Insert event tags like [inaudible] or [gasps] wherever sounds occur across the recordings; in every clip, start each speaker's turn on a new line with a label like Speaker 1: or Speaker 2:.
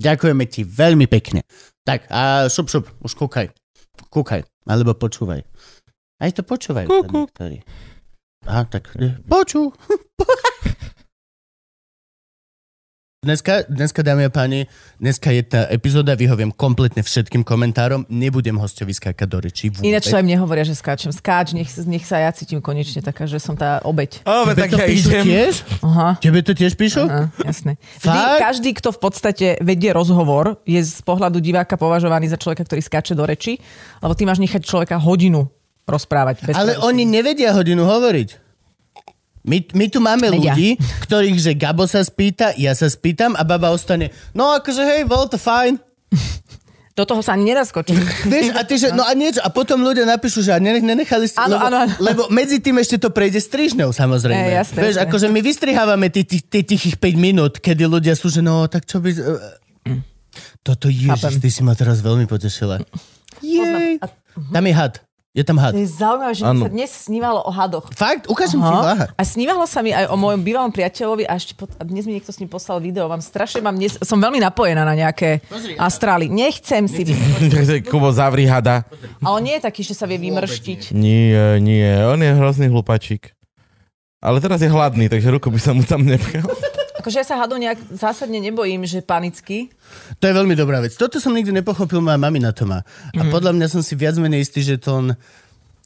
Speaker 1: Ďakujeme ti veľmi pekne. Tak a šup, šup, už kúkaj. Kúkaj, alebo počúvaj. Aj to počúvaj.
Speaker 2: Kúku.
Speaker 1: niektorí. Aha, tak e, počú. [laughs] Dneska, dneska, dámy a páni, dneska je tá epizóda, vyhoviem kompletne všetkým komentárom, nebudem hostovi skákať do rečí vôbec.
Speaker 3: Ináč to aj mne hovoria, že skáčem. Skáč, nech, nech sa ja cítim konečne taká, že som tá obeď.
Speaker 2: O,
Speaker 1: Tebe to píšu tiež?
Speaker 3: Aha.
Speaker 1: Tebe to tiež píšu?
Speaker 3: Á, jasné. Vždy,
Speaker 1: Fakt?
Speaker 3: každý, kto v podstate vedie rozhovor, je z pohľadu diváka považovaný za človeka, ktorý skáče do reči, lebo ty máš nechať človeka hodinu rozprávať. Bez
Speaker 1: Ale oni nevedia hodinu hovoriť. My, my tu máme
Speaker 3: Vedia. [laughs]
Speaker 1: ľudí, ktorých, že Gabo sa spýta, ja sa spýtam a baba ostane, no akože hej, bol to fajn.
Speaker 3: Do toho sa ani nedá skočiť.
Speaker 1: Vieš, a ty, že, no a niečo. A potom ľudia napíšu, že a nene- nenechali ste...
Speaker 3: Áno,
Speaker 1: lebo,
Speaker 3: áno, áno.
Speaker 1: lebo medzi tým ešte to prejde strižňou, samozrejme.
Speaker 3: E, jasné,
Speaker 1: Vieš,
Speaker 3: jasné.
Speaker 1: akože my vystrihávame tých tých- tých tichých 5 minút, kedy ľudia sú, že no, tak čo by... z- eh, Toto, ježiš,
Speaker 3: Chápem.
Speaker 1: ty si ma teraz veľmi potešila. Jej. Tam je had. Je tam had.
Speaker 3: To je zaujímavé, že
Speaker 2: Áno.
Speaker 3: mi sa dnes snívalo o hadoch.
Speaker 1: Fakt? Ukážem ti
Speaker 3: Aha.
Speaker 1: váha.
Speaker 3: A snívalo sa mi aj o mojom bývalom priateľovi a ešte pod, a dnes mi niekto s ním poslal video. Vám strašne mám dnes, som veľmi napojená na nejaké astrály. Nechcem si byť. [laughs]
Speaker 2: Kubo, zavri hada.
Speaker 3: A on nie je taký, že sa vie vymrštiť.
Speaker 4: Nie, nie, on je hrozný hlupačík. Ale teraz je hladný, takže ruku by som mu tam nepchal.
Speaker 3: Akože ja sa hadov nejak zásadne nebojím, že panicky.
Speaker 1: To je veľmi dobrá vec. Toto som nikdy nepochopil, moja mamina to má. A
Speaker 3: Mhm.
Speaker 1: podľa mňa som si viac menej istý, že to on...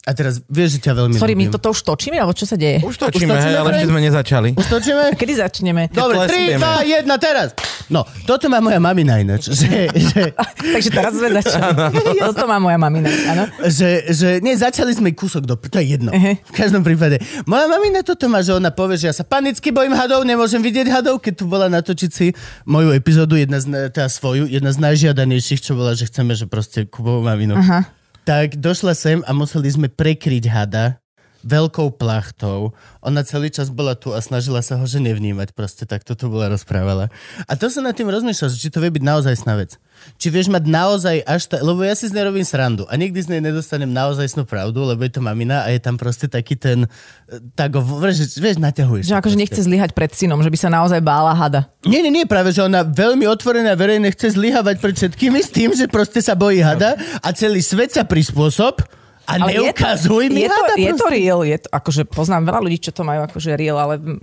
Speaker 1: A teraz vieš, že ťa veľmi
Speaker 3: Sorry, my
Speaker 1: ľúbim.
Speaker 3: toto už točíme, alebo čo sa deje?
Speaker 4: Už
Speaker 1: Už
Speaker 4: točíme,
Speaker 1: točíme,
Speaker 4: hej, ale ešte sme nezačali.
Speaker 1: Už
Speaker 3: [laughs]
Speaker 1: No. točíme?
Speaker 3: Kedy začneme?
Speaker 1: Dobre, 3,
Speaker 4: Klesneme.
Speaker 1: 2, 1, teraz! No, toto má moja mamina ináč. Že, že,
Speaker 3: Takže teraz sme začali. [laughs] Toto má moja mamina, áno.
Speaker 1: že, že, nie, začali sme kúsok do... To je jedno.
Speaker 3: Ehe.
Speaker 1: V každom prípade. Moja mamina toto má, že ona povie, že ja sa panicky bojím hadov, nemôžem vidieť hadov, keď tu bola natočiť si moju epizódu, jedna z, na- teda svoju, jedna z najžiadanejších, čo bola, že chceme, že proste Kubovú maminu. Aha. Tak došla sem a museli sme prekryť hada veľkou plachtou. Ona celý čas bola tu a snažila sa ho, že nevnímať. Proste tak toto bola rozprávala. A to sa nad tým rozmýšľal, že či to vie byť naozaj vec. Či vieš mať naozaj až ta... Lebo ja si z nej robím srandu a nikdy z nej nedostanem naozaj snú pravdu, lebo je to mamina a je tam proste taký ten... eh, Tak, ho- vieš, vieš naťahuješ. to
Speaker 3: Že akože
Speaker 1: proste.
Speaker 3: nechce zlyhať pred synom, že by sa naozaj bála hada.
Speaker 1: Nie, nie, nie, práve, že ona veľmi otvorená verejne chce zlyhávať pred všetkými s tým, že proste sa bojí hada a celý svet sa prispôsob a
Speaker 3: Ale je to-
Speaker 1: neukazuj mi
Speaker 3: je to,
Speaker 1: hada.
Speaker 3: je to
Speaker 1: proste.
Speaker 3: real, je to, akože poznám veľa ľudí, čo to majú akože real, ale mm,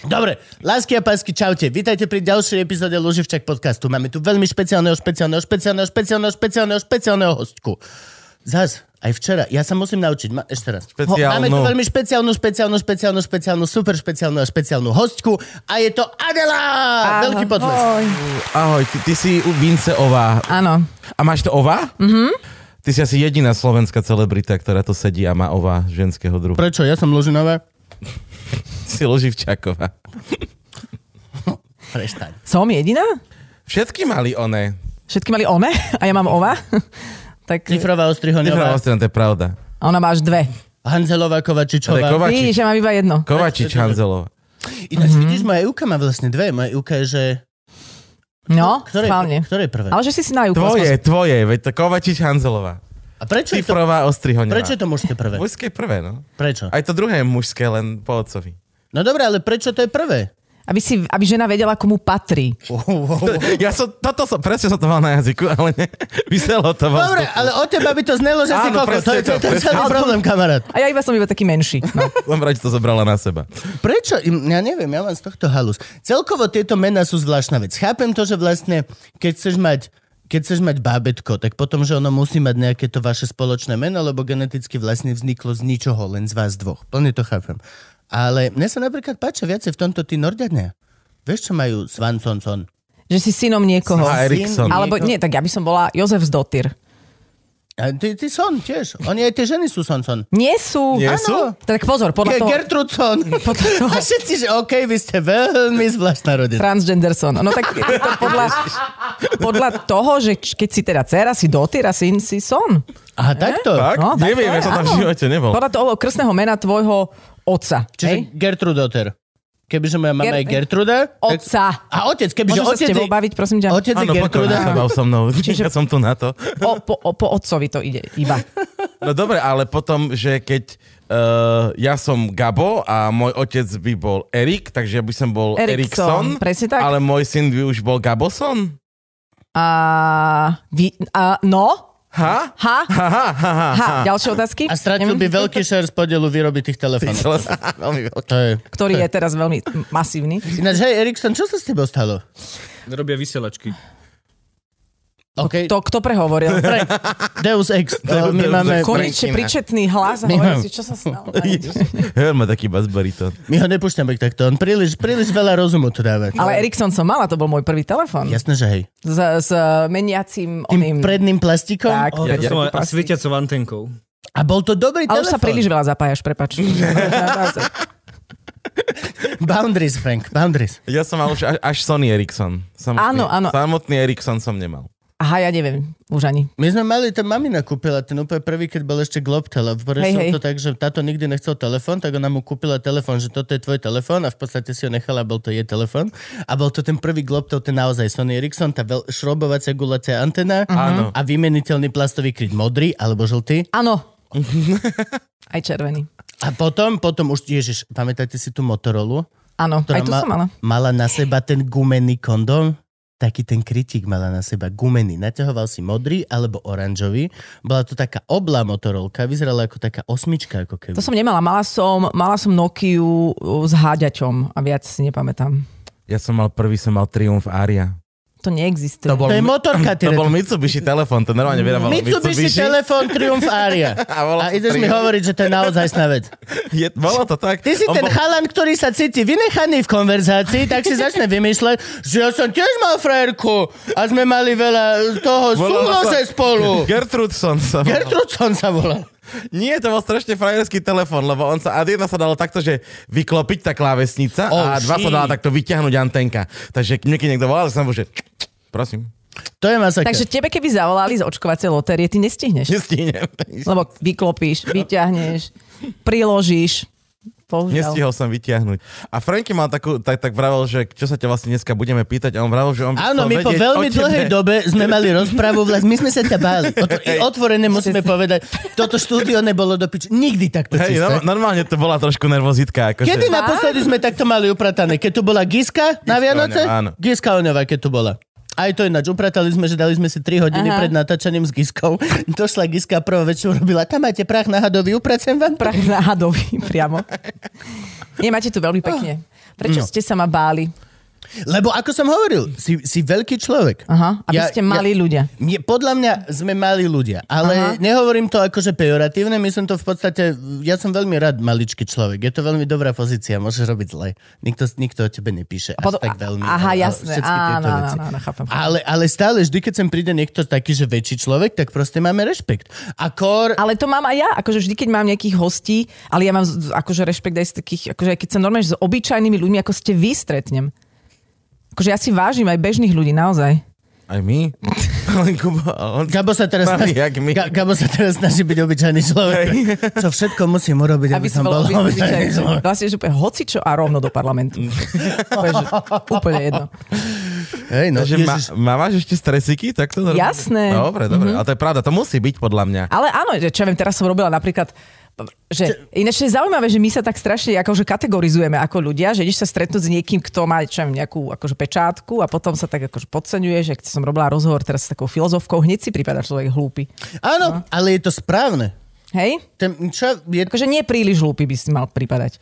Speaker 1: Dobre, lásky a pásky, čaute. Vítajte pri ďalšej epizóde Luživčak podcastu. Máme tu veľmi špeciálneho, špeciálneho, špeciálneho, špeciálneho, špeciálneho, špeciálneho hostku. Zas, aj včera. Ja sa musím naučiť. Ma, ešte raz. Ho- Máme tu
Speaker 4: Špeciálnu.
Speaker 1: veľmi špeciálnu, špeciálnu, špeciálnu, špeciálnu, super špeciálnu a špeciálnu hostku. A je to Adela!
Speaker 3: Áno.
Speaker 1: Veľký potlesk.
Speaker 3: Oj.
Speaker 4: Ahoj, ty, ty si u Vince Ová.
Speaker 3: áno.
Speaker 4: A máš to Ová? Mhm. Ty si asi jediná slovenská celebrita, ktorá to sedí a má Ová ženského druhu. Pre...
Speaker 1: Prečo? Ja som Lužinová.
Speaker 4: Si Loživčáková.
Speaker 1: Prestaň.
Speaker 3: Som jediná?
Speaker 4: Všetky mali one.
Speaker 3: Všetky mali one [laughs] a ja mám ova. tak
Speaker 1: Cifrová
Speaker 4: Nebrala
Speaker 1: Ostrihoňová,
Speaker 4: ostran, to je pravda.
Speaker 3: a ona má až dve.
Speaker 1: Hanzelová Kovačičová.
Speaker 4: Ale Kova- Kovačič.
Speaker 3: Vidíš, ja mám iba jedno.
Speaker 4: Kovačič Hanzelová.
Speaker 1: Ináč, vidíš, moja Juka má vlastne dve. Moja Juka je, že...
Speaker 3: No,
Speaker 1: Ktoré,
Speaker 3: schválne.
Speaker 1: ktoré je prvé?
Speaker 3: Ale že si si na juhu.
Speaker 4: Tvoje, tvoje, veď to Kovačič Hanzelová.
Speaker 1: A prečo je, to,
Speaker 4: Cifrová Ostrihoňová.
Speaker 1: prečo je to mužské prvé?
Speaker 4: Mužské prvé, no.
Speaker 1: Prečo?
Speaker 4: Aj to druhé je mužské, len po otcovi.
Speaker 1: No dobre, ale prečo to je prvé?
Speaker 3: Aby, si, aby žena vedela, komu patrí.
Speaker 4: Ja som, toto som, presne som to mal na jazyku, ale ne, [laughs] vyselo to vám.
Speaker 1: Dobre, ale o teba by to znelo, že si
Speaker 4: Áno,
Speaker 1: kokos. To je, to
Speaker 4: presne
Speaker 1: je
Speaker 4: to,
Speaker 1: ten
Speaker 4: presne
Speaker 1: celý
Speaker 4: to.
Speaker 1: problém, kamarát.
Speaker 3: A ja iba som iba taký menší. No.
Speaker 4: Som rád, že to zobrala na seba.
Speaker 1: Prečo? Im- Ja neviem, ja mám z tohto halus. Celkovo tieto mená sú zvláštna vec. Chápem to, že vlastne, keď chceš mať keď chceš mať bábetko, tak potom, že ono musí mať nejaké to vaše spoločné meno, lebo geneticky vlastne vzniklo z ničoho, len z vás dvoch. Plne to chápem. Ale mne sa napríklad páčia viacej v tomto tí norďania. Vieš, čo majú Svanconson?
Speaker 3: Že si synom niekoho.
Speaker 4: A
Speaker 1: Syn
Speaker 4: Eriksson.
Speaker 3: Alebo nie, tak ja by som bola Jozef z Dotyr.
Speaker 1: A ty, ty son tiež. Oni aj tie ženy sú son son.
Speaker 3: Nie sú.
Speaker 4: Nie
Speaker 1: Áno. sú?
Speaker 3: Tak pozor, podľa
Speaker 1: Ge-
Speaker 3: toho...
Speaker 1: Gertrud
Speaker 3: [laughs]
Speaker 1: son.
Speaker 3: Podľa toho...
Speaker 1: A všetci, že OK, vy ste veľmi zvláštna rodina.
Speaker 3: Transgender son. No tak je to podľa,
Speaker 4: [laughs]
Speaker 3: podľa toho, že č- keď si teda dcera, si dotyr a syn si son.
Speaker 1: Aha, takto.
Speaker 4: Tak?
Speaker 3: No, tak
Speaker 4: Neviem,
Speaker 3: to
Speaker 4: ja
Speaker 3: je,
Speaker 4: som tam v
Speaker 3: áno.
Speaker 4: živote nebol.
Speaker 3: Podľa toho krstného mena tvojho otca. hej?
Speaker 1: Čiže Gertrudoter. Kebyže moja mama
Speaker 3: Ger-
Speaker 1: je Gertruda... tak-
Speaker 3: Otca.
Speaker 1: A otec, kebyže
Speaker 3: Môžem sa s
Speaker 1: otec...
Speaker 3: tebou
Speaker 1: je-
Speaker 3: baviť, prosím ťa?
Speaker 1: Otec je
Speaker 4: Áno, pokojne, sa
Speaker 1: Gertruda.
Speaker 4: bav so mnou.
Speaker 3: Čiže-
Speaker 4: [laughs] Ja som tu na to.
Speaker 3: O, po, o, po otcovi to ide iba.
Speaker 4: No dobre, ale potom, že keď uh, ja som Gabo a môj otec by bol Erik, takže ja by som bol
Speaker 3: Erikson,
Speaker 4: Erikson,
Speaker 3: presne tak.
Speaker 4: ale môj syn by už bol Gaboson?
Speaker 3: A, vy, a no?
Speaker 4: Ha?
Speaker 3: Ha?
Speaker 4: Ha, ha, ha, ha,
Speaker 3: Ha?
Speaker 4: ha.
Speaker 3: Ďalšie otázky?
Speaker 1: A stratil by
Speaker 3: Neviem.
Speaker 1: veľký šer z podielu výroby tých telefónov.
Speaker 4: [laughs] Veľmi veľký.
Speaker 1: To je...
Speaker 3: Ktorý je teraz veľmi masívny.
Speaker 1: Ináč, hej, Erikson, čo sa s tebou stalo?
Speaker 5: Robia vysielačky.
Speaker 1: OK,
Speaker 3: To kto prehovoril?
Speaker 1: Frank, Deus Ex. To my
Speaker 4: Deus
Speaker 1: máme...
Speaker 4: Ex.
Speaker 3: Konečne
Speaker 4: Frantina.
Speaker 3: pričetný hlas a hovorím si, čo sa
Speaker 1: [laughs]
Speaker 3: stalo.
Speaker 4: Hej, má taký bas bariton.
Speaker 1: My ho nepúšťame takto, on príliš, príliš veľa rozumu tu dáva.
Speaker 3: Ale Ericsson som mala, to bol môj prvý telefon.
Speaker 1: Jasné, že hej.
Speaker 3: S, s meniacím
Speaker 1: Tým
Speaker 3: oným.
Speaker 1: predným plastikom?
Speaker 3: Tak.
Speaker 1: O,
Speaker 5: Ja,
Speaker 3: Ja-
Speaker 5: ja, som
Speaker 3: ja-
Speaker 5: aj, a svietiacou antenkou.
Speaker 1: A bol to dobrý
Speaker 3: Ale
Speaker 1: telefón.
Speaker 3: už sa príliš veľa zapájaš,
Speaker 1: [laughs]
Speaker 3: prepač.
Speaker 1: Boundaries, Frank, boundaries.
Speaker 4: Ja som mal už až, až Sony Ericsson. Samotný,
Speaker 3: Áno, áno.
Speaker 4: Samotný Ericsson som nemal.
Speaker 3: Aha, ja neviem, už ani.
Speaker 1: My sme mali, tá mamina kúpila ten úplne prvý, keď bol ešte Globtel. A
Speaker 3: Hej, hej.
Speaker 1: hey, to tak, že táto nikdy nechcel telefón, tak ona mu kúpila telefón, že toto je tvoj telefón a v podstate si ho nechala, bol to jej telefón. A bol to ten prvý Globtel, ten naozaj Sony Ericsson, tá veľ- šrobovacia gulacia antena
Speaker 3: Mhm.
Speaker 4: Áno.
Speaker 1: a vymeniteľný plastový kryt modrý alebo žltý. [laughs]
Speaker 3: Áno. Aj červený.
Speaker 1: A potom, potom už, ježiš, pamätáte si tú Motorola?
Speaker 3: Áno, aj tu
Speaker 1: ma-
Speaker 3: som mala.
Speaker 1: mala na seba ten gumený kondom, taký ten kritik mala na seba gumený. Naťahoval si modrý alebo oranžový. Bola to taká oblá motorolka, vyzerala ako taká osmička, ako keby.
Speaker 3: To som nemala. Mala som, mala som Nokiu uh, s háďaťom a viac si nepamätám.
Speaker 4: Ja som mal prvý, som mal Triumph Aria.
Speaker 3: To neexistuje.
Speaker 1: to je motorka, ty
Speaker 4: To bol Mitsubishi telefon, to normálne vyrábal
Speaker 1: Mitsubishi, Mitsubishi telefón Triumph Aria.
Speaker 4: [laughs] A bolo
Speaker 1: A
Speaker 4: to
Speaker 1: ideš mi
Speaker 4: Triumph.
Speaker 1: hovoriť, že to je naozajstná vec.
Speaker 4: [laughs] Je, bolo to tak.
Speaker 1: Ty si
Speaker 4: On
Speaker 1: ten
Speaker 4: bol-
Speaker 1: chalan, ktorý sa cíti vynechaný v konverzácii, tak si začne vymýšľať, že ja som tiež mal frajerku a sme mali veľa toho
Speaker 4: Volala sa-
Speaker 1: súhlase spolu.
Speaker 4: [laughs] Gertrudson sa volal.
Speaker 1: Gertrudson sa volal.
Speaker 4: Nie, to bol strašne frajerský telefon, lebo on sa, a jedna sa dalo takto, že vyklopiť tá klávesnica
Speaker 1: Oh,
Speaker 4: a dva sa
Speaker 1: shit.
Speaker 4: dala takto vyťahnuť antenka. Takže niekedy niekto volal, som bol, že prosím, [laughs]
Speaker 1: To je masaker.
Speaker 3: Takže tebe keby zavolali z očkovacej lotérie, ty nestihneš.
Speaker 4: nestínem.
Speaker 3: Lebo vyklopíš, vyťahneš, priložíš. Bohužiaľ.
Speaker 4: Nestihol som vytiahnuť. A Franky mal takú, tak, tak vravel, že čo sa ťa vlastne dneska budeme pýtať a on vravel, že on by
Speaker 1: Áno,
Speaker 4: chcel
Speaker 1: my po
Speaker 4: vedieť
Speaker 1: veľmi
Speaker 4: o tebe.
Speaker 1: dlhej dobe sme mali rozprávu, vlast, my sme sa ťa báli. O to, i otvorené musíme povedať, toto štúdio nebolo do pič. Nikdy takto
Speaker 4: Hej, no,
Speaker 1: čisté.
Speaker 4: normálne to bola trošku nervozitka. Akože...
Speaker 1: Kedy naposledy sme takto mali upratané? Keď tu bola Giska na Vianoce?
Speaker 4: Oňová, áno.
Speaker 1: Giska Oňová, keď tu bola. Aj to ináč, upratali sme, že dali sme si 3 hodiny
Speaker 3: Aha.
Speaker 1: pred natáčaním s Giskou. Došla Giska a prvá vec, čo urobila, tam máte prach na hadovi, upracem vám prach.
Speaker 3: Prach na hadovi [laughs] priamo. Nemáte tu veľmi pekne. Prečo
Speaker 1: No.
Speaker 3: ste sa ma báli?
Speaker 1: Lebo ako som hovoril, si, si veľký človek.
Speaker 3: Aha, aby ste mali ľudia.
Speaker 1: Nie, podľa mňa sme mali ľudia, ale
Speaker 3: Aha.
Speaker 1: Aha. nehovorím to akože pejoratívne, myslím to v podstate, ja som veľmi rád maličký človek, je to veľmi dobrá pozícia, môžeš robiť zle. Nikto, nikto o tebe nepíše až
Speaker 3: potom-
Speaker 1: tak veľmi.
Speaker 3: aha,
Speaker 1: a- a
Speaker 3: jasné,
Speaker 1: všetky tieto
Speaker 3: áno, áno,
Speaker 1: veci.
Speaker 3: áno, chápem.
Speaker 1: Ale, ale stále, vždy, keď sem príde niekto taký, že väčší človek, tak proste máme rešpekt. A kor...
Speaker 3: Ale to mám aj ja, akože vždy, keď mám nejakých hostí, ale ja mám z- akože rešpekt aj z takých, akože aj keď sa normálne s obyčajnými ľuďmi, ako ste vy, stretnem. Akože ja si vážim aj bežných ľudí, naozaj.
Speaker 4: Aj my? Len Kubo, a on...
Speaker 1: Gabo sa teraz,
Speaker 4: Malý
Speaker 1: snaží,
Speaker 4: jak my.
Speaker 1: Ga, Gabo sa teraz snaží byť obyčajný človek. Čo všetko musím urobiť, aby, som bol
Speaker 3: oby-
Speaker 1: obyčajný človek. Mm.
Speaker 3: Vlastne, že úplne hocičo a rovno do parlamentu. úplne, že, [laughs] úplne jedno.
Speaker 1: Hej, no,
Speaker 4: Takže ma,
Speaker 1: Ježiš.
Speaker 4: ma, máš ešte stresiky? Tak to
Speaker 3: Jasné.
Speaker 4: Dobre, dobre. Mm-hmm. A to je pravda, to musí byť podľa mňa.
Speaker 3: Ale áno, že čo ja viem, teraz som robila napríklad že ináč je zaujímavé, že my sa tak strašne akože kategorizujeme ako ľudia, že ideš sa stretnúť s niekým, kto má čo ja viem, nejakú akože pečátku a potom sa tak akože podceňuje, že keď som robila rozhovor teraz s takou filozofkou, hneď si prípada človek hlúpy. No.
Speaker 1: Áno, ale je to správne.
Speaker 3: Hej?
Speaker 1: Ten, čo, je,
Speaker 3: Akože nie príliš hlúpy by si mal prípadať.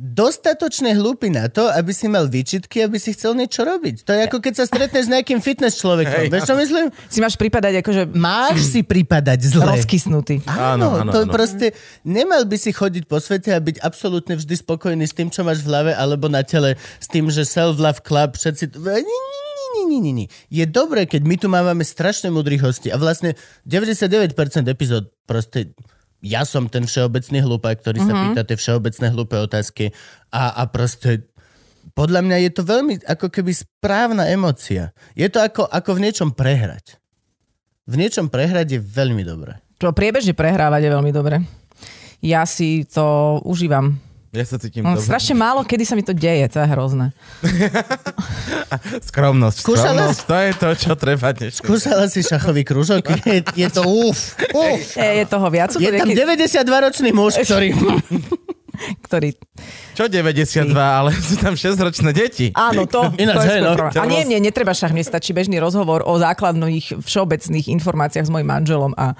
Speaker 1: dostatočne hlúpy na to, aby si mal výčitky, aby si chcel niečo robiť. To je ako keď sa stretneš s nejakým fitness človekom. Vieš, čo myslím?
Speaker 3: Si máš prípadať akože
Speaker 1: Máš si pripadať zle.
Speaker 3: rozkysnutý.
Speaker 1: Áno,
Speaker 4: Áno, áno,
Speaker 1: to
Speaker 4: áno.
Speaker 1: proste nemal by si chodiť po svete a byť absolútne vždy spokojný s tým, čo máš v hlave alebo na tele, s tým, že self-love club, všetci... Nie, nie, nie, nie, nie, nie, nie. Je dobré, keď my tu máme strašne múdrych hostí a vlastne 99% epizód proste ja som ten všeobecný hlupák, ktorý mm-hmm. sa pýta tie všeobecné hlúpe otázky a, a proste podľa mňa je to veľmi ako keby správna emocia. Je to ako, ako v niečom prehrať. V niečom prehrať je veľmi dobré.
Speaker 3: Čo priebežne prehrávať je veľmi dobre. Ja si to užívam.
Speaker 4: Ja sa cítim
Speaker 3: Hm,
Speaker 4: dobre.
Speaker 3: Strašne málo, kedy sa mi to deje, to je hrozné.
Speaker 4: Skromnosť.
Speaker 1: Skúšala
Speaker 4: Skromnosť, to je to, čo treba dnes.
Speaker 1: Skúšala si šachový
Speaker 3: [laughs]
Speaker 1: kružok? Je, je to uf, uf.
Speaker 3: E, je toho viac, sú
Speaker 1: Je
Speaker 3: to
Speaker 1: tam
Speaker 3: nejaký,
Speaker 1: 92-ročný muž, ktorý...
Speaker 3: [laughs] ktorý...
Speaker 4: Čo 92, ale sú tam 6-ročné deti.
Speaker 3: Áno, to,
Speaker 1: Ináč,
Speaker 3: to je
Speaker 1: hej, no.
Speaker 3: skôr problém. A
Speaker 4: Čo
Speaker 3: nie,
Speaker 4: vás-
Speaker 3: mne netreba šach, mne stačí bežný rozhovor o základných všeobecných informáciách s mojim manželom a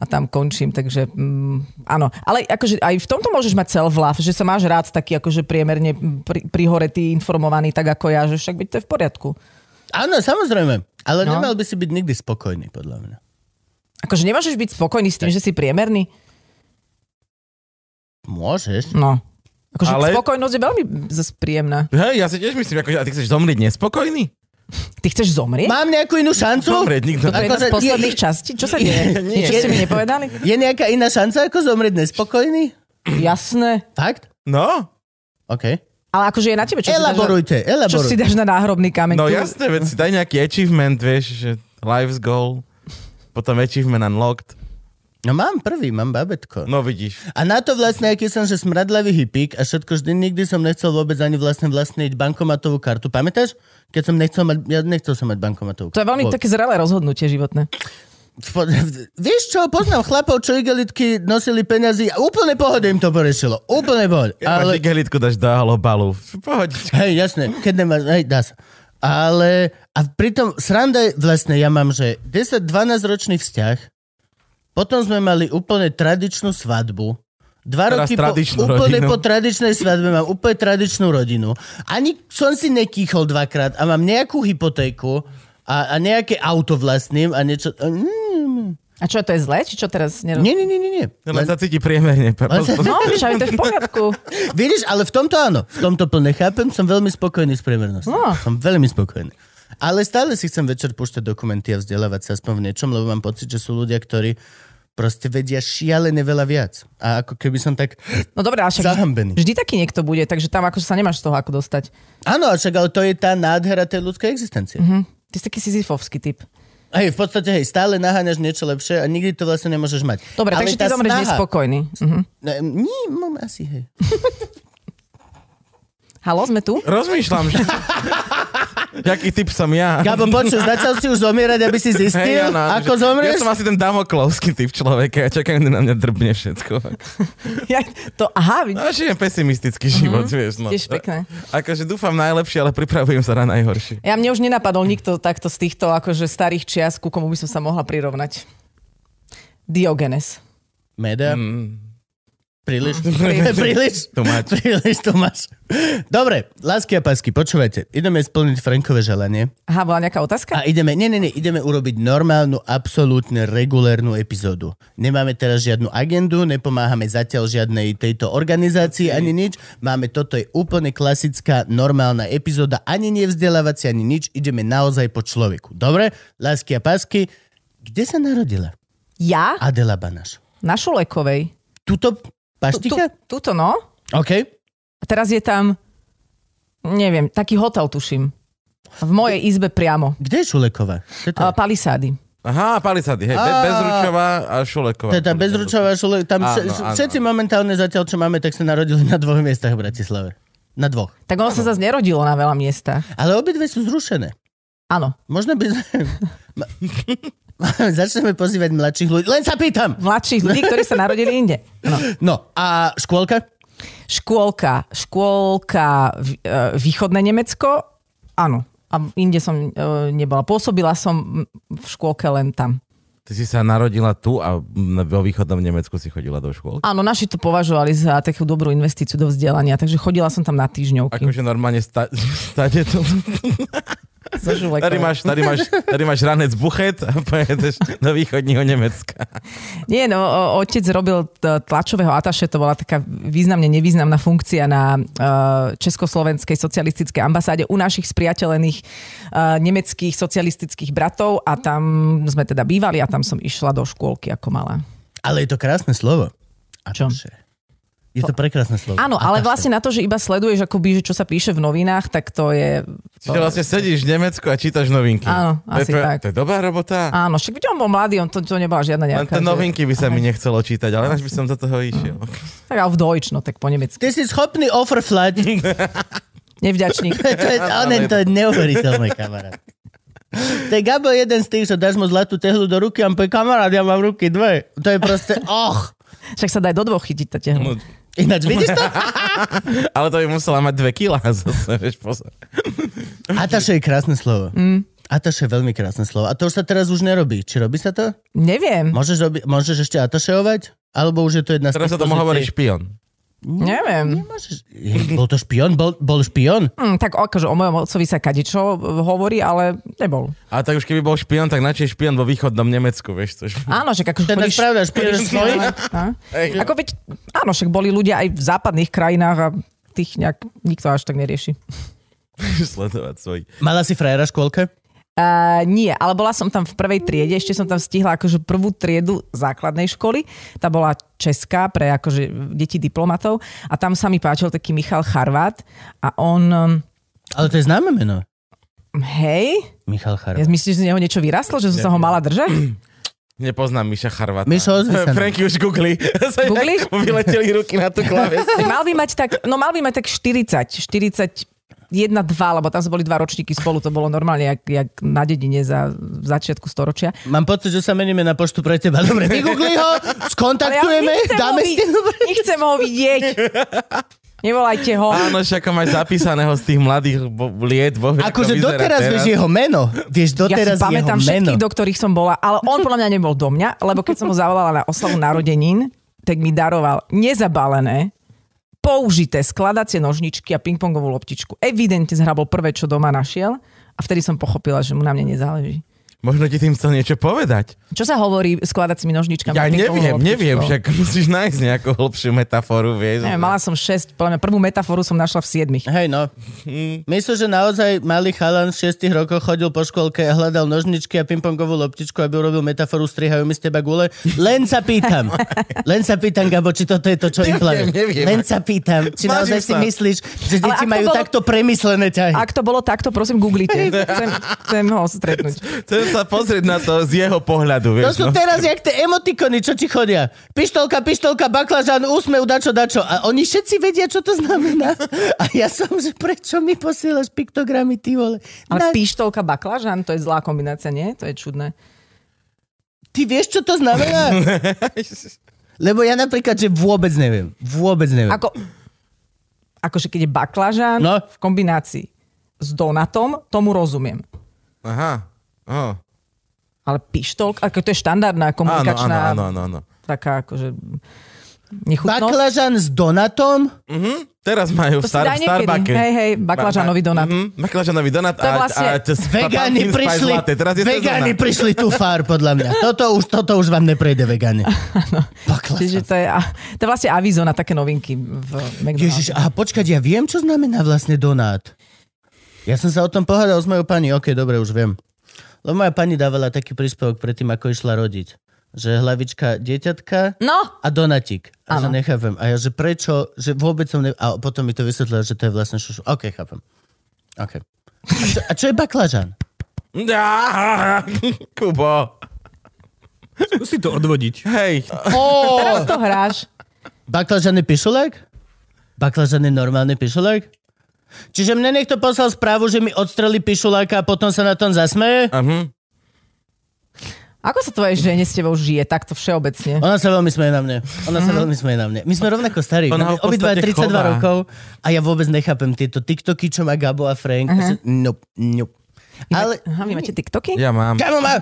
Speaker 3: a tam končím, takže mm, áno. Ale akože aj v tomto môžeš mať self-love, že sa máš rád taký akože priemerne mm, pri, prihoretý, informovaný, tak ako ja, že však byť to je v poriadku.
Speaker 1: Áno, samozrejme. Ale
Speaker 3: No.
Speaker 1: nemal by si byť nikdy spokojný, podľa mňa.
Speaker 3: Akože nemôžeš byť spokojný s tým, že si priemerný?
Speaker 1: Môžeš.
Speaker 3: No. Akože
Speaker 4: Ale-
Speaker 3: Ale... spokojnosť je veľmi zase príjemná.
Speaker 4: Hej, ja si tiež myslím, akože, a ty chceš zomrieť nespokojný?
Speaker 3: Ty chceš zomrieť?
Speaker 1: Mám nejakú inú šancu?
Speaker 4: Zomrieť nikto.
Speaker 3: To je jedna
Speaker 1: Akože-
Speaker 3: z posledných častí. Čo sa deje?
Speaker 1: Nie.
Speaker 3: Niečo ste mi nepovedali?
Speaker 1: Je nejaká iná šanca, ako zomrieť nespokojný?
Speaker 3: Jasné.
Speaker 1: Fakt?
Speaker 4: No,
Speaker 1: OK.
Speaker 3: Ale akože je na tebe, čo
Speaker 1: Elaborujte,
Speaker 3: si dáš na, čo si
Speaker 1: elaborujte.
Speaker 3: dáš na náhrobný kameň.
Speaker 4: no
Speaker 3: Tu-
Speaker 4: jasné, veď si daj nejaký achievement, vieš, že life's goal, potom achievement unlocked.
Speaker 1: No mám prvý, mám babetko.
Speaker 4: No vidíš.
Speaker 1: A na to vlastne, aký som, že smradlavý hippík a všetko vždy, nikdy som nechcel vôbec ani vlastne vlastniť bankomatovú kartu. Pamätáš? Keď som nechcel mať, ja nechcel som mať bankomatovú
Speaker 3: To je veľmi
Speaker 1: Vôbec.
Speaker 3: také zrelé rozhodnutie životné.
Speaker 1: Po- [laughs] Vieš čo, poznám chlapov, čo igelitky nosili peniazy a úplne pohode im to porešilo. Úplne pohode.
Speaker 4: Ja
Speaker 1: Ale,
Speaker 4: Ale... Igelitku dáš do halobalu. Pohodička.
Speaker 1: hej, jasné, keď nemáš, hej, dá sa. Ale, a pritom sranda je, vlastne ja mám, že 10-12 ročný vzťah, potom sme mali úplne tradičnú svadbu, Dva
Speaker 4: Teraz
Speaker 1: roky po,
Speaker 4: tradičnú
Speaker 1: úplne
Speaker 4: rodinu.
Speaker 1: po tradičnej svadbe mám úplne tradičnú rodinu. Ani som si nekýchol dvakrát a mám nejakú hypotéku a, a nejaké auto vlastným a niečo... Mm,
Speaker 3: A čo, to je zlé? Či čo teraz? Neroz...
Speaker 1: nie, nie, nie, nie. nie.
Speaker 4: Len sa cíti priemerne.
Speaker 1: Len sa-
Speaker 3: No, že to je v poriadku.
Speaker 1: Vidíš, ale v tomto áno. V tomto plne chápem, som veľmi spokojný s priemernosťou.
Speaker 3: No.
Speaker 1: Som veľmi spokojný. Ale stále si chcem večer púšťať dokumenty a vzdelávať sa aspoň v niečom, lebo mám pocit, že sú ľudia, ktorí proste vedia šialene veľa viac. A ako keby som
Speaker 3: [gasps]
Speaker 1: tak...
Speaker 3: No dobré, ale však
Speaker 1: Zahambený.
Speaker 3: vždy taký niekto bude, takže tam akože sa nemáš z toho ako dostať.
Speaker 1: Áno, a však ale to je tá nádhera tej ľudskej existencie. Mm-hmm.
Speaker 3: Hm. Ty si taký sizifovský typ.
Speaker 1: Hej, v podstate, hej, stále naháňaš niečo lepšie a nikdy to vlastne nemôžeš mať.
Speaker 3: Dobre,
Speaker 1: ale
Speaker 3: takže ty
Speaker 1: tá
Speaker 3: zomreš
Speaker 1: snaha-
Speaker 3: nespokojný. Mhm.
Speaker 1: Ne, Nie, mám asi, hej.
Speaker 3: Halo, sme tu?
Speaker 4: Rozmýšľam, že... Jaký typ som ja?
Speaker 1: Gabo, počuj, začal si už zomierať, aby si zistil,
Speaker 4: [laughs] Hej, áno, áno,
Speaker 1: ako
Speaker 4: že-
Speaker 1: zomrieš?
Speaker 4: Ja som asi ten damoklovský typ človeka. Ja čakám, kde na mňa drbne všetko.
Speaker 3: Ja, to, aha, vidíš?
Speaker 4: No, žijem pesimistický život, mm, vieš. No.
Speaker 3: tiež pekné.
Speaker 4: Akože dúfam najlepšie, ale pripravujem sa na najhoršie.
Speaker 3: Ja mne už nenapadol nikto takto z týchto akože starých čias, ku komu by som sa mohla prirovnať. Diogenes.
Speaker 1: Meda? Príliš? [laughs]
Speaker 3: Príliš.
Speaker 1: Príliš?
Speaker 4: To máte.
Speaker 1: Príliš to máš. Dobre, lásky a pásky, počúvajte. Ideme splniť Frankové želanie
Speaker 3: Aha, bola nejaká otázka?
Speaker 1: a ideme, nie, nie, nie, ideme urobiť normálnu, absolútne regulérnu epizódu. Nemáme teraz žiadnu agendu, nepomáhame zatiaľ žiadnej tejto organizácii ani nič. Máme, toto je úplne klasická, normálna epizóda, ani nevzdelávacia, ani nič. Ideme naozaj po človeku. Dobre, lásky a pásky, kde sa narodila
Speaker 3: Ja?
Speaker 1: Adela Banaš?
Speaker 3: Na Šulekovej.
Speaker 1: Tuto
Speaker 3: Tu, tu,
Speaker 1: paštika?
Speaker 3: tuto, no.
Speaker 1: OK.
Speaker 3: A teraz je tam, neviem, taký hotel, tuším. V mojej izbe priamo.
Speaker 1: Kde je Šuleková? To je
Speaker 3: A,
Speaker 1: tá-
Speaker 3: palisády.
Speaker 4: Aha, palisady, hej, be-
Speaker 1: Á.
Speaker 4: Bezručová a Šuleková.
Speaker 1: To je tá bezručová Teda šule... Tam
Speaker 4: Áno,
Speaker 1: vš-
Speaker 4: áno.
Speaker 1: všetci momentálne zatiaľ, čo máme, tak sa narodili na dvoch miestach v Bratislave. Na dvoch.
Speaker 3: Tak ono sa zase nerodilo na veľa miestach.
Speaker 1: Ale obidve sú zrušené.
Speaker 3: Áno.
Speaker 1: Možno by... [laughs] Ma- Začneme pozývať mladších ľudí. Len sa pýtam!
Speaker 3: Mladších ľudí, ktorí sa narodili inde. No.
Speaker 1: No, a škôlka?
Speaker 3: Škôlka. Škôlka v, e, východné Nemecko. Áno. A inde som e, nebola. Pôsobila som v škôlke len tam.
Speaker 4: Ty si sa narodila tu a m, vo východnom Nemecku si chodila do škôl.
Speaker 3: Áno, naši to považovali za takú dobrú
Speaker 4: [laughs]
Speaker 3: investíciu do vzdelania, takže chodila som tam na týždňovky.
Speaker 4: Akože normálne sta- stade to...
Speaker 3: so žulekou.
Speaker 4: Tady máš, tady máš, tady máš ranec buchet a pojedeš do východního Nemecka.
Speaker 3: Nie, no, o- otec robil t- tlačového ataše, to bola taká významne nevýznamná funkcia na eh, Československej socialistickej ambasáde u našich spriateľených eh, nemeckých socialistických bratov a tam sme teda bývali a tam som išla do škôlky ako malá.
Speaker 1: Ale je to krásne slovo.
Speaker 3: Čo?
Speaker 1: Ataše. Je to prekrásne slovo.
Speaker 3: Áno, ale
Speaker 1: Ataše.
Speaker 3: vlastne na to, že iba sleduješ akoby, že čo sa píše v novinách, tak to je...
Speaker 4: Čiže vlastne sedíš v Nemecku a čítaš novinky.
Speaker 3: Áno,
Speaker 4: to je,
Speaker 3: asi
Speaker 4: tvoja-
Speaker 3: tak.
Speaker 4: To je dobrá robota.
Speaker 3: Áno, však veď on bol mladý, on to, to nebola žiadna
Speaker 4: Len
Speaker 3: nejaká...
Speaker 4: tie
Speaker 3: že-
Speaker 4: novinky by sa mi nechcelo čítať, ale až by som do toho išiel.
Speaker 1: [laughs]
Speaker 3: Tak ale v Deutsch, no tak po nemecky.
Speaker 1: Ty si schopný overflať.
Speaker 3: [laughs] Nevďačník.
Speaker 1: to
Speaker 4: [laughs]
Speaker 1: je, on, to je neuveriteľné, kamarát. To je Gabo jeden z tých, že dáš mu zlatú tehlu do ruky a on povie, kamarát, ja mám ruky dve. To je proste,
Speaker 4: [laughs]
Speaker 1: och.
Speaker 3: Však sa dá aj do dvoch chytiť tá
Speaker 4: No.
Speaker 3: tehla.
Speaker 1: Ináč, vidíš to?
Speaker 4: Ale to by musela mať dve kilá [laughs] zase, vieš, pozor.
Speaker 1: Ataše je krásne slovo. Mm. Ataše je veľmi krásne slovo. A to už sa teraz už nerobí. Či robí sa to?
Speaker 3: Neviem,
Speaker 4: No.
Speaker 1: Môžeš, robi- môžeš ešte atašeovať? Alebo už je to jedna z
Speaker 4: Teraz
Speaker 1: tých
Speaker 4: sa tomu
Speaker 1: pozícií?
Speaker 4: hovorí špion.
Speaker 3: neviem.
Speaker 1: Nemôžeš. Je, Bol to špion? Bol, bol špion?
Speaker 3: Mm, tak akože o mojom otcovi sa kadičo hovorí, ale nebol.
Speaker 4: A tak už keby bol špion, tak radšej špion vo východnom Nemecku, vieš, to je špion.
Speaker 3: Áno, že akože
Speaker 1: To je
Speaker 3: chodíš-
Speaker 1: pravda, špion je
Speaker 3: chodíš-
Speaker 1: svoj. [laughs]
Speaker 3: Á? Ako veď, áno, však boli ľudia aj v západných krajinách a tých nejak nikto až tak nerieši.
Speaker 1: [laughs]
Speaker 4: sledovať svoj.
Speaker 1: Mala si frajera v škôlke?
Speaker 3: Uh, nie, ale bola som tam v prvej triede, ešte som tam stihla akože prvú triedu základnej školy, tá bola česká pre akože deti diplomatov a tam sa mi páčil taký Michal Charvát a on, um,
Speaker 1: Ale to je známe meno.
Speaker 3: hej,
Speaker 1: Michal
Speaker 3: ja
Speaker 1: Charvát.
Speaker 3: myslíš, že z neho niečo vyrastlo, že som sa ho mala držať?
Speaker 4: Nepoznám Miša Charvata.
Speaker 1: Mišo, ozvi
Speaker 4: [laughs]
Speaker 1: sa nám.
Speaker 4: Franky už googli.
Speaker 3: Googlíš?
Speaker 4: Mu Vyleteli ruky na tú
Speaker 1: [laughs]
Speaker 4: klávesu.
Speaker 3: Tak mal by mať tak, no mal by mať tak 40, 40 jedna, dva, lebo tam sme boli dva ročníky spolu, to bolo normálne jak, jak na dedine za v začiatku storočia.
Speaker 1: Mám pocit, že sa meníme na poštu pre teba. Dobre, vygoogli
Speaker 3: [laughs]
Speaker 1: ho, skontaktujeme,
Speaker 3: nechcem ho
Speaker 1: dáme si...
Speaker 3: vid- nechcem ho vidieť. Nevolajte ho.
Speaker 4: Áno, však ho máš zapísaného z tých mladých bo- liet. Boh, vie, ako
Speaker 1: Akože
Speaker 4: vyzerá
Speaker 1: doteraz
Speaker 4: teraz.
Speaker 1: vieš jeho meno. Vieš
Speaker 3: ja
Speaker 1: doteraz
Speaker 3: si pamätám
Speaker 1: no jeho meno.
Speaker 3: všetkých, do ktorých som bola, ale on podľa mňa nebol do mňa, lebo keď som ho zavolala na oslavu narodenín, tak mi daroval nezabalené, použité skladacie nožničky a pingpongovú loptičku. Evidentne zhrabol prvé, čo doma našiel a vtedy som pochopila, že mu na mne nezáleží.
Speaker 4: Možno ti tým chcel niečo povedať.
Speaker 3: Čo sa hovorí skladacími nožničkami?
Speaker 4: Ja
Speaker 3: a pingpongovou
Speaker 4: neviem,
Speaker 3: loptičkou?
Speaker 4: neviem, však musíš nájsť nejakú hlbšiu metaforu, vieš.
Speaker 3: Neviem, mala som 6, podľa mňa prvú metaforu som našla v 7.
Speaker 1: Hej no.
Speaker 4: Mhm.
Speaker 1: Myslím, že naozaj malý chalan v 6 rokoch chodil po školke a hľadal nožničky a pingpongovú loptičku, aby urobil metaforu strihajú mi z teba gule. Len sa pýtam.
Speaker 4: [laughs]
Speaker 1: Len sa pýtam, Gabo, či toto je to, čo im plánuje.
Speaker 4: neviem.
Speaker 1: Len sa pýtam, či
Speaker 4: Snažím
Speaker 1: naozaj si
Speaker 4: sa.
Speaker 1: myslíš, že
Speaker 3: Ale
Speaker 1: deti
Speaker 3: ak to
Speaker 1: majú
Speaker 3: bolo-
Speaker 1: takto premyslené ťahy.
Speaker 3: Ak to bolo takto, prosím,
Speaker 4: [laughs]
Speaker 3: googlite. Chcem, chcem ho stretnúť.
Speaker 4: Chcem sa pozrieť na to z jeho
Speaker 1: To
Speaker 4: pohľadu, vieš. no.
Speaker 1: sú teraz jak tie emotikony, čo ti chodia. Pištolka, pištolka, baklažan, úsmev, dačo, dačo. A oni všetci vedia, čo to znamená. A ja som, že prečo mi posielaš piktogramy, ty vole. Na,
Speaker 3: Ale píštolka baklažan, to je zlá kombinácia, nie? To je čudné.
Speaker 1: ty vieš, čo to
Speaker 4: [laughs]
Speaker 1: znamená? Lebo ja napríklad, že vôbec neviem. Vôbec neviem.
Speaker 3: Ako, akože keď je baklažan
Speaker 1: No.
Speaker 3: no. v kombinácii s donatom, tomu rozumiem.
Speaker 4: Aha. Oh.
Speaker 3: Ale pištolka, ako to je štandardná
Speaker 4: Áno, áno,
Speaker 3: komunikačná
Speaker 4: áno, áno, áno.
Speaker 3: taká akože nechutnosť.
Speaker 1: Baklažan s donatom?
Speaker 4: Mhm, Teraz majú v,
Speaker 3: To si dá
Speaker 4: star- v
Speaker 3: niekedy.
Speaker 4: Starbucke.
Speaker 3: Hej, hej, baklažanový donát.
Speaker 4: Mhm, baklažanový donát
Speaker 3: To je vlastne-
Speaker 4: a, a t-
Speaker 3: [laughs]
Speaker 1: Vegáni
Speaker 4: pumpkin spice
Speaker 1: prišli,
Speaker 4: latte. Teraz je
Speaker 1: vegáni
Speaker 4: sezóna.
Speaker 1: prišli tu far, podľa mňa. Toto už, toto už vám neprejde,
Speaker 3: [laughs]
Speaker 1: vegáni.
Speaker 3: Čiže
Speaker 1: Baklažan.
Speaker 3: to je, a- to je vlastne avizo na také novinky v McDonald's.
Speaker 1: Ježiš, aha, počkať, ja viem, čo znamená vlastne donát. Ja som sa o tom pohádal s mojou pani, ok, dobre, už viem. Lebo moja pani dávala taký príspevok predtým, ako išla rodiť. Že hlavička dieťatka
Speaker 3: No,
Speaker 1: a donatík. A že
Speaker 3: Áno.
Speaker 1: nechápem. A ja, že prečo, že vôbec som ne... A potom mi to vysvetlila, že to je vlastne šušu. Ok, chápem. Ok. A čo, a čo je baklažan?
Speaker 4: Á, [laughs] Kubo.
Speaker 5: Skúsi to odvodiť.
Speaker 4: Hej,
Speaker 3: teraz to hráš.
Speaker 1: Baklažan je pišulek? Baklažan je normálny pišulek? Čiže mne niekto poslal správu, že mi odstreli pišuláka a potom sa na tom zasmeje?
Speaker 4: uh-huh.
Speaker 3: Ako sa tvoje žene s tebou žije takto všeobecne?
Speaker 1: Ona sa veľmi smeje na mne. Ona sa veľmi smeje na mne. My sme rovnako starí.
Speaker 4: Mhm. Ona ho
Speaker 1: Máme
Speaker 4: v
Speaker 1: Obidva
Speaker 4: podstate
Speaker 1: 32
Speaker 4: chová. Mhm.
Speaker 1: rokov a ja vôbec nechápem tieto TikToky, čo má Gabo a Frank. Uh-huh. Nope, nope.
Speaker 4: No.
Speaker 3: Vy
Speaker 1: Ale-
Speaker 3: máte- Aha, vy máte TikToky? [laughs]
Speaker 4: Ja mám.
Speaker 1: Kamo má...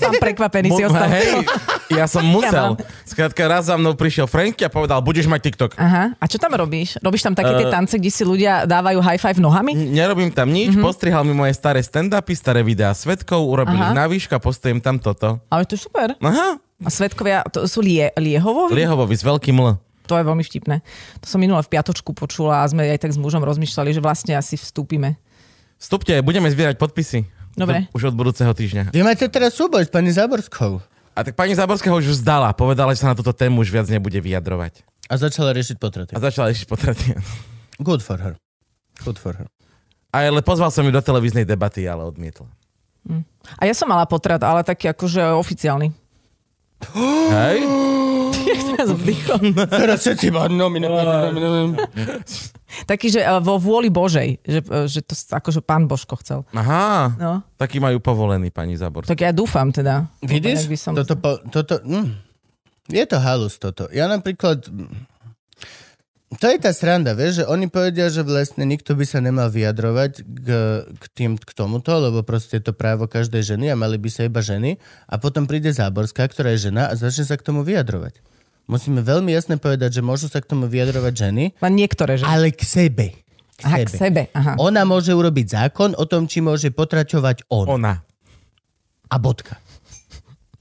Speaker 3: Sám prekvapený si
Speaker 4: Mu-
Speaker 3: ostal.
Speaker 4: hej, ja
Speaker 3: [laughs]
Speaker 4: som
Speaker 3: Ja
Speaker 4: musel.
Speaker 3: mám.
Speaker 4: Skrátka, raz za mnou prišiel Franky a povedal, budeš mať TikTok.
Speaker 3: Aha. A čo tam robíš? Robíš tam také tie
Speaker 4: Eh,
Speaker 3: tance, kde si ľudia dávajú high five nohami?
Speaker 4: Nerobím tam nič,
Speaker 3: Mhm.
Speaker 4: mm-hmm. postrihal mi moje staré stand-upy, staré videá svetkov, urobil
Speaker 3: Aha.
Speaker 4: ich na výšku a postavím tam toto.
Speaker 3: Ale to je super.
Speaker 4: Aha,
Speaker 3: A svetkovia, to sú lie, liehovo?
Speaker 4: Liehovovi s veľkým L.
Speaker 3: To je veľmi vtipné. To som minule v piatočku počula a sme aj tak s mužom rozmýšľali, že vlastne asi vstúpime.
Speaker 4: Vstupte, budeme zbierať podpisy.
Speaker 3: Dobre.
Speaker 4: Už od budúceho týždňa.
Speaker 1: Vy máte teraz súboj s pani Záborskou.
Speaker 4: A tak pani Záborského už vzdala, povedala, že sa na túto tému už viac nebude vyjadrovať.
Speaker 1: A začala riešiť potraty.
Speaker 4: A začala ešte potratie.
Speaker 1: Good for her. Good for
Speaker 4: [laughs]
Speaker 1: her.
Speaker 4: Ale pozval som ju do televíznej debaty, ale odmietla.
Speaker 3: A ja som mala potrat, ale taký akože oficiálny. [laughs]
Speaker 4: Hej?
Speaker 3: Ja som vdychla.
Speaker 1: Teraz všetci ma no, nominovaní.
Speaker 3: taký, že e, vo vôli Božej, že, e, že to s- akože pán Božko chcel.
Speaker 4: Aha.
Speaker 3: No.
Speaker 4: Taký majú povolený pani Záborská.
Speaker 3: Tak ja dúfam teda.
Speaker 1: Vidíš?
Speaker 3: Inak by som...
Speaker 1: Toto, po, toto, hm. Je to halus toto. Ja napríklad... hm, To je tá sranda, vieš, že oni povedia, že vlastne nikto by sa nemal vyjadrovať k, k, tým, k tomuto, lebo proste je to právo každej ženy a mali by sa iba ženy. A potom príde Záborská, ktorá je žena a začne sa k tomu vyjadrovať. Musíme veľmi jasne povedať, že môžu sa k tomu vyjadrovať ženy,
Speaker 3: Len niektoré, že?
Speaker 1: ale k sebe. K
Speaker 3: Aha, k sebe. Aha.
Speaker 1: Ona môže urobiť zákon o tom, či môže potraťovať on. on.
Speaker 4: Ona.
Speaker 1: A bodka.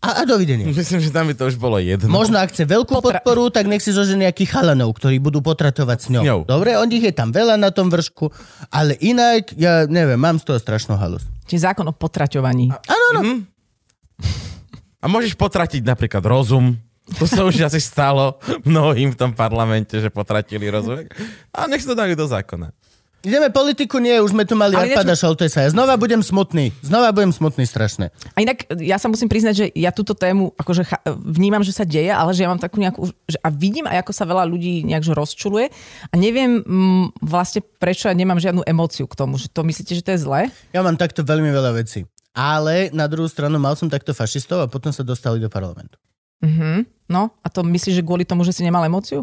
Speaker 1: A, a dovidenia.
Speaker 4: Myslím, že tam by to už bolo jedno.
Speaker 1: Možno ak chce veľkú Potra...
Speaker 3: Potra-
Speaker 1: podporu, tak nech si zoženie nejakých chalanov, ktorí budú potratovať s ňou.
Speaker 4: S ňou.
Speaker 1: Dobre, on ich je tam veľa na tom vršku, ale inak, ja neviem, mám z toho strašnú halus.
Speaker 3: Čiže zákon o potraťovaní.
Speaker 1: Áno, áno. Mm-hmm.
Speaker 4: A môžeš potratiť napríklad rozum. To sa už asi stalo mnohým v tom parlamente, že potratili rozum. A nech to dajú do zákona.
Speaker 1: Ideme politiku, nie, už sme tu mali
Speaker 3: Ale
Speaker 1: Arpada Šoltesa. Ja znova budem smutný. Znova budem smutný strašne.
Speaker 3: A inak eh, ja sa musím priznať, že ja túto tému akože cha- vnímam, že sa deje, ale že ja mám takú nejakú... Že a vidím aj, ako sa veľa ľudí nejak že rozčuluje a neviem mm, vlastne, prečo ja nemám žiadnu emóciu k tomu. Že to myslíte, že to je zlé?
Speaker 1: Ja mám takto veľmi veľa vecí. Ale na druhú stranu mal som takto fašistov a potom sa dostali do parlamentu.
Speaker 3: No a to myslíš, že kvôli tomu, že si nemal emóciu?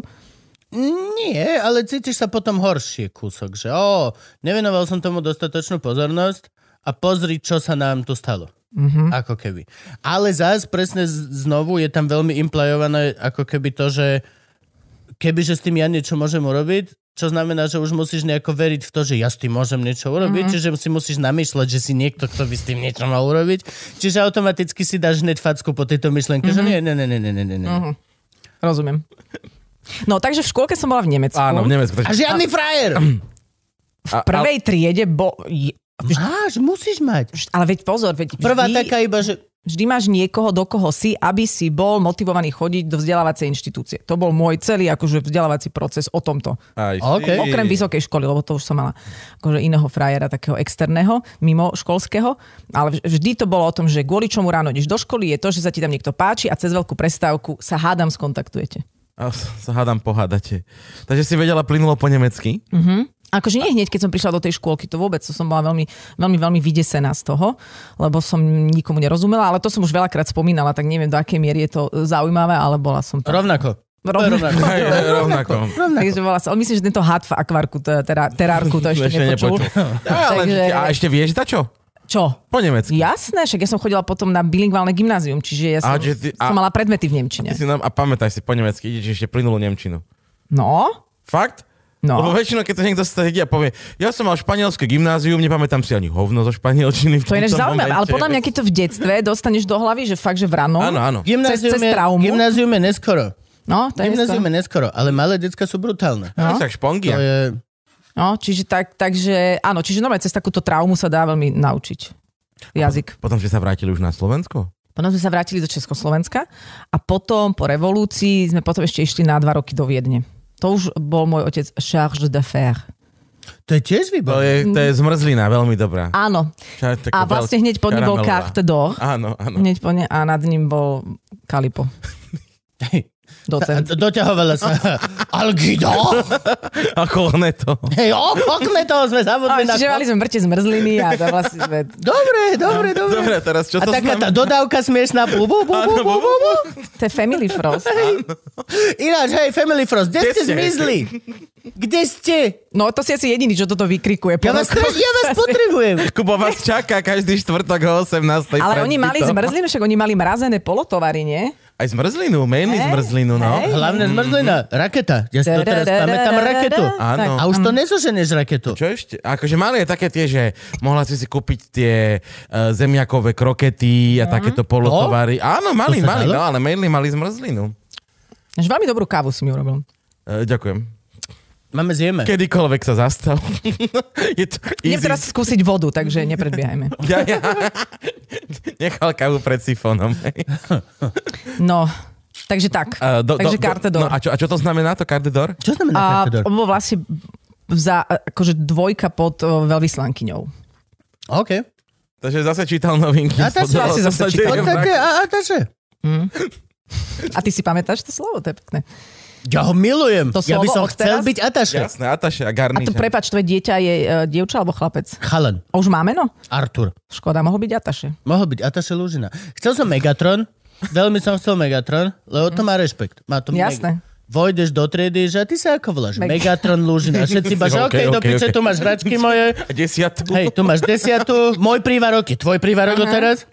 Speaker 1: Nie, ale cítiš sa potom horšie kúsok, že o, nevenoval som tomu dostatočnú pozornosť a pozri, čo sa nám tu stalo. Mm-hmm. Ako keby. Ale zás presne z- znovu je tam veľmi implajované ako keby to, že kebyže s tým ja niečo môžem urobiť, čo znamená, že už musíš nejako veriť v to, že ja s tým môžem niečo urobiť, mm-hmm. čiže si musíš namýšľať, že si niekto, kto by s tým niečo mal urobiť. Čiže automaticky si dáš hneď facku po tejto myšlenke, mm-hmm. že nie, nie, nie, nie, nie, nie, nie. Mm-hmm.
Speaker 3: Rozumiem. No, takže v škôlke som bola v Nemecku.
Speaker 4: Áno, v Nemecku.
Speaker 1: A žiadny frajer!
Speaker 3: v prvej triede bo... je-
Speaker 1: Máš, musíš mať.
Speaker 3: Ale veď pozor, veď vždy,
Speaker 1: Prvá taká iba, že
Speaker 3: vždy máš niekoho, do koho si, aby si bol motivovaný chodiť do vzdelávacej inštitúcie. To bol môj celý akože vzdelávací proces o tomto.
Speaker 4: Aj
Speaker 1: OK.
Speaker 4: ty.
Speaker 1: Ej.
Speaker 3: Okrem vysokej školy, lebo to už som mala akože iného frajera, takého externého, mimo školského. Ale vž- vždy to bolo o tom, že kvôli čomu ráno ideš do školy, je to, že sa ti tam niekto páči a cez veľkú prestávku sa hádam skontaktujete.
Speaker 4: A s- sa hádam, pohádate. Takže si vedela plynulo po nemecky?
Speaker 3: Akože nie hneď, keď som prišla do tej škôlky, to vôbec, to som bola veľmi, veľmi, veľmi vydesená z toho, lebo som nikomu nerozumela, ale to som už veľakrát spomínala, tak neviem, do akej miery je to zaujímavé, ale bola som tam.
Speaker 1: rovnako. To je
Speaker 3: Rovnako.
Speaker 1: rovnako.
Speaker 4: [laughs] Aj, aj, rovnako.
Speaker 3: Takže bola som, ale myslím, že tento had v akvarku, to, je teda, terárku, to ešte,
Speaker 4: Ešte
Speaker 3: nepočul. [laughs]
Speaker 4: nepočul. No, Ale,
Speaker 3: Takže,
Speaker 4: A ešte vieš za čo?
Speaker 3: čo?
Speaker 4: Po nemecky.
Speaker 3: Jasné, však ja som chodila potom na bilingválne gymnázium, čiže ja som,
Speaker 4: A, že ty-
Speaker 3: som
Speaker 4: a-
Speaker 3: mala predmety v Nemčine.
Speaker 4: Ty si nám, a pamätaj si, po nemecky ideš ešte plynulú nemčinu.
Speaker 3: No,
Speaker 4: Fakt?
Speaker 3: No.
Speaker 4: Lebo väčšinou, keď to niekto stredí a povie, ja som mal španielské gymnázium, nepamätám si ani hovno zo španielčiny. v
Speaker 3: to je ináč
Speaker 4: tomto
Speaker 3: zaujímavé, ale
Speaker 4: momente.
Speaker 3: podľa mňa, keď to v detstve dostaneš do hlavy, že fakt, že vrano,
Speaker 4: Áno, áno.
Speaker 1: [laughs] Gymnázium,
Speaker 3: Cez- cez
Speaker 1: je,
Speaker 3: traumu?
Speaker 1: gymnázium je neskoro.
Speaker 3: no, to je
Speaker 1: Gymnázium je neskoro,
Speaker 3: neskoro.
Speaker 1: ale malé decka sú brutálne.
Speaker 4: No. Tak špongia.
Speaker 1: To je...
Speaker 3: no, čiže tak, takže, áno, čiže normálne cez takúto traumu sa dá veľmi naučiť jazyk.
Speaker 4: Potom ste sa vrátili už na Slovensko?
Speaker 3: Potom sme sa vrátili do Československa a potom po revolúcii sme potom ešte išli na dva roky do Viedne. To už bol môj otec charge d'affaires.
Speaker 1: To je tiež
Speaker 4: To
Speaker 1: výborné.
Speaker 4: je, to je zmrzlina, veľmi dobrá.
Speaker 3: Áno.
Speaker 4: Ča- taká
Speaker 3: A vlastne
Speaker 4: veľká-
Speaker 3: hneď pod ním bol
Speaker 4: karamelová.
Speaker 3: Carte d'Or.
Speaker 4: Áno, áno.
Speaker 3: Hneď po ne, a nad ním bol Kalipo.
Speaker 1: A [laughs]
Speaker 3: Docent.
Speaker 1: do- Doťahovala sa. Algido!
Speaker 4: A Cornetto.
Speaker 1: Hej, o, okne toho sme
Speaker 3: A
Speaker 1: zabudli na...
Speaker 3: čiže mali sme mŕte zmrzliny a to vlastne sme...
Speaker 1: Dobre, dobre, dobre.
Speaker 4: Dobre, a teraz čo
Speaker 1: A
Speaker 4: to
Speaker 1: taká tá
Speaker 4: znamená?
Speaker 1: dodávka smiešná. Bu, bu, bu, bu, bu, bu, bu.
Speaker 3: To je Family Frost.
Speaker 1: Ináč, hej, Family Frost, kde
Speaker 4: Kde
Speaker 1: ste
Speaker 4: ste?
Speaker 1: zmizli? Kde ste?
Speaker 3: No to si asi jediný, čo toto vykrikuje. po
Speaker 1: Ja vás,
Speaker 3: rokoch.
Speaker 1: straš- ja
Speaker 3: [laughs]
Speaker 1: vás potrebujem.
Speaker 4: Kubo vás čaká každý štvrtok o 18.
Speaker 3: Ale
Speaker 4: pred
Speaker 3: oni mali
Speaker 4: bytom.
Speaker 3: zmrzlinu, však oni mali mrazené polotovary, nie?
Speaker 4: Aj zmrzlinu, mainly
Speaker 3: Hej,
Speaker 4: zmrzlinu, no.
Speaker 3: hej.
Speaker 1: Hlavne
Speaker 3: Mhm,
Speaker 1: zmrzlina, raketa. Ja si to teraz pamätám raketu.
Speaker 4: Áno.
Speaker 1: A
Speaker 3: Mhm.
Speaker 1: už to nezoženeš raketu.
Speaker 4: Čo ešte? Akože mali aj také tie, že mohla si si kúpiť tie uh, zemiakové krokety a takéto polotovary. Áno,
Speaker 1: To
Speaker 4: mali,
Speaker 1: sa
Speaker 4: mali,
Speaker 1: dalo?
Speaker 4: no, ale mainly mali zmrzlinu.
Speaker 3: Až veľmi dobrú kávu si mi urobil.
Speaker 4: Uh, ďakujem.
Speaker 1: Máme zjeme.
Speaker 4: Kedykoľvek sa zastav. [laughs] Je to
Speaker 3: Idem
Speaker 4: easy.
Speaker 3: teraz skúsiť vodu, takže nepredbiehajme.
Speaker 4: Ja, ja. Nechal kávu pred sifónom. hej.
Speaker 3: No, takže tak.
Speaker 4: Eh, do-
Speaker 3: takže
Speaker 4: do- do-
Speaker 3: Carte d'Or.
Speaker 4: No a čo, a čo to znamená to Carte d'Or?
Speaker 1: Čo znamená
Speaker 3: A
Speaker 1: raketodor?
Speaker 3: on bol vlastne za, akože dvojka pod o, veľvyslankyňou.
Speaker 1: OK.
Speaker 4: Takže zase čítal novinky.
Speaker 1: A to
Speaker 4: Podľa-
Speaker 3: asi
Speaker 4: to
Speaker 3: zase
Speaker 4: sa
Speaker 1: V
Speaker 3: čítal.
Speaker 4: deje.
Speaker 1: podstate, a, a takže.
Speaker 3: A ty si pamätáš to slovo? To je pekné.
Speaker 1: Ja ho milujem.
Speaker 3: To
Speaker 1: ja by
Speaker 3: slovo
Speaker 1: som
Speaker 3: od
Speaker 1: chcel
Speaker 3: teraz?
Speaker 1: byť ataše.
Speaker 4: Jasné, Ataše
Speaker 3: A
Speaker 4: a
Speaker 3: to
Speaker 4: Garniša.
Speaker 3: prepač, tvoje dieťa je uh, dievča alebo chlapec?
Speaker 1: Chalan,
Speaker 3: A už má meno?
Speaker 1: Artur.
Speaker 3: Škoda, mohol byť Ataše.
Speaker 1: Mohol byť Ataše Lužina. Chcel som Megatron. Veľmi som chcel Megatron, lebo to má rešpekt. Má to
Speaker 3: Jasné.
Speaker 1: Meg- Vojdeš do triedy, že a ty sa ako voláš?
Speaker 3: Meg-
Speaker 1: Megatron Lužina. Všetci iba, že
Speaker 4: [laughs] OK,
Speaker 1: okej, do
Speaker 4: OK,
Speaker 1: piče,
Speaker 4: OK.
Speaker 1: tu máš hračky moje.
Speaker 4: A desiatku.
Speaker 1: Hej, tu máš desiatu, môj prívarok je tvoj prívarok teraz.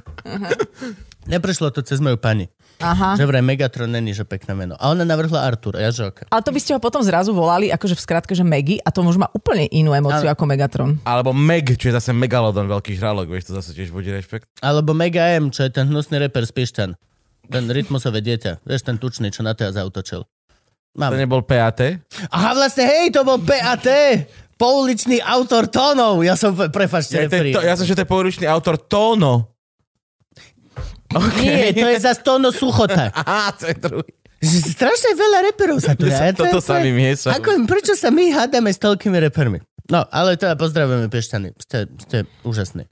Speaker 1: Neprešlo to cez moju pani.
Speaker 3: Aha.
Speaker 1: Že vraj Megatron není, že pekné meno. A ona navrhla Artur. A ja že okej.
Speaker 3: Ale to by ste ho potom zrazu volali, akože v skratke, že Megy, a to už má úplne inú emóciu ako Megatron.
Speaker 4: Alebo Meg, čo je zase Megalodon, veľký žralok, vieš, to zase tiež bude rešpekt.
Speaker 1: Alebo Mega M, čo je ten hnusný reper z Piešťan. Ten rytmusové dieťa. Vieš, ten tučný, čo na teraz zautočil.
Speaker 4: To
Speaker 1: Mám.
Speaker 4: nebol PAT.
Speaker 1: Aha, vlastne, hej, to bol PAT! Pouličný autor tónov. Ja som, prefačte,
Speaker 4: Ja, to, je
Speaker 1: referi.
Speaker 4: to, ja som, že to je poručný autor [laughs] Tóno.
Speaker 1: Nie, to je zas tóno suchota.
Speaker 4: Aha, to je druhý.
Speaker 1: Že strašne veľa reperov sa tu
Speaker 4: Ja
Speaker 1: dá.
Speaker 4: sa- toto sa mi mieša.
Speaker 1: Ako, prečo sa my hádame s toľkými repermi? No, ale teda pozdravujeme Piešťany. Ste, ste úžasní.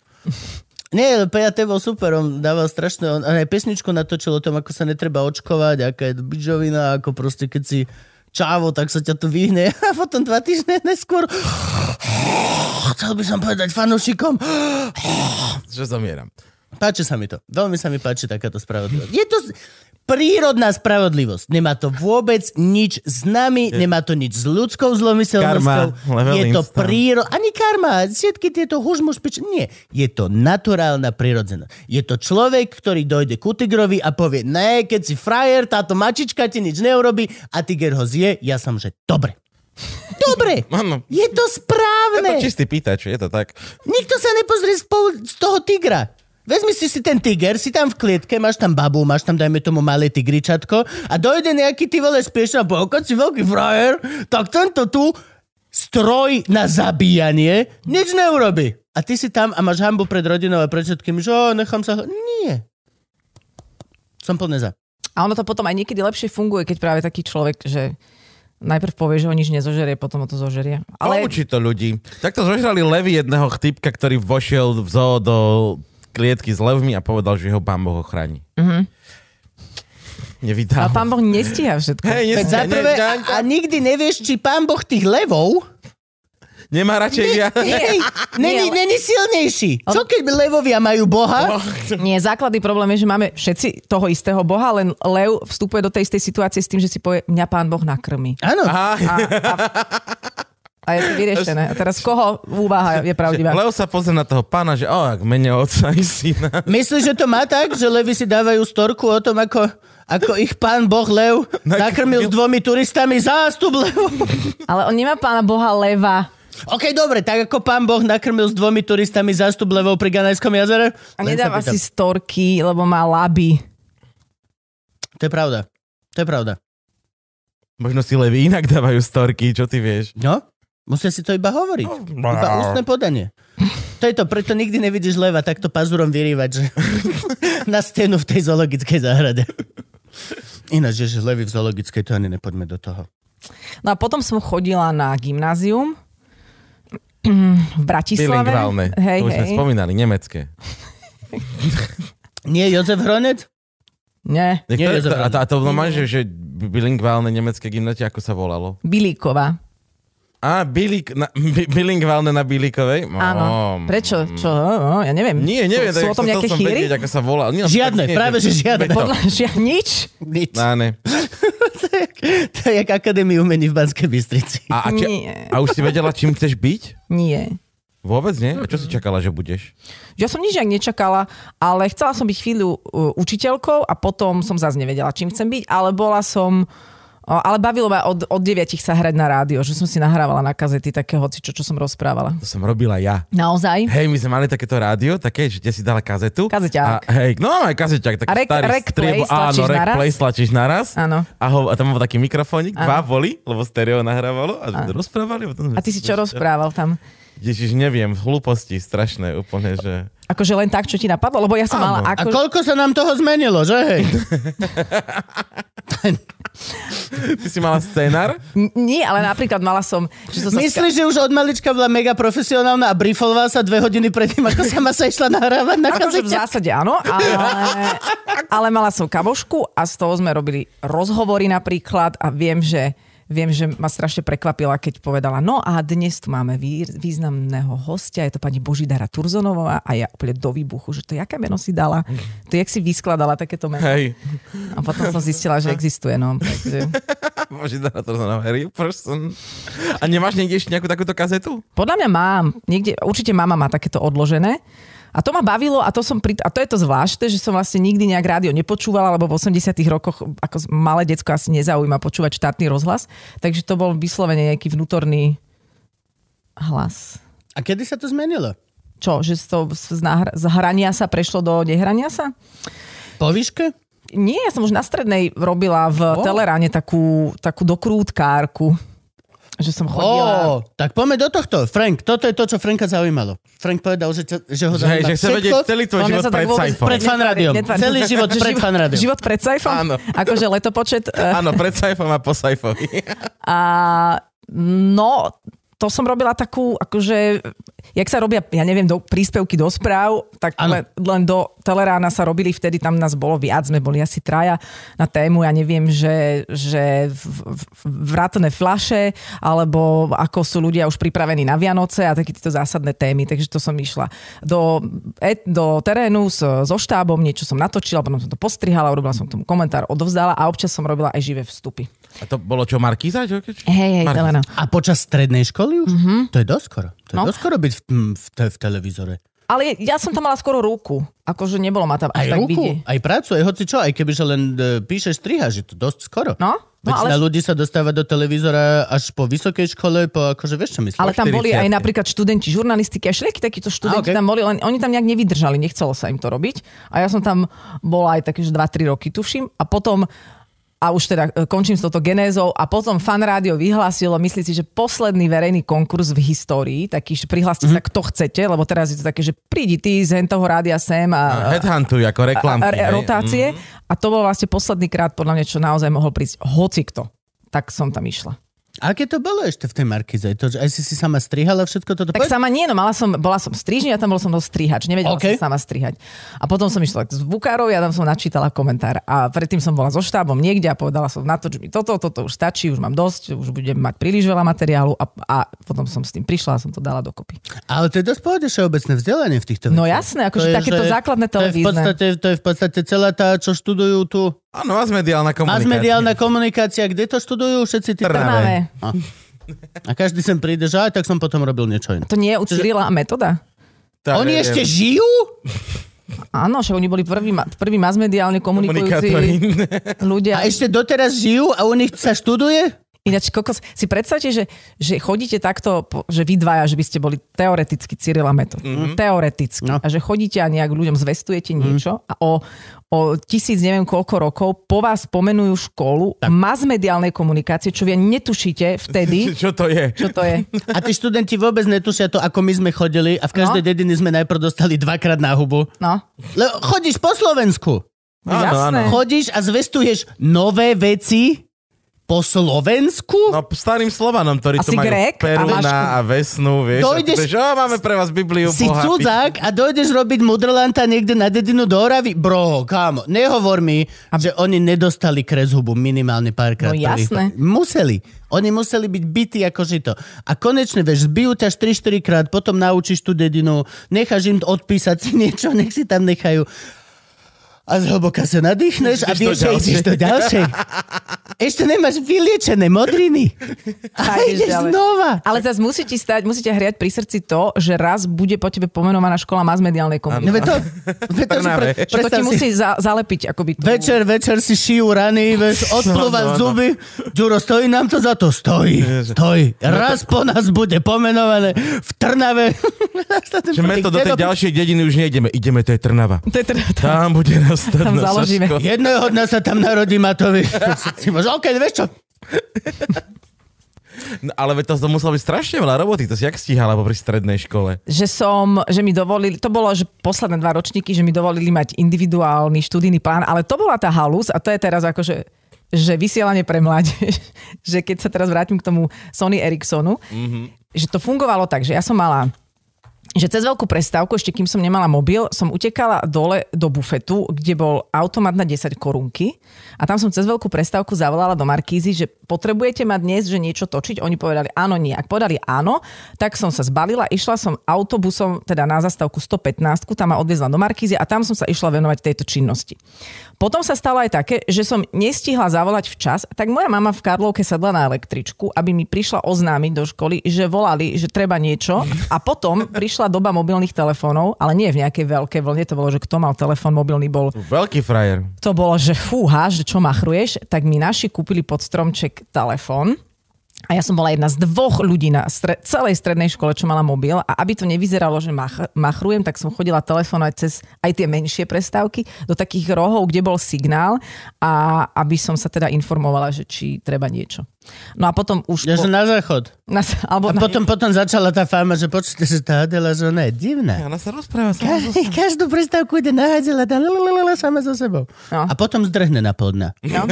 Speaker 1: Nie, ale PAT bol super, on dával strašné, on on aj pesničku natočil o tom, ako sa netreba očkovať, aká je bižovina, ako proste keď si čávo, tak sa ťa to vyhne [laughs] a potom dva týždne neskôr chcel by som povedať fanúšikom,
Speaker 4: Že zomieram.
Speaker 1: Páči sa mi to. Veľmi sa mi páči takáto spravodlivosť. Je to z- prírodná spravodlivosť. Nemá to vôbec nič s nami, nemá to nič s ľudskou zlomyselnosťou.
Speaker 4: Karma, level
Speaker 1: je to
Speaker 4: instant.
Speaker 1: príro... Ani karma, všetky tieto hužmuš pič... Nie, je to naturálna prírodzenosť. Je to človek, ktorý dojde ku tigrovi a povie, ne, keď si frajer, táto mačička ti nič neurobí a tiger ho zje, ja som, že dobre.
Speaker 4: [laughs]
Speaker 1: Dobre,
Speaker 4: Áno.
Speaker 1: je to
Speaker 4: Je to
Speaker 1: správne.
Speaker 4: čistý pýtač, je to tak.
Speaker 1: Nikto sa nepozrie z, pou- z toho tigra. Vezmi si si ten tiger, si tam v klietke, máš tam babu, máš tam dajme tomu malé tigričatko a dojde nejaký ty vole spiešný a povie, "Ako si veľký frajer, tak tento tu stroj na zabíjanie nič neurobi. A ty si tam a máš hambu pred rodinou a pred všetkým, že "Ó, nechám sa... ho-" Nie. Som plne za.
Speaker 3: A ono to potom aj niekedy lepšie funguje, keď práve taký človek, že najprv povie, že ho nič nezožerie, potom ho to zožerie. Ale
Speaker 4: Ale... Poučí to ľudí. Takto zožrali levy jedného typka, ktorý vošiel v zoo do klietky s levmi a povedal, že ho pán Boh ochráni. Mm-hmm.
Speaker 3: Mhm.
Speaker 4: Nevydal.
Speaker 3: a pán Boh nestíha všetko.
Speaker 4: Hej, nes-
Speaker 1: Veď za
Speaker 4: ne-
Speaker 1: prvé,
Speaker 4: ne-
Speaker 1: a, a nikdy nevieš, či pán Boh tých levov
Speaker 4: nemá radšej ja.
Speaker 1: Hej, není,
Speaker 3: ale-
Speaker 1: není silnejší. Čo keď levovia majú Boha?
Speaker 3: Nie, základný problém je, že máme všetci toho istého Boha, len Lev vstupuje do tej istej situácie s tým, že si povie, mňa pán Boh nakrmi.
Speaker 1: Áno.
Speaker 4: Aha,
Speaker 3: A, a, a je to vyriešené. A teraz koho úvaha je pravdivá?
Speaker 4: Leo sa pozrie na toho pána, že o, ak mene otca i syna.
Speaker 1: Myslíš, že to má tak, že levy si dávajú storku o tom, ako, ako ich pán Boh Lev nakrmil s dvomi turistami zástup levov?
Speaker 3: Ale on nemá pána Boha Leva.
Speaker 1: OK, dobre, tak ako pán Boh nakrmil s dvomi turistami zástup levov pri Ganajskom jazere?
Speaker 3: A
Speaker 1: Len sa
Speaker 3: nedáva
Speaker 1: pýtam.
Speaker 3: si storky, lebo má laby.
Speaker 1: To je pravda. To je pravda.
Speaker 4: Možno si levy inak dávajú storky, čo ty vieš.
Speaker 1: No? Musia si to iba hovoriť. Iba ústne podanie. To je to, preto nikdy nevidíš leva takto pazurom vyrývať, že [laughs] na stenu v tej zoologickej záhrade. Ináč, že, že levy v zoologickej, to ani nepoďme do toho.
Speaker 3: No a potom som chodila na gymnázium [clears throat] v Bratislave.
Speaker 4: Bilingválne.
Speaker 3: Hej,
Speaker 4: to už sme
Speaker 3: hej.
Speaker 4: spomínali, nemecké.
Speaker 1: Nie Jozef Hronec?
Speaker 3: Nie,
Speaker 1: Nie,
Speaker 4: Niektoré,
Speaker 1: je to
Speaker 4: a,
Speaker 1: pravda.
Speaker 4: to, a to normálne, že, že bilingválne nemecké gymnázium, ako sa volalo?
Speaker 3: Bilíková.
Speaker 4: Á, bilik, na, bi, bilingválne na Bilikovej?
Speaker 3: Áno. Prečo? Čo? No, ja neviem.
Speaker 4: Nie, neviem.
Speaker 3: Sú, sú o tom nejaké chýry?
Speaker 4: Vedieť, ako sa volá. Nie, no,
Speaker 1: [laughs] Žiadne,
Speaker 3: [laughs]
Speaker 4: tak nie,
Speaker 1: práve že žiadne.
Speaker 4: Vedel.
Speaker 3: Podľa, že nič.
Speaker 1: Nič.
Speaker 4: Á, ne.
Speaker 1: [laughs] to je jak Akadémia umení v Banskej Bystrici.
Speaker 4: A, a, či,
Speaker 3: Nie.
Speaker 4: a už si vedela, čím chceš byť?
Speaker 3: Nie.
Speaker 4: Vôbec nie? A čo si čakala, že budeš?
Speaker 3: Že ja som nič nejak nečakala, ale chcela som byť chvíľu uh, učiteľkou a potom som zase nevedela, čím chcem byť, ale bola som... o, Ale bavilo ma od, od 9 sa hrať na rádio, že som si nahrávala na kazety také hoci, čo, čo som rozprávala.
Speaker 4: To som robila ja.
Speaker 3: Naozaj?
Speaker 4: Hej, my sme mali takéto rádio, také, že ti si dala kazetu.
Speaker 3: Kazeťák.
Speaker 4: A, hej, no máme kazeťák, tak
Speaker 3: A rec-
Speaker 4: starý
Speaker 3: rec play
Speaker 4: striebo- áno,
Speaker 3: stlačíš
Speaker 4: rec
Speaker 3: naraz?
Speaker 4: play stlačíš naraz.
Speaker 3: Áno.
Speaker 4: A, ho, a tam bol taký mikrofónik,
Speaker 3: Áno.
Speaker 4: dva boli, lebo stereo nahrávalo a že rozprávali. potom
Speaker 3: A
Speaker 4: sme-
Speaker 3: ty si čo rozprával tam?
Speaker 4: Ježiš, neviem, hlúposti strašné úplne, že...
Speaker 3: Akože len tak, čo ti napadlo? Lebo ja som
Speaker 4: Áno.
Speaker 1: A
Speaker 3: mala... Ako...
Speaker 1: koľko sa nám toho zmenilo, že
Speaker 4: [laughs]
Speaker 1: hej?
Speaker 4: Ty si mala scénar?
Speaker 3: N- Nie, ale napríklad mala som... Že som sa
Speaker 1: Myslíš, že už od malička bola mega profesionálna a brifovala sa dve hodiny predtým, ako sama sa išla nahrávať na
Speaker 3: Akože v
Speaker 1: kazete?
Speaker 3: zásade áno, ale, ale mala som kamošku a z toho sme robili rozhovory napríklad a viem, že Viem, že ma strašne prekvapila, keď povedala, no a dnes tu máme vý- významného hostia, je to pani Božidara Turzonová a ja úplne do výbuchu, že to jaké meno si dala, to jak si vyskladala takéto meno.
Speaker 4: Hej.
Speaker 3: A potom som zistila, že existuje, no. Takže.
Speaker 4: Bože, dala to na Harry Person. A nemáš niekde ešte nejakú takúto kazetu?
Speaker 3: Podľa mňa mám. Niekde, určite mama má takéto odložené. A to ma bavilo a to, som pri, a to je to zvláštne, že som vlastne nikdy nejak rádio nepočúvala, lebo v 80 rokoch ako malé decko asi nezaujíma počúvať štátny rozhlas. Takže to bol vyslovene nejaký vnútorný hlas.
Speaker 1: A kedy sa to zmenilo?
Speaker 3: Čo, že z, to, z, náhra- z hrania sa prešlo do nehrania sa?
Speaker 1: Po výške?
Speaker 3: Nie, ja som už na strednej robila v Teleráne takú, takú dokrútkárku. Že som chodila...
Speaker 1: Ó, tak poďme do tohto. Frank, toto je to, čo Franka zaujímalo. Frank povedal, že, ťa- že ho zaujíma
Speaker 4: Hej, že chce vedieť
Speaker 1: všetko.
Speaker 4: celý tvoj
Speaker 3: No, mňa
Speaker 4: život
Speaker 3: sa tak
Speaker 4: pred
Speaker 3: vôbec-
Speaker 4: Saifom.
Speaker 1: Pred fanrádiom.
Speaker 3: Netvar-
Speaker 1: Celý život pred fanrádiom.
Speaker 3: Život pred sajfom?
Speaker 4: Áno.
Speaker 3: Akože
Speaker 4: [laughs]
Speaker 3: letopočet. e,
Speaker 4: Áno, pred Saifom a po Saifovi.
Speaker 3: A no, to som robila takú, akože, jak sa robia, ja neviem, do, príspevky do správ, tak
Speaker 1: Áno.
Speaker 3: len, len do Telerána sa robili, vtedy tam nás bolo viac, sme boli asi traja na tému, ja neviem, že, že v- v- vratné flaše, alebo ako sú ľudia už pripravení na Vianoce a také tieto zásadné témy, takže to som išla do, e, do terénu s, so štábom, niečo som natočila, potom som to postrihala, urobila som k tomu komentár, odovzdala a občas som robila aj živé vstupy.
Speaker 4: A to bolo čo, Markíza? Čo? keď-
Speaker 3: Hej, hej,
Speaker 4: Markíza.
Speaker 3: Telena.
Speaker 1: A počas strednej školy už? Mm-hmm. To je doskoro. To je no.
Speaker 3: No.
Speaker 1: doskoro byť v, m, v, te, v televízore.
Speaker 3: Ale ja som tam mala skoro ruku. Akože nebolo ma tam
Speaker 1: Aj
Speaker 3: až tak
Speaker 1: ruku,
Speaker 3: vidieť.
Speaker 1: aj prácu, aj hoci čo, aj keby že len e, píšeš, strihaš, je to dosť skoro.
Speaker 3: No, no
Speaker 1: Väčšina
Speaker 3: ale-
Speaker 1: ľudí sa dostáva do televízora až po vysokej škole, po akože vieš čo myslím.
Speaker 3: Ale tam boli aj
Speaker 4: 40.
Speaker 3: napríklad študenti žurnalistiky a všetky takíto
Speaker 1: A,
Speaker 3: študenti
Speaker 1: okej.
Speaker 3: tam boli, len oni tam nejak nevydržali, nechcelo sa im to robiť. A ja som tam bola aj také, že 2-3 roky tuším. A potom a už teda e, končím s touto genézou a potom fan rádio vyhlásilo, myslím si, že posledný verejný konkurs v histórii, taký, že prihláste
Speaker 1: Mhm.
Speaker 3: mm-hmm. sa kto chcete, lebo teraz je to také, že prídi ty z hentoho rádia sem a,
Speaker 4: A Headhuntuj ako
Speaker 3: a-
Speaker 4: reklamky.
Speaker 3: a-
Speaker 4: hej.
Speaker 3: rotácie.
Speaker 1: Mhm.
Speaker 3: A to bol vlastne posledný krát, podľa mňa, čo naozaj mohol prísť hocikto. Tak som tam išla.
Speaker 1: Aké to bolo ešte v tej Markize? To, že aj si si sama strihala všetko toto?
Speaker 3: Tak sama nie, no mala som, bola som strižňa, tam bol som dosť strihač, nevedela
Speaker 1: OK.
Speaker 3: okay. som sama strihať. A potom som išla k zvukárov, ja tam som načítala komentár. A predtým som bola so štábom niekde a povedala som, natoč mi toto, toto už stačí, už mám dosť, už budem mať príliš veľa materiálu a, a potom som s tým prišla a som to dala dokopy.
Speaker 1: Ale to je dosť pohode všeobecné vzdelanie v týchto
Speaker 3: No
Speaker 1: veciach.
Speaker 3: jasné, akože
Speaker 1: To je,
Speaker 3: takéto
Speaker 1: že-
Speaker 3: základné
Speaker 1: to je, v
Speaker 3: televízne.
Speaker 1: podstate, to je v podstate celá tá, čo študujú tu.
Speaker 4: Áno, masmediálna komunikácia.
Speaker 1: Masmediálna komunikácia, kde to študujú všetci tí
Speaker 3: [laughs]
Speaker 4: Trnave.
Speaker 1: Trnave.
Speaker 3: Máme.
Speaker 1: A každý sem príde, že aj tak som potom robil niečo iné.
Speaker 3: To nie je u Cyrila a metoda?
Speaker 4: Tá,
Speaker 1: Oni
Speaker 4: je-
Speaker 1: ešte
Speaker 4: je-
Speaker 1: žijú?
Speaker 3: Áno, však oni boli prví, ma- prví masmediálne komunikujúci
Speaker 4: komunikátori.
Speaker 1: A
Speaker 3: [laughs] ľudia.
Speaker 1: ešte doteraz žijú a u nich sa študuje?
Speaker 3: Ináč, kokos, si predstavte, že, že chodíte takto, po- že vy dvaja, že by ste boli teoreticky Cyrila Metod. Mm-hmm. Teoreticky.
Speaker 1: No. Mhm.
Speaker 3: No. A že chodíte a nejak ľuďom zvestujete niečo a o, o tisíc neviem koľko rokov po vás pomenujú školu tak. masmediálnej komunikácie, čo vy ani netušíte vtedy,
Speaker 4: [laughs] Čo to je?
Speaker 3: čo to je.
Speaker 1: A tí študenti vôbec netušia to, ako my sme chodili a v každej
Speaker 3: No.
Speaker 1: dedine sme najprv dostali dvakrát na hubu.
Speaker 3: No,
Speaker 1: Lebo chodíš po Slovensku.
Speaker 3: no jasné.
Speaker 4: áno.
Speaker 1: Chodíš a zvestuješ nové veci po Slovensku?
Speaker 4: No starým Slovanom, ktorí
Speaker 3: Asi
Speaker 4: tu majú
Speaker 3: Grék a Vašku.
Speaker 4: Peruna a, Vesnu, vieš.
Speaker 1: Dojdeš-
Speaker 4: a tu vieš, "Ó, máme pre vás Bibliu.
Speaker 1: si
Speaker 4: Boha,
Speaker 1: cudzák a dojdeš robiť mudrlanta niekde na dedinu do Oravy? Bro, kámo, nehovor mi, že oni nedostali kres hubu minimálne párkrát.
Speaker 3: No jasné.
Speaker 1: Prvý- Museli. Oni museli byť bytí ako žito. A konečne, vieš, zbijú ťa 3-4 krát, [laughs] potom naučíš tú dedinu, necháš im odpísať si niečo, nech si tam nechajú. a zhlboka sa nadýchneš a
Speaker 4: Ideš
Speaker 1: vieš,
Speaker 4: do
Speaker 1: že
Speaker 4: ďalšej.
Speaker 1: ideš do
Speaker 4: [laughs]
Speaker 1: ďalšej. Ešte nemáš vyliečené modriny. A
Speaker 3: Tak
Speaker 1: [laughs] ideš
Speaker 3: ďalej.
Speaker 1: znova.
Speaker 3: Ale zase musí ti stať, musí ťa hriať pri srdci to, že raz bude po tebe pomenovaná škola masmediálnej
Speaker 1: No
Speaker 3: komunity.
Speaker 1: veď to, veď to, že pre,
Speaker 4: Trnave.
Speaker 3: Že to
Speaker 1: predstav
Speaker 3: ti
Speaker 1: si,
Speaker 3: musí za, zalepiť akoby tú...
Speaker 1: večer, večer si šijú rany, vieš,
Speaker 4: [laughs]
Speaker 1: odplúvaš
Speaker 4: No, no, no.
Speaker 1: zuby. Ďuro, stojí nám to za to? Stojí,
Speaker 4: No
Speaker 1: stojí. Raz po nás bude pomenované v Trnave.
Speaker 4: [laughs] Že meto do tej ďalšej dediny už nejdeme. Ideme, to je Trnava.
Speaker 3: To je teda tá...
Speaker 4: Tam bude nás
Speaker 3: Tam
Speaker 4: Trnava.
Speaker 3: založíme.
Speaker 4: Saško.
Speaker 1: Jedného dňa sa tam narodí
Speaker 4: [laughs]
Speaker 1: Matovi. Si môže, OK, vieš čo?
Speaker 4: No, ale veď to, to muselo byť strašne veľa roboty. To si jak stíhala popri strednej škole.
Speaker 3: že som, že mi dovolili, to bolo že posledné dva ročníky, že mi dovolili mať individuálny študijný plán, ale to bola tá halus a to je teraz akože že vysielanie pre mládež, [laughs] že keď sa teraz vrátim k tomu Sony Ericssonu, mm-hmm. že to fungovalo tak, že ja som mala že cez veľkú prestávku, ešte kým som nemala mobil, som utekala dole do bufetu, kde bol automat na 10 korunky a tam som cez veľkú prestávku zavolala do Markízy, že potrebujete ma dnes, že niečo točiť. Oni povedali áno, nie. Ak povedali áno, tak som sa zbalila, išla som autobusom, teda na zastavku 115, tam ma odviezla do Markízy a tam som sa išla venovať tejto činnosti. Potom sa stalo aj také, že som nestihla zavolať včas, tak moja mama v Karlovke sadla na električku, aby mi prišla oznámiť do školy, že volali, že treba niečo. A potom prišla doba mobilných telefónov, ale nie v nejakej veľkej vlne, to bolo, že kto mal telefón mobilný bol.
Speaker 4: Veľký frajer.
Speaker 3: To bolo, že fúha, že čo machruješ, tak mi naši kúpili pod stromček telefón. A ja som bola jedna z dvoch ľudí na stre- celej strednej škole, čo mala mobil. A aby to nevyzeralo, že mach- machrujem, tak som chodila telefónovať cez aj tie menšie prestávky do takých rohov, kde bol signál a aby som sa teda informovala, že či treba niečo. No a potom už...
Speaker 1: Ja som na záchod.
Speaker 3: [laughs] na,
Speaker 1: A
Speaker 3: alebo na,
Speaker 1: potom, potom začala tá fáma, že počujte, že tá Adela, že ona je divná.
Speaker 4: Ona sa rozpráva. Sa
Speaker 1: Ka- Každú prestávku ide nahádzala tá lalalala sama so sebou.
Speaker 3: No.
Speaker 1: A potom zdrhne na pol dňa.
Speaker 3: no.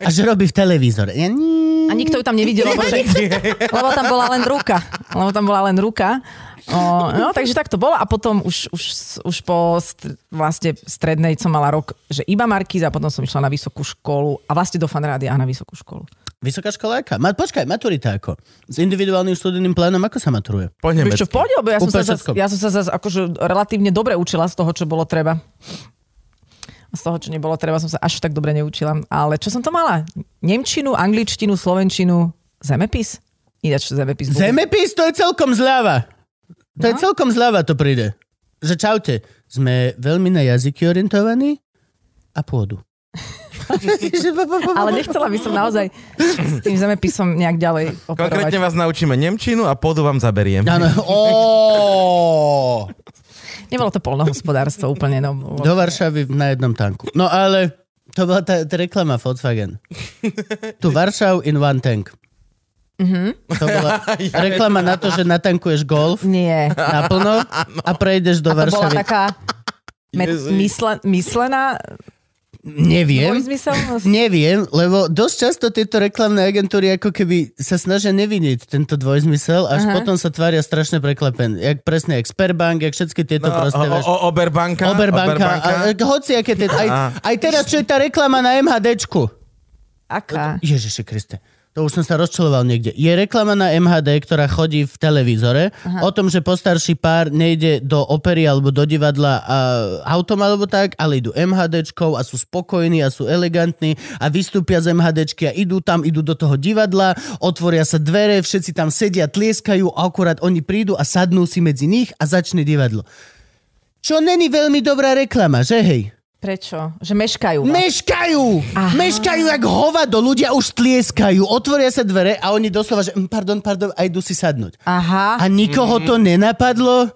Speaker 1: A že robí v televízore. Ja, ní-
Speaker 3: A nikto ju tam nevidel,
Speaker 1: [laughs]
Speaker 3: lebo, že, lebo tam bola len ruka. Lebo tam bola len ruka. O, no, takže tak to bolo a potom už, už, už po st- vlastne strednej som mala rok, že iba Markíza, potom som išla na vysokú školu a vlastne do fanrádia a na vysokú školu.
Speaker 1: Vysoká školáka. Ma, počkaj, maturita ako? S individuálnym študijným plánom, ako sa maturuje?
Speaker 4: Po
Speaker 3: Vieš čo, v pohode, lebo ja som,
Speaker 1: Úplne
Speaker 3: sa zas,
Speaker 1: všetko.
Speaker 3: ja som sa zas akože relatívne dobre učila z toho, čo bolo treba. A z toho, čo nebolo treba, som sa až tak dobre neučila. Ale čo som to mala? Nemčinu, angličtinu, slovenčinu, zemepis? Ináč zemepis. vôbec-
Speaker 1: Zemepis, to je celkom zľava. To je
Speaker 3: No.
Speaker 1: celkom zľava, to príde. Že čaute, sme veľmi na jazyky orientovaní a pôdu. Že po- po- po- po-
Speaker 3: Ale nechcela by som naozaj s tým zemepisom nejak ďalej operovať.
Speaker 4: Konkrétne vás naučíme Nemčinu a pôdu vám zaberiem.
Speaker 1: Áno, Ó.
Speaker 3: Nebolo to polnohospodárstvo úplne. No,
Speaker 1: Do Varšavy na jednom tanku. No ale to bola tá, tá reklama Volkswagen. Tu Varšav in one tank. Mm-hmm. To bola reklama na to, že natankuješ golf
Speaker 3: Nie. [laughs]
Speaker 1: naplno a prejdeš do
Speaker 3: A to bola
Speaker 1: Varšavy.
Speaker 3: taká me-
Speaker 4: Ježiš.
Speaker 3: mysle- myslená
Speaker 1: Neviem.
Speaker 3: dvojzmysel?
Speaker 1: Neviem, lebo dosť často tieto reklamné agentúry ako keby sa snažia neviniť tento dvojzmysel, až Aha. potom sa tvária strašne preklepen. Jak presne, jak Sperbank, jak všetky tieto
Speaker 4: No,
Speaker 1: no, proste,
Speaker 4: o, o,
Speaker 1: vieš.
Speaker 4: o, Oberbanka.
Speaker 1: Oberbanka, a, e- a, hoci aké tie, aj, aj teraz, čo je tá reklama na MHDčku.
Speaker 3: Aká?
Speaker 1: Ježiši Kriste. To už som sa rozčuloval niekde. Je reklama na MHD, ktorá chodí v televízore Aha. o tom, že postarší pár nejde do opery alebo do divadla a autom alebo tak, ale idú MHDčkou a sú spokojní a sú elegantní a vystúpia z MHDčky a idú tam, idú do toho divadla, otvoria sa dvere, všetci tam sedia, tlieskajú a akurát oni prídu a sadnú si medzi nich a začne divadlo. Čo není veľmi dobrá reklama, že hej?
Speaker 3: Prečo? Že meškajú. vás.
Speaker 1: Meškajú!
Speaker 3: Aha.
Speaker 1: Meškajú jak hovado, ľudia už tlieskajú, otvoria sa dvere a oni doslova, že "Mm, pardon, pardon, a idú si sadnúť. A
Speaker 3: Aha.
Speaker 1: nikoho to nenapadlo?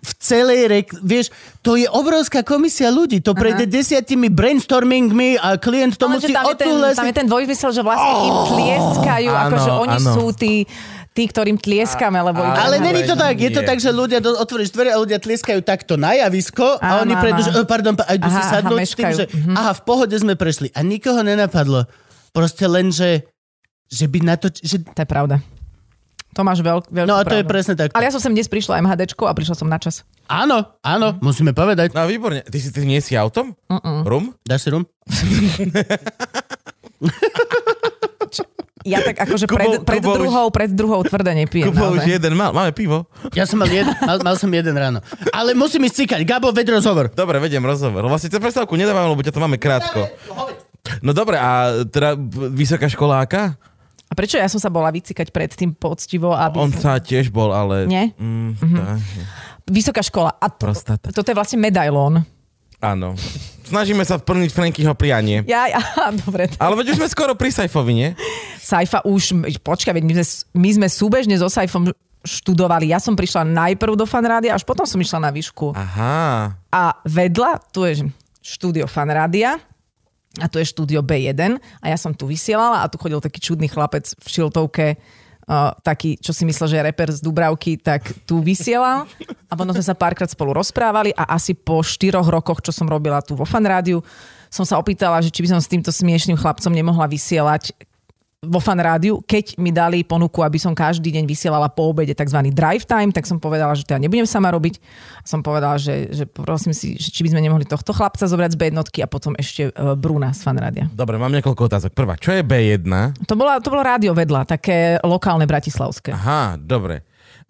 Speaker 1: V celej rek... Vieš, to je obrovská komisia ľudí, to prejde desiatimi brainstormingmi a klient to
Speaker 3: No,
Speaker 1: musí
Speaker 3: že tam, je ten, tam je
Speaker 1: odsúhlasiť. Oh,
Speaker 3: ten dvojzmysel, že vlastne im tlieskajú,
Speaker 4: áno,
Speaker 3: akože oni
Speaker 4: áno.
Speaker 3: sú tí, tí ktorým tlieskame, lebo...
Speaker 4: A-
Speaker 3: idú
Speaker 1: Ale
Speaker 3: na-
Speaker 1: není to tak, je to
Speaker 4: Nie.
Speaker 1: tak, že ľudia do, otvoríš dvere a ľudia tlieskajú takto na javisko a
Speaker 3: Áno,
Speaker 1: oni prejdú,
Speaker 3: áno.
Speaker 1: že, "E, pardon, pa- a idú si
Speaker 3: Aha, aha,
Speaker 1: sadnúť s tým,
Speaker 3: meškajú.
Speaker 1: že
Speaker 3: Mhm.
Speaker 1: aha, v pohode sme prešli. A nikoho nenapadlo. Proste len, že, že by na to, že
Speaker 3: To je pravda. To máš veľk, veľkú
Speaker 1: No a to je
Speaker 3: pravdu.
Speaker 1: presne tak.
Speaker 3: Ale ja som sem dnes prišla MHDčko a prišla som na čas.
Speaker 1: Áno, áno, musíme povedať.
Speaker 4: No výborne. Ty si ty nie si autom? Rum?
Speaker 1: Dáš si rum?
Speaker 3: Ja tak akože pred,
Speaker 4: Kubo-
Speaker 3: pred,
Speaker 4: Kubo už-
Speaker 3: druhou, pred druhou tvrdé nepijem.
Speaker 4: Kubo už
Speaker 3: naozaj.
Speaker 4: jeden mal, máme pivo.
Speaker 1: Ja som mal, jed, mal, mal som jeden ráno. Ale musím ísť cikať. Gabo, ved rozhovor.
Speaker 4: Dobre, vediem rozhovor. Vlastne tú predstavku nedávam, lebo ťa to máme krátko. No dobre, a teda b- vysoká školáka?
Speaker 3: A prečo ja som sa bola vycikať predtým poctivo, aby...
Speaker 4: On sa tiež bol, ale...
Speaker 3: Nie?
Speaker 4: Mm,
Speaker 1: Mhm.
Speaker 4: tá,
Speaker 3: Vysoká škola. A to,
Speaker 4: prostata.
Speaker 3: toto je vlastne medailón.
Speaker 4: Áno. Snažíme sa vplniť Frankyho prianie.
Speaker 3: Ja, [laughs] ja, dobre. tak.
Speaker 4: Ale veď už sme skoro pri Saifovi, nie?
Speaker 3: Saifa už, počkaj, veď my sme, my sme súbežne so Saifom študovali. Ja som prišla najprv do fanrádia, až potom som išla na výšku.
Speaker 4: Aha.
Speaker 3: A vedľa, tu je štúdio fanrádia, a tu je štúdio B1 a ja som tu vysielala a tu chodil taký čudný chlapec v šiltovke, uh, taký, čo si myslel, že je reper z Dubravky, tak tu vysielal a potom sme sa párkrát spolu rozprávali a asi po štyroch rokoch, čo som robila tu vo fanrádiu, som sa opýtala, že či by som s týmto smiešným chlapcom nemohla vysielať vo fan rádiu, keď mi dali ponuku, aby som každý deň vysielala po obede tzv. drive time, tak som povedala, že to ja nebudem sama robiť. Som povedala, že, že prosím si, že či by sme nemohli tohto chlapca zobrať z B jednotky a potom ešte e, Bruna z fan rádia.
Speaker 4: Dobre, mám niekoľko otázok. Prvá, čo je B1?
Speaker 3: To, bola, to bolo rádio vedľa, také lokálne bratislavské.
Speaker 4: Aha, dobre.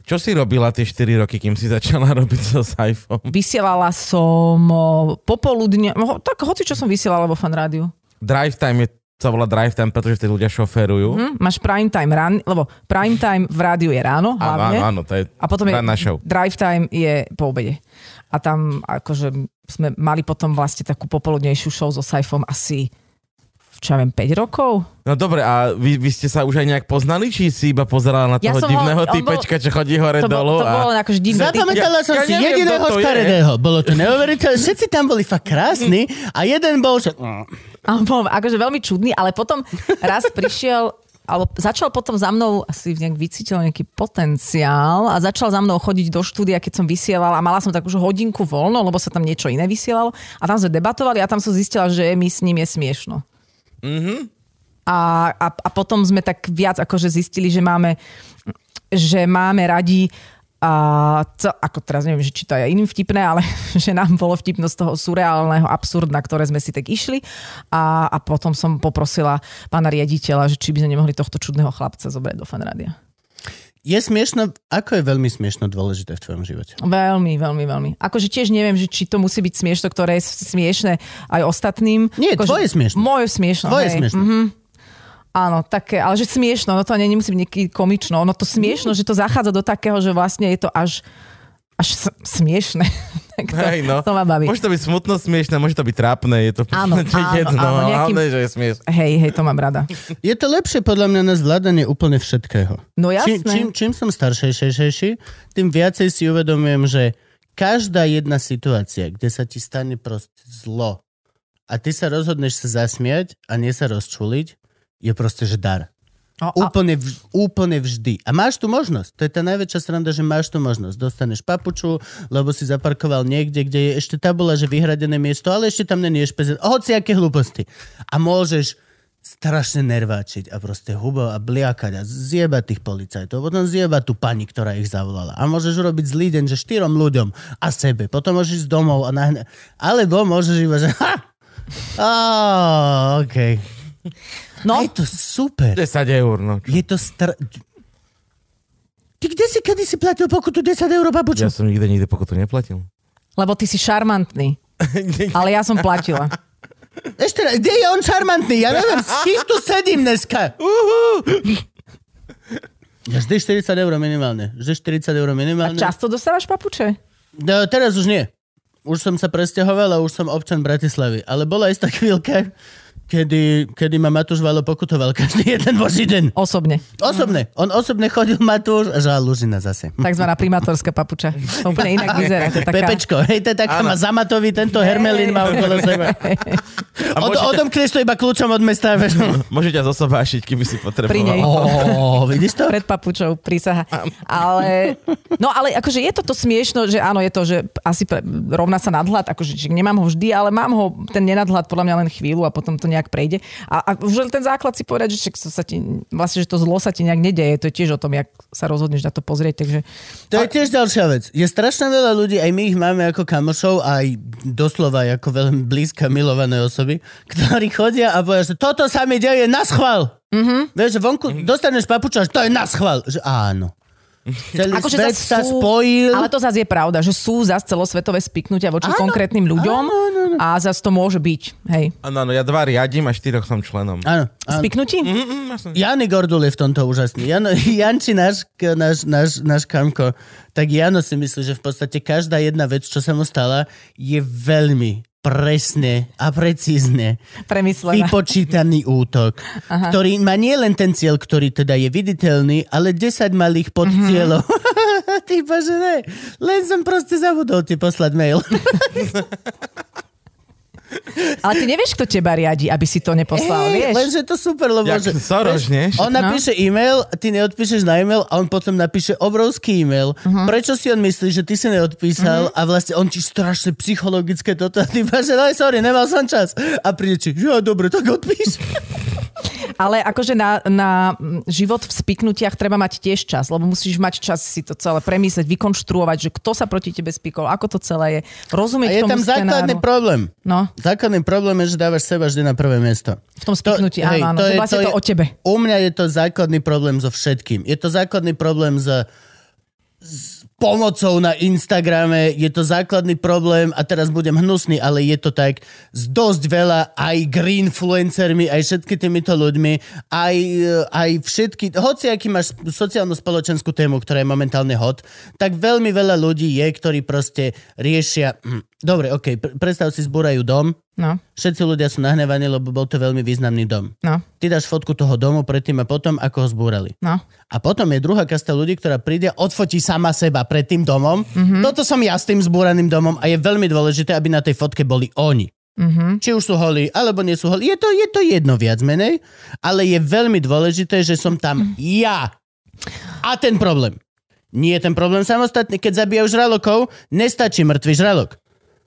Speaker 4: Čo si robila tie 4 roky, kým si začala [laughs] robiť so Saifom?
Speaker 3: Vysielala som o, popoludne, no, tak hoci čo som vysielala vo fan rádiu.
Speaker 4: Drive time je, sa volá drive time, pretože vtedy ľudia šoferujú.
Speaker 3: Hm? Máš prime time rán, lebo prime time v rádiu je ráno
Speaker 4: Áno,
Speaker 3: hlavne.
Speaker 4: áno, áno, to je
Speaker 3: A potom je
Speaker 4: ranná show.
Speaker 3: drive time je po obede. A tam akože sme mali potom vlastne takú popoludnejšiu show so Saifom asi v čo ja viem, 5 rokov?
Speaker 4: No dobre, a vy, vy ste sa už aj nejak poznali, či si iba pozerala na
Speaker 3: Ja som
Speaker 4: toho
Speaker 3: ho-
Speaker 4: divného
Speaker 3: on bol-
Speaker 4: typečka, čo chodí hore
Speaker 3: to, bol,
Speaker 4: dolu?
Speaker 3: to
Speaker 4: a...
Speaker 3: bolo akože divné. [laughs]
Speaker 1: Zapamätala
Speaker 4: Ja-
Speaker 1: som
Speaker 4: ja
Speaker 1: si
Speaker 4: neviem,
Speaker 1: jediného
Speaker 4: kto to je.
Speaker 1: škaredého. Bolo to neuveriteľné. Všetci tam boli fakt krásni a jeden bol, že...
Speaker 3: A bol akože veľmi čudný, ale potom raz prišiel alebo začal potom za mnou, asi nejak vycítil nejaký potenciál a začal za mnou chodiť do štúdia, keď som vysielala a mala som takú už hodinku voľno, lebo sa tam niečo iné vysielalo a tam sme debatovali a tam som zistila, že mi s ním je smiešno. a, a, a potom sme tak viac akože zistili, že máme, že máme radi a to, ako teraz neviem, že či to je iným vtipné, ale [laughs] že nám bolo vtipno z toho surreálneho absurdna, ktoré sme si tak išli a, a potom som poprosila pána riaditeľa, že či by sme nemohli tohto čudného chlapca zobrať do fanrádia.
Speaker 1: Je smiešno, ako je veľmi smiešno dôležité v tvojom živote?
Speaker 3: Veľmi, veľmi, veľmi. Akože tiež neviem, že či to musí byť smiešno, ktoré je smiešne aj ostatným.
Speaker 1: Nie,
Speaker 3: akože,
Speaker 1: tvoje smiešno.
Speaker 3: Moje
Speaker 4: No,
Speaker 3: smiešno.
Speaker 1: Tvoje
Speaker 3: hej.
Speaker 1: smiešno.
Speaker 4: mhm.
Speaker 3: Áno, také, ale že smiešno, no to ani nemusí byť nejaký komično. Ono to smiešno, že to zachádza do takého, že vlastne je to až, až s- smiešne. [laughs] tak to,
Speaker 4: [laughs] Hej, no.
Speaker 3: to ma baví.
Speaker 4: Môže to byť smutno smiešne, môže to byť trápne, je to [laughs]
Speaker 3: Áno,
Speaker 4: to je
Speaker 3: áno,
Speaker 4: jedno,
Speaker 3: áno,
Speaker 4: ale
Speaker 3: nejakým-
Speaker 4: že je smiešne.
Speaker 3: Hej, hej, to mám rada.
Speaker 1: Je to lepšie podľa mňa na zvládanie úplne všetkého.
Speaker 3: No jasné.
Speaker 1: Čím, čím, čím som staršejšejší, tým viacej si uvedomujem, že každá jedna situácia, kde sa ti stane proste zlo a ty sa rozhodneš sa zasmiať a nie sa rozčuliť, je proste, že dar.
Speaker 3: O, No, a,
Speaker 1: Úplne, vž- úplne vždy. A máš tu možnosť. To je tá najväčšia sranda, že máš tu možnosť. Dostaneš papuču, lebo si zaparkoval niekde, kde je ešte tabula, že vyhradené miesto, ale ešte tam není špezet. Hoci aké hlúposti. A môžeš strašne nerváčiť a proste hubo a bliakať a zjebať tých policajtov. Potom zjebať tú pani, ktorá ich zavolala. A môžeš urobiť zlý deň, že štyrom ľuďom a sebe. Potom môžeš ísť domov a nahne... Alebo môžeš iba, že ha! Oh, okay.
Speaker 3: no,
Speaker 1: Je to super.
Speaker 4: 10 eur, no.
Speaker 1: Je to str... Ty kde si kedy si platil pokutu 10 eur, babučo?
Speaker 4: Ja som nikde nikde pokutu neplatil. [laughs]
Speaker 3: lebo ty si šarmantný. Ale ja som platila.
Speaker 1: Ešte raz, kde je on šarmantný? Ja neviem, s kým tu sedím dneska? Ja vždy 40 eur minimálne. Vždy 40 eur
Speaker 3: A
Speaker 1: minimálne.
Speaker 3: často dostávaš papuče?
Speaker 1: No, teraz už nie. Už som sa presťahoval a už som občan Bratislavy. Ale bola istá chvíľka, kedy, kedy ma Matúš Valo pokutoval každý jeden boží deň.
Speaker 3: Osobne.
Speaker 1: Osobne. On osobne chodil Matúš a žal Lužina zase.
Speaker 3: Takzvaná primátorská papuča. To úplne inak vyzerá. To je taká...
Speaker 1: Pepečko, hej, to je taká má zamatový, tento hermelín má okolo [laughs] seba.
Speaker 4: A
Speaker 1: Od,
Speaker 4: môžete,
Speaker 1: odomkneš to iba kľúčom od mesta. vieš.
Speaker 4: môžete ťa zosobášiť, keby
Speaker 3: Pri
Speaker 4: si
Speaker 3: nej.
Speaker 4: potreboval.
Speaker 1: [laughs] Ó, vidíš to?
Speaker 3: pred papučou prísaha. Ale, no ale akože je toto smiešno, že áno, je to, že asi pre, rovná sa nadhľad, akože že nemám ho vždy, ale mám ho ten nenadhľad podľa mňa len chvíľu a potom to nejak prejde. A, a už len ten základ si povedať, že však to sa ti, vlastne, že to zlo sa ti nejak nedeje, to je tiež o tom, jak sa rozhodneš na to pozrieť, takže
Speaker 1: To je tiež ďalšia vec. Je strašne veľa ľudí, aj my ich máme ako kamošov, aj doslova ako veľmi blízka milované osoby, ktorí chodia a povedia, že toto sa mi deje na schvál. Mm-hmm. Vieš, že vonku dostaneš papuča, že to je na schvál. Že áno. Celý
Speaker 3: Akože
Speaker 1: svet
Speaker 3: zas
Speaker 1: sa
Speaker 3: sú-
Speaker 1: spojil.
Speaker 3: Ale to zase je pravda, že sú zase celosvetové spiknutia voči
Speaker 1: Áno.
Speaker 3: konkrétnym ľuďom
Speaker 1: Áno, áno, áno.
Speaker 3: a zase to môže byť. Hej.
Speaker 4: Áno, áno, ja dva riadím a štyroch som členom.
Speaker 1: Áno, áno.
Speaker 3: Spiknutí?
Speaker 4: Mm, mm, ja som-
Speaker 1: Jany Gordul je v tomto úžasný. [laughs] Jano, Janči, náš, náš, náš, náš kamko, tak Jano si myslí, že v podstate každá jedna vec, čo sa mu stala, je veľmi presne a precízne
Speaker 3: Premyslená.
Speaker 1: vypočítaný útok, Aha. ktorý má nie len ten cieľ, ktorý teda je viditeľný, ale 10 malých podcieľov. Mm-hmm. [laughs] Ty bože, ne. Len som proste zabudol ti poslať mail.
Speaker 3: Ale ty nevieš, kto teba riadi, aby si to
Speaker 1: Hej,
Speaker 3: neposlal, vieš?
Speaker 1: Lenže to super, lebo...
Speaker 4: Jak
Speaker 1: že,
Speaker 4: Soros, nie?
Speaker 1: On napíše e-mail, ty neodpíšeš na e-mail a on potom napíše obrovský e-mail.
Speaker 3: Mhm.
Speaker 1: Uh-huh. Prečo si on myslí, že ty si neodpísal uh-huh. a vlastne on ti strašne psychologické toto a ty máš, že no, sorry, nemal som čas. A príde ti, že dobre, tak odpíš.
Speaker 3: Ale akože na, na mm, život v spiknutiach treba mať tiež čas, lebo musíš mať čas si to celé premyslieť, vykonštruovať, že kto sa proti tebe spikol, ako to celé je,
Speaker 1: A
Speaker 3: rozumieť
Speaker 1: je
Speaker 3: tomu
Speaker 1: tam
Speaker 3: scenáru.
Speaker 1: základný problém.
Speaker 3: No,
Speaker 1: Základný problém je, že dávaš seba vždy na prvé miesto.
Speaker 3: v tom spiknutí, áno, áno, to, je, vlastne to, to o tebe.
Speaker 1: U mňa je to základný problém so všetkým. Je to základný problém s, s pomocou na Instagrame, je to základný problém, a teraz budem hnusný, ale je to tak, s dosť veľa aj greenfluencermi, aj všetky týmito ľuďmi, aj, e, aj všetky, hoci aký máš sociálno-spoločenskú tému, ktorá je momentálne hot, tak veľmi veľa ľudí je, ktorí proste riešia, hm, dobre, ok, pr- predstav si, zbúrajú dom,
Speaker 3: No,
Speaker 1: Všetci ľudia sú nahnevaní, lebo bol to veľmi významný dom.
Speaker 3: no,
Speaker 1: Ty dáš fotku toho domu predtým a potom, ako ho zbúrali.
Speaker 3: no.
Speaker 1: A potom je druhá kasta ľudí, ktorá príde a odfotí sama seba pred tým domom. Mm-hmm. Toto som ja s tým zbúraným domom a je veľmi dôležité, aby na tej fotke boli oni.
Speaker 3: Mhm.
Speaker 1: Mm-hmm. Či už sú holí, alebo nie sú holí. Je to, je to jedno viac menej, ale je veľmi dôležité, že som
Speaker 3: Mhm.
Speaker 1: tam ja. A ten problém. Nie je ten problém samostatný. Keď zabijajú žralokov, nestačí mŕtvý žralok.